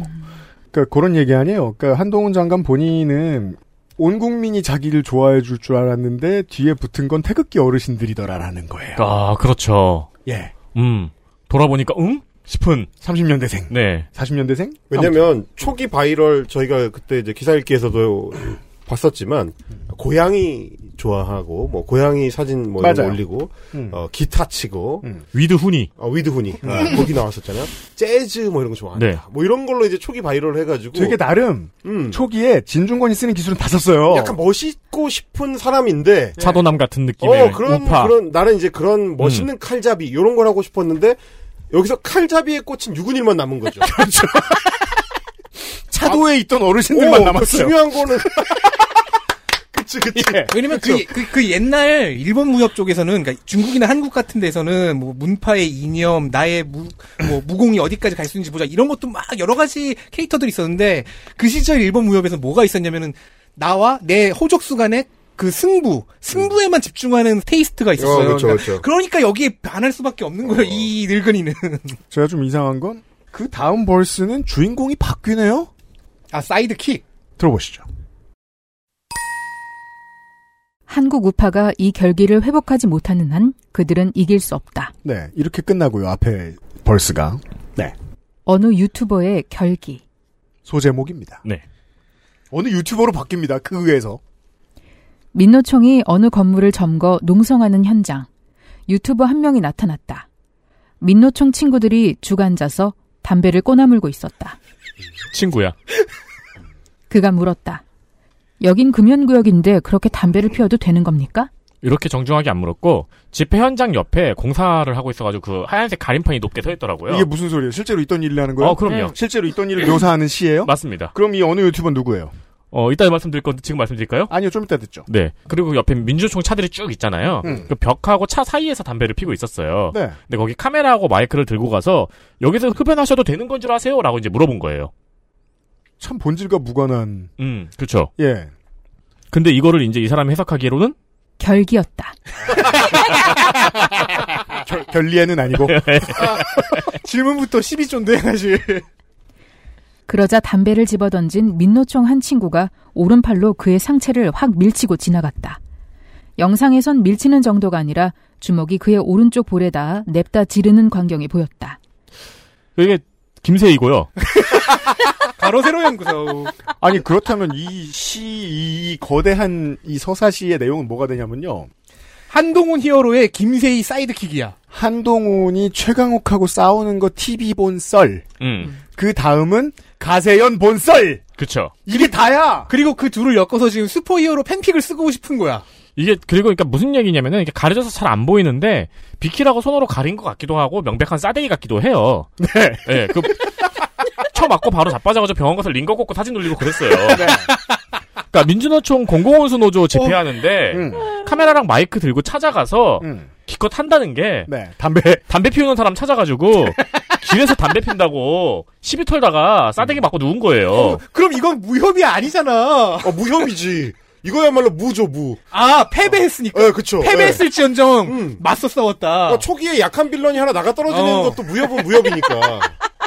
S3: 그러니까 그런 얘기 아니에요. 그러니까 한동훈 장관 본인은 온 국민이 자기를 좋아해 줄 줄 알았는데 뒤에 붙은 건 태극기 어르신들이더라라는 거예요.
S5: 아, 그렇죠.
S3: 예.
S5: 음. 돌아보니까 응?
S3: 싶은 30년대생.
S5: 네.
S3: 40년대생?
S6: 왜냐면 초기 바이럴 저희가 그때 이제 기사 읽기에서도 봤었지만 고양이 좋아하고 뭐 고양이 사진 뭐 이런 거
S5: 맞아요.
S6: 올리고
S5: 음.
S6: 어, 기타 치고
S3: 음.
S5: 위드 훈이. 음.
S6: 어, 위드 훈이 어, 거기 나왔었잖아요. 재즈 뭐 이런 거 좋아한다.
S5: 네.
S6: 뭐 이런 걸로 이제 초기 바이럴 해가지고
S4: 뭐
S3: 되게 나름
S4: 음.
S3: 초기에 진중권이 쓰는 기술은 다 썼어요.
S4: 뭐
S6: 약간 멋있고 싶은 사람인데
S3: 예.
S5: 네. 차도남 같은 느낌의
S6: 어 그런
S5: 우파.
S6: 그런 나는 이제 그런 멋있는 칼잡이 이런 걸 하고 싶었는데 여기서 칼잡이에 꽂힌 유근일만 남은 거죠.
S3: 차도에 있던 어르신들만 남았어요.
S6: 중요한 거는 그치 그치.
S4: 왜냐면 그, 그, 그 옛날 일본 무협 쪽에서는 그러니까 중국이나 한국 같은 데서는 뭐 문파의 이념, 나의 무, 뭐 무공이 어디까지 갈 수 있는지 보자 이런 것도 막 여러 가지 캐릭터들이 있었는데 그 시절 일본 무협에서 뭐가 있었냐면은 나와 내 호족수 간의 그 승부, 승부에만 집중하는 테이스트가 있었어요.
S3: 어, 그쵸,
S4: 그러니까,
S3: 그쵸.
S4: 그러니까 여기에 반할 수밖에 없는 거예요.
S3: 어,
S4: 이 늙은이는.
S3: 제가 좀 이상한 건 그 다음 벌스는 주인공이 바뀌네요.
S4: 아 사이드킥.
S3: 들어보시죠.
S2: 한국 우파가 이 결기를 회복하지 못하는 한 그들은 이길 수 없다.
S3: 네, 이렇게 끝나고요. 앞에 벌스가 네
S2: 어느 유튜버의 결기.
S3: 소제목입니다.
S5: 네.
S3: 어느 유튜버로 바뀝니다. 그 의에서
S2: 민노총이 어느 건물을 점거 농성하는 현장. 유튜버 한 명이 나타났다. 민노총 친구들이 주간자서 담배를 꼬나물고 있었다.
S5: 친구야.
S2: 그가 물었다. 여긴 금연구역인데 그렇게 담배를 피워도 되는 겁니까?
S5: 이렇게 정중하게 안 물었고 집회 현장 옆에 공사를 하고 있어가지고 그 하얀색 가림판이 높게 서 있더라고요.
S3: 이게 무슨 소리예요? 실제로 있던 일이라는 거예요? 네.
S5: 어, 그럼요.
S3: 실제로 있던 일을 묘사하는 시예요?
S5: 맞습니다.
S3: 그럼 이 어느 유튜버 누구예요?
S5: 어, 이따 말씀드릴 건데 지금 말씀드릴까요?
S3: 아니요, 좀 이따 듣죠.
S5: 네. 그리고 옆에 민주총 차들이 쭉 있잖아요.
S3: 음.
S5: 그 벽하고 차 사이에서 담배를 피고 있었어요.
S3: 네.
S5: 근데 거기 카메라하고 마이크를 들고 가서 여기서 흡연하셔도 되는 건 줄 아세요? 라고 이제 물어본 거예요.
S3: 참 본질과 무관한
S5: 음, 그렇죠.
S3: 예.
S5: 근데 이거를 이제 이 사람이 해석하기로는
S2: 결기였다.
S3: 결, 결리에는 아니고 질문부터 12조인데 사실
S2: 그러자 담배를 집어던진 민노총 한 친구가 오른팔로 그의 상체를 확 밀치고 지나갔다. 영상에선 밀치는 정도가 아니라 주먹이 그의 오른쪽 볼에 닿아 냅다 지르는 광경이 보였다.
S5: 이게 김세희고요.
S4: 바로 새로 연구소.
S3: 아니 그렇다면 이 시 이 거대한 이 서사시의 내용은 뭐가 되냐면요.
S4: 한동훈 히어로의 김세희 사이드킥이야.
S3: 한동훈이 최강욱하고 싸우는 거 TV 본 썰.
S5: 음.
S3: 그 다음은 가세연 본 썰.
S5: 그쵸.
S3: 이게 다야.
S4: 그리고 그 둘을 엮어서 지금 슈퍼히어로 팬픽을 쓰고 싶은 거야.
S5: 이게 그리고 그러니까 무슨 얘기냐면은 이게 가려져서 잘 안 보이는데 비키라고 손으로 가린 것 같기도 하고 명백한 싸대기 같기도 해요. 네. 예. 그 쳐맞고 바로 자빠져가지고 병원 가서 링거 꽂고 사진 올리고 그랬어요.
S4: 네.
S5: 그러니까 민주노총 공공원수 노조 집회하는데
S4: 어, 음.
S5: 카메라랑 마이크 들고 찾아가서 기껏 한다는 게
S4: 네.
S3: 담배
S5: 담배 피우는 사람 찾아가지고 길에서 담배 핀다고 시비 털다가 싸대기 맞고 누운 거예요.
S4: 그럼 이건 무협이 아니잖아.
S6: 어, 무협이지. 이거야말로 무죠 무.
S4: 아 패배했으니까.
S6: 예, 그쵸.
S4: 패배했을지언정 맞서 싸웠다.
S6: 어, 초기에 약한 빌런이 하나 나가 떨어지는
S5: 어.
S6: 것도 무협은 무협이니까.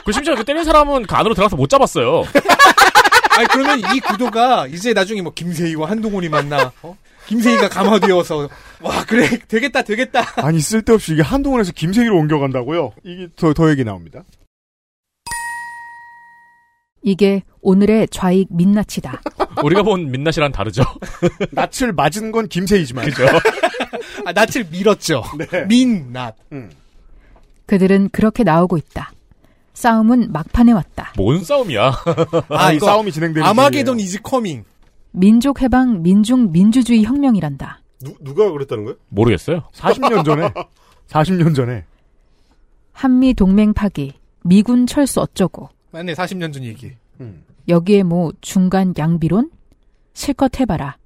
S5: 그 심지어 그 때린 사람은 그 안으로 들어가서 못 잡았어요.
S4: 아니 그러면 이 구도가 이제 나중에 뭐 김세희와 한동훈이 만나 어? 김세희가 감화되어서 와 그래 되겠다 되겠다
S3: 아니 쓸데없이 이게 한동훈에서 김세희로 옮겨간다고요? 이게 더, 더 얘기 나옵니다.
S2: 이게 오늘의 좌익 민낯이다.
S5: 우리가 본 민낯이랑 다르죠.
S3: 낯을 맞은 건 김세희지만. 네.
S5: 그죠.
S4: 아, 낯을 밀었죠. 민낯.
S3: 음.
S2: 그들은 그렇게 나오고 있다. 싸움은 막판에 왔다.
S5: 뭔 싸움이야?
S3: 아, 이 싸움이 진행되는
S4: 아마게돈 이즈 커밍.
S2: 민족 해방 민중 민주주의 혁명이란다.
S6: 누, 누가 그랬다는 거예요?
S5: 모르겠어요.
S3: 40년 전에. 40년 전에.
S2: 한미 동맹 파기, 미군 철수 어쩌고.
S4: 맞네 40년 전 얘기.
S6: 음.
S2: 여기에 뭐 중간 양비론? 실컷 해봐라.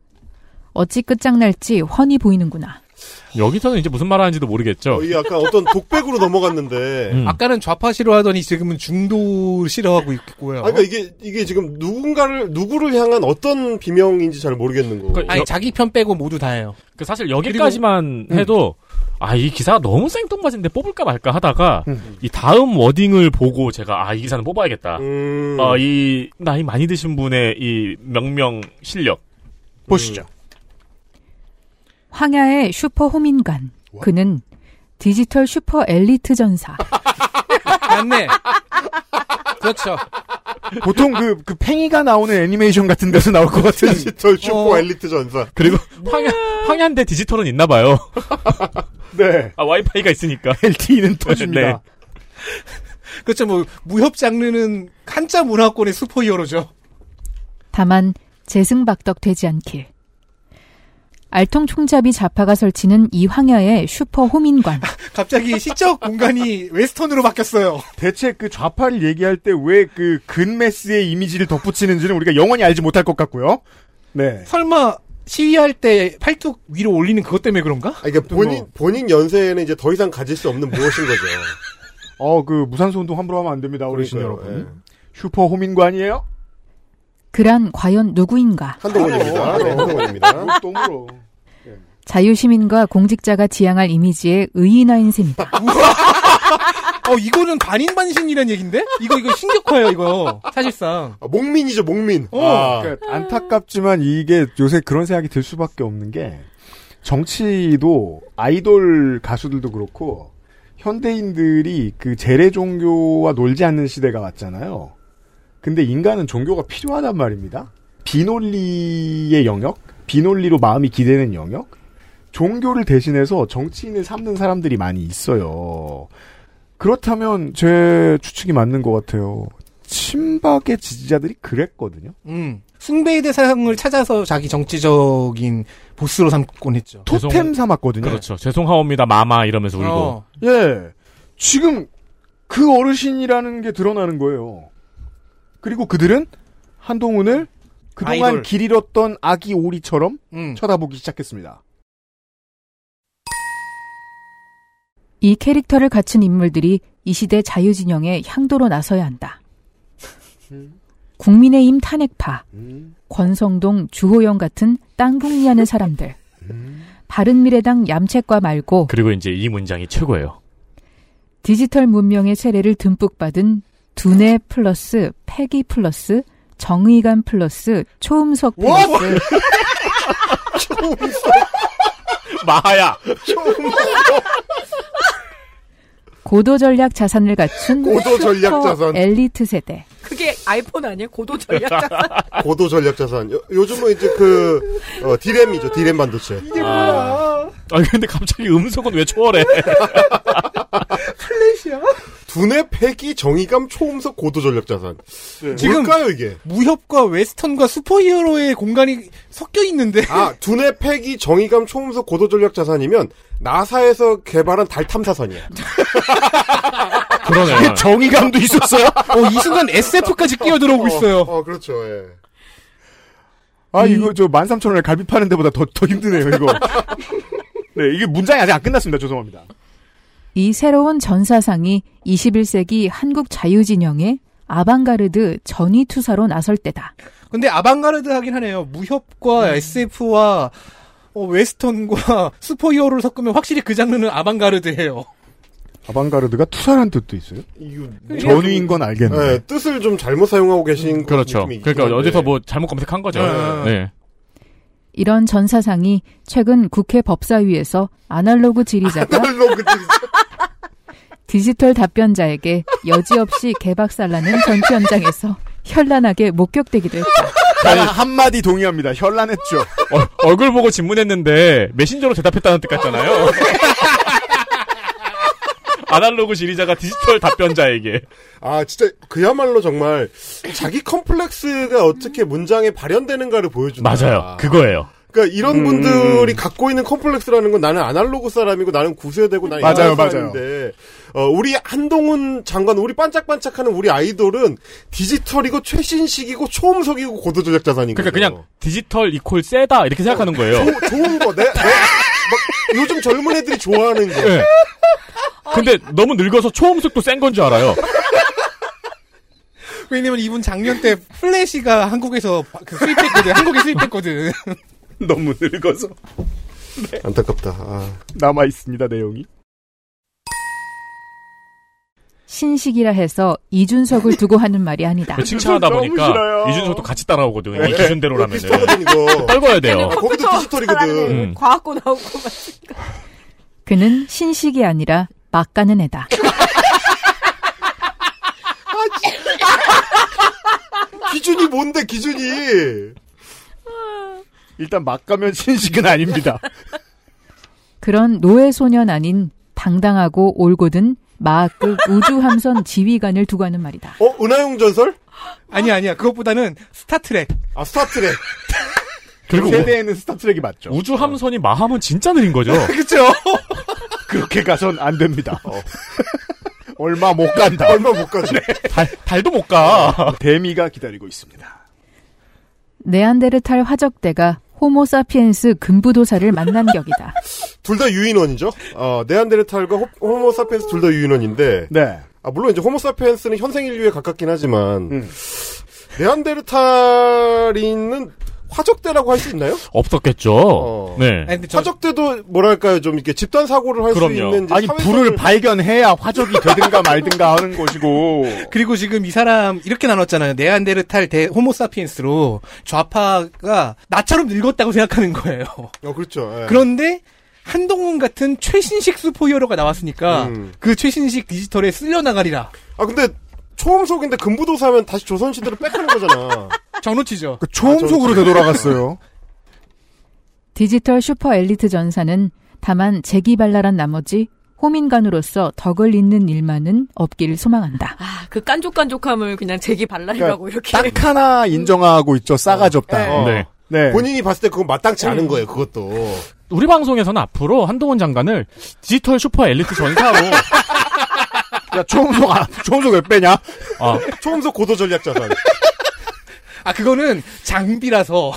S2: 어찌 끝장날지 훤히 보이는구나.
S5: 여기서는 이제 무슨 말 하는지도 모르겠죠.
S6: 이 약간 어떤 독백으로 넘어갔는데.
S3: 음.
S4: 아까는 좌파 싫어하더니 지금은 중도 싫어하고 있고요.
S6: 아, 그러니까 이게 이게 지금 누군가를 누구를 향한 어떤 비명인지 잘 모르겠는 거.
S5: 그러니까
S4: 아니 자기 편 빼고 모두 다예요.
S5: 그 사실 여기까지만
S6: 음.
S5: 해도 아 이 기사가 너무 생뚱맞은데 뽑을까 말까 하다가 이 다음 워딩을 보고 제가 아 이 기사는 뽑아야겠다.
S6: 음.
S5: 어, 이 나이 많이 드신 분의 이 명명 실력
S6: 보시죠.
S2: 황야의 슈퍼 호민간. 그는 디지털 슈퍼 엘리트 전사.
S4: 맞네. 그렇죠.
S3: 보통 그, 그 팽이가 나오는 애니메이션 같은 데서 나올 것 같은.
S6: 디지털
S4: 어,
S6: 슈퍼 엘리트 전사.
S5: 그리고 황야 황야인데 디지털은 있나 봐요.
S3: 네.
S5: 아 와이파이가 있으니까 네.
S3: LTE는 터집니다.
S4: 그렇죠. 뭐 무협 장르는 한자 문화권의 슈퍼히어로죠.
S2: 다만 재승박덕 되지 않길. 알통총잡이 좌파가 설치는 이 황야의 슈퍼 호민관.
S4: 갑자기 시적 공간이 웨스턴으로 바뀌었어요.
S3: 대체 그 좌파를 얘기할 때 왜 그 근매스의 이미지를 덧붙이는지는 우리가 영원히 알지 못할 것 같고요. 네.
S4: 설마 시위할 때 팔뚝 위로 올리는 그것 때문에 그런가?
S6: 아, 이게 본인 본인 연세에는 이제 더 이상 가질 수 없는 무엇인 거죠.
S3: 어, 그 무산소 운동 함부로 하면 안 됩니다, 어르신
S6: 그러니까요, 예.
S3: 여러분. 슈퍼 호민관이에요?
S2: 그란 과연 누구인가?
S6: 한동훈입니다. 네, 한동훈입니다.
S3: 똥으로.
S2: 자유시민과 공직자가 지향할 이미지의 의인화인 셈이다.
S4: 어 이거는 반인반신이란 얘긴데? 이거 이거 신격화예요 이거 사실상.
S6: 아,
S4: 어.
S6: 목민이죠, 목민.
S4: 아.
S6: 아.
S3: 그러니까 안타깝지만 이게 요새 그런 생각이 들 수밖에 없는 게 정치도 아이돌 가수들도 그렇고 현대인들이 그 재래 종교와 놀지 않는 시대가 왔잖아요. 근데 인간은 종교가 필요하단 말입니다. 비논리의 영역, 비논리로 마음이 기대는 영역, 종교를 대신해서 정치인을 삼는 사람들이 많이 있어요. 그렇다면 제 추측이 맞는 것 같아요. 친박의 지지자들이 그랬거든요.
S4: 음. 숭배의 대상을 찾아서 자기 정치적인 보스로 삼곤 했죠.
S3: 토템
S5: 죄송-
S3: 삼았거든요.
S5: 그렇죠. 죄송하옵니다 마마 이러면서 울고
S4: 어.
S3: 예. 지금 그 어르신이라는 게 드러나는 거예요. 그리고 그들은 한동훈을 그동안
S4: 아이돌.
S3: 길 잃었던 아기 오리처럼
S4: 음.
S3: 쳐다보기 시작했습니다.
S2: 이 캐릭터를 갖춘 인물들이 이 시대 자유진영의 향도로 나서야 한다. 국민의힘 탄핵파, 권성동, 주호영 같은 땅국리하는 사람들, 바른미래당 얌책과 말고
S5: 그리고 이제 이 문장이 최고예요.
S2: 디지털 문명의 세례를 듬뿍 받은 두뇌 플러스 패기 플러스 정의감 플러스 초음석
S6: 뭐.
S2: 플러스
S5: 마하야.
S2: 고도 전략 자산을 갖춘
S6: 고도 전략
S2: 슈퍼
S6: 자산.
S2: 엘리트 세대.
S7: 그게 아이폰 아니에요? 고도 전략자.
S6: 아, 고도 전략 자산. 요, 요즘은 이제 그 어, 디램이죠, 디램 반도체.
S5: 아. 아 근데 갑자기 음성은 왜 초월해?
S4: 플래시야?
S6: 두뇌 폐기 정의감 초음속 고도 전략 자산.
S4: 지금-
S6: 뭘까요 이게?
S4: 무협과 웨스턴과 슈퍼히어로의 공간이 섞여 있는데.
S6: 아 두뇌 폐기 정의감 초음속 고도 전략 자산이면 나사에서 개발한 달 탐사선이야.
S5: 그러네.
S3: 정의감도 있었어요?
S4: 어, 이 순간 SF까지 끼어들어오고 있어요.
S6: 어, 어, 그렇죠. 예.
S3: 아, 이거 저 13,000원에 갈비 파는 데보다 더, 더 힘드네요, 이거. 네, 이게 문장이 아직 안 끝났습니다. 죄송합니다.
S2: 이 새로운 전사상이 21세기 한국 자유진영의 아방가르드 전위투사로 나설 때다.
S4: 근데 아방가르드 하긴 하네요. 무협과 SF와 어, 웨스턴과 슈퍼히어로를 섞으면 확실히 그 장르는 아방가르드예요.
S3: 아방가르드가 투사란 뜻도 있어요? 전위인 건 알겠네.
S6: 네, 뜻을 좀 잘못 사용하고 계신
S5: 그렇죠. 그러니까 어디서 뭐 잘못 검색한 거죠.
S6: 네.
S5: 네.
S2: 이런 전 사상이 최근 국회 법사위에서 아날로그 지리자가 디지털 답변자에게 여지없이 개박살나는 전투 현장에서 현란하게 목격되기도 했다.
S3: 저는 아, 한마디 동의합니다. 현란했죠.
S5: 어, 얼굴 보고 질문했는데 메신저로 대답했다는 뜻 같잖아요. 아날로그 지리자가 디지털 답변자에게
S6: 아 진짜 그야말로 정말 자기 컴플렉스가 어떻게 문장에 발현되는가를 보여준다.
S5: 맞아요. 그거예요.
S6: 그러니까 이런
S5: 음.
S6: 분들이 갖고 있는 컴플렉스라는 건 나는 아날로그 사람이고 나는 구세되고 나는
S3: 맞아요,
S6: 옛날
S3: 맞아요.
S6: 사람인데 어, 우리 한동훈 장관 우리 반짝반짝하는 우리 아이돌은 디지털이고 최신식이고 초음속이고 고도 조작 자산인 거죠.
S5: 그러니까 그냥 디지털 이퀄 세다 이렇게 생각하는 거예요.
S6: 조- 좋은 거 내, 내- 막 요즘 젊은 애들이 좋아하는 거.
S5: 네. 근데 너무 늙어서 초음속도 센 건 줄 알아요.
S4: 왜냐면 이분 작년 때 플래시가 한국에서 그 수입했거든. 한국에 수입했거든.
S3: 너무 늙어서.
S6: 안타깝다.
S3: 남아 있습니다 내용이.
S2: 신식이라 해서 이준석을 두고 하는 말이 아니다.
S5: 칭찬하다 보니까 이준석도 같이
S3: 네.
S5: 따라오거든요. 이 기준대로라면 떨궈야 돼요.
S6: 거기도 디지털이거든.
S5: 네. 음.
S16: 과학고 나오고 막.
S2: 그는 신식이 아니라 막가는 애다.
S6: 아, 진짜. 기준이 뭔데 기준이?
S3: 일단 막 가면 신식은 아닙니다.
S2: 그런 노예 소년 아닌 당당하고 올곧은 마학급 우주함선 지휘관을 두고 하는 말이다.
S6: 어, 은하용 전설?
S4: 아니야, 아니야. 그것보다는 스타트랙.
S6: 아, 스타트랙.
S5: 그리고
S3: 세대에는 스타트랙이 맞죠.
S5: 우주 함선이 마하면 진짜 느린 거죠.
S4: 그렇죠.
S3: 그렇게 가선 안 됩니다. 얼마 못 간다.
S6: 어. 얼마 못 가지.
S5: 달, 달도 못 가.
S3: 데미가 기다리고 있습니다.
S2: 네안데르탈 화적대가 호모사피엔스 금부도사를 만난 격이다.
S6: 둘 다 유인원이죠. 어, 네안데르탈과 호, 호모사피엔스 둘 다 유인원인데.
S3: 네.
S6: 아, 물론 이제 호모사피엔스는 현생 인류에 가깝긴 하지만 네안데르탈인은 화적대라고 할 수 있나요?
S5: 없었겠죠. 네.
S6: 화적대도 뭐랄까요 좀 이렇게 집단 사고를 할 수
S5: 그럼요.
S6: 있는 이제
S3: 아니
S6: 사회성을-
S4: 음.
S3: 불을 발견해야 화적이 되든가 말든가 하는 것이고
S4: 그리고 지금 이 사람 이렇게 나눴잖아요. 네안데르탈 대 호모사피엔스로 좌파가 나처럼 늙었다고 생각하는 거예요.
S6: 어 그렇죠. 예.
S4: 그런데 한동훈 같은 최신식 슈퍼히어로가 나왔으니까
S6: 음.
S4: 그 최신식 디지털에 쓸려나가리라.
S6: 아 근데 초음속인데 금부도사면 다시 조선시대로 빽하는 거잖아. 그
S4: 정놓치죠.
S3: 그 초음속으로 되돌아갔어요.
S2: 디지털 슈퍼 엘리트 전사는 다만 재기발랄한 나머지 호민관으로서 덕을 잇는 일만은 없기를 소망한다.
S16: 아, 그 깐족깐족함을 그냥 제기
S3: 그러니까,
S16: 발랄이라고
S6: 그러니까
S16: 이렇게. 어.
S3: 딱 하나 인정하고 있죠.
S6: 어.
S3: 싸가지 없다.
S5: 네. 네.
S6: 본인이 봤을 때 그건 마땅치 않은 거예요. 그것도.
S5: 우리 방송에서는 앞으로 한동훈 장관을 디지털 슈퍼 엘리트 전사로
S3: 야 초음속 안, 초음속 왜 빼냐?
S5: 아,
S6: 초음속 고도 전략 자산.
S4: 아 그거는 장비라서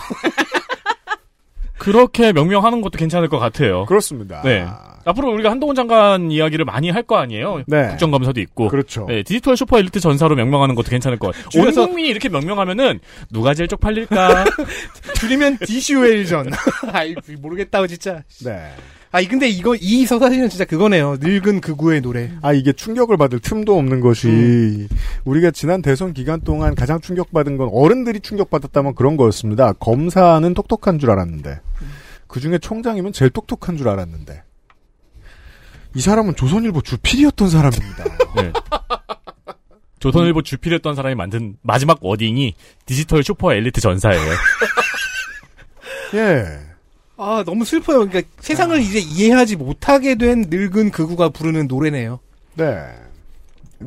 S5: 그렇게 명명하는 것도 괜찮을 것 같아요.
S3: 그렇습니다.
S5: 네. 앞으로 우리가 한동훈 장관 이야기를 많이 할 거 아니에요.
S3: 네.
S5: 국정감사도 있고.
S3: 그렇죠.
S5: 네, 디지털 슈퍼 엘리트 전사로 명명하는 것도 괜찮을 것 같아요. 온
S4: 줄여서-
S5: 국민이 이렇게 명명하면은 누가 제일 쪽팔릴까?
S4: 줄이면 디슈웰전. 아이 모르겠다 진짜.
S3: 네.
S4: 아 근데 이거 이 서사시는 진짜 그거네요. 늙은 그구의 노래.
S3: 아 이게 충격을 받을 틈도 없는 것이
S7: 음.
S3: 우리가 지난 대선 기간 동안 가장 충격받은 건 어른들이 충격받았다면 그런 거였습니다. 검사는 똑똑한 줄 알았는데 그 중에 총장이면 제일 똑똑한 줄 알았는데 이 사람은 조선일보 주필이었던 사람입니다.
S5: 네. 조선일보 주필했던 사람이 만든 마지막 워딩이 디지털 슈퍼 엘리트 전사예요.
S3: 예.
S4: 아 너무 슬퍼요. 그러니까 세상을 이제 이해하지 못하게 된 늙은 그구가 부르는 노래네요.
S3: 네.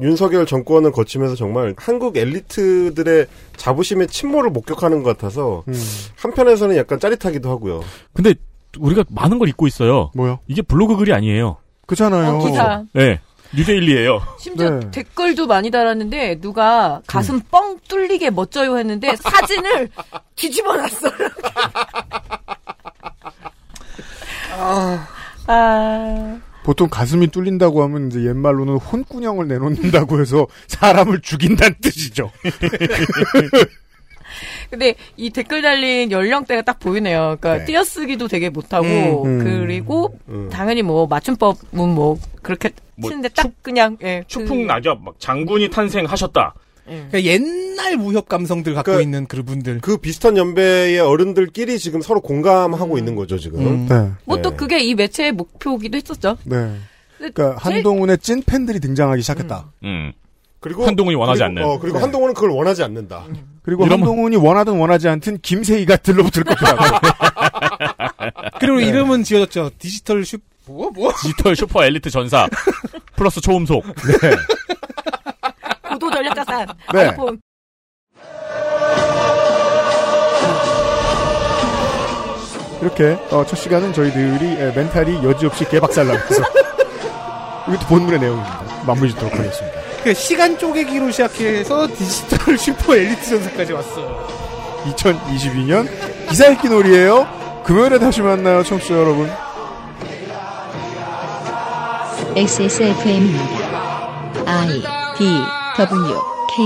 S6: 윤석열 정권을 거치면서 정말 한국 엘리트들의 자부심의 침몰을 목격하는 것 같아서
S3: 음.
S6: 한편에서는 약간 짜릿하기도 하고요.
S5: 근데 우리가 많은 걸 잊고 있어요.
S3: 뭐요?
S5: 이게 블로그 글이 아니에요.
S3: 그잖아요.
S16: 어, 기사.
S5: 네. 뉴데일리예요.
S16: 심지어
S5: 네.
S16: 댓글도 많이 달았는데 누가 가슴 뻥 뚫리게 멋져요 했는데 사진을 뒤집어 놨어요. 아.
S3: 보통 가슴이 뚫린다고 하면 이제 옛말로는 혼꾸녕을 그러니까 내놓는다고 해서 사람을 죽인다는 뜻이죠.
S7: 근데 이 댓글 달린 연령대가 딱 보이네요. 그러니까
S10: 네.
S7: 띄어쓰기도 되게 못하고
S10: 음, 음.
S7: 그리고
S5: 음.
S7: 당연히 뭐 맞춤법은 뭐 그렇게
S5: 뭐
S7: 치는데 딱 그냥
S16: 네,
S7: 예, 그-
S5: 추풍 낙엽 막 장군이 탄생하셨다.
S4: 그러니까 옛날 무협 감성들 갖고
S6: 그-
S4: 있는 그분들.
S6: 그 비슷한 연배의 어른들끼리 지금 서로 공감하고 있는 거죠 지금.
S4: 음.
S3: 네.
S7: 뭐 또 그게 이 매체의 목표기도 했었죠.
S3: 네.
S7: 근데
S3: 그러니까
S7: 제일-
S3: 한동훈의 찐 팬들이 등장하기 시작했다.
S5: 음.
S6: 그리고
S5: 한동훈이 원하지
S6: 그리고-
S5: 않는.
S6: 어, 그리고
S3: 네. 음.
S6: 한동훈은 그걸 원하지 않는다.
S3: 그리고
S6: 이러면-
S3: 한동훈이 원하든 원하지 않든 김세희가 들러붙을 네. 것이라고.
S4: 그리고 이름은 지어졌죠. 디지털 슈 뭐? 뭐?
S5: 네. 디지털 슈퍼 엘리트 전사 플러스 초음속. 네.
S7: 고도 전력 자산
S5: 네.
S7: 아이폰
S3: 이렇게 어, 첫 시간은 저희들이 에, 멘탈이 여지없이 개박살나면서 이것도 본문의 내용입니다. 마무리 짓도록 하겠습니다.
S4: 그 시간 쪼개기로 시작해서 디지털 슈퍼 엘리트 전사까지 왔어요.
S3: 2022년 기사 읽기 놀이에요. 금요일에 다시 만나요, 청취자 여러분.
S8: XSFM입니다. I D W K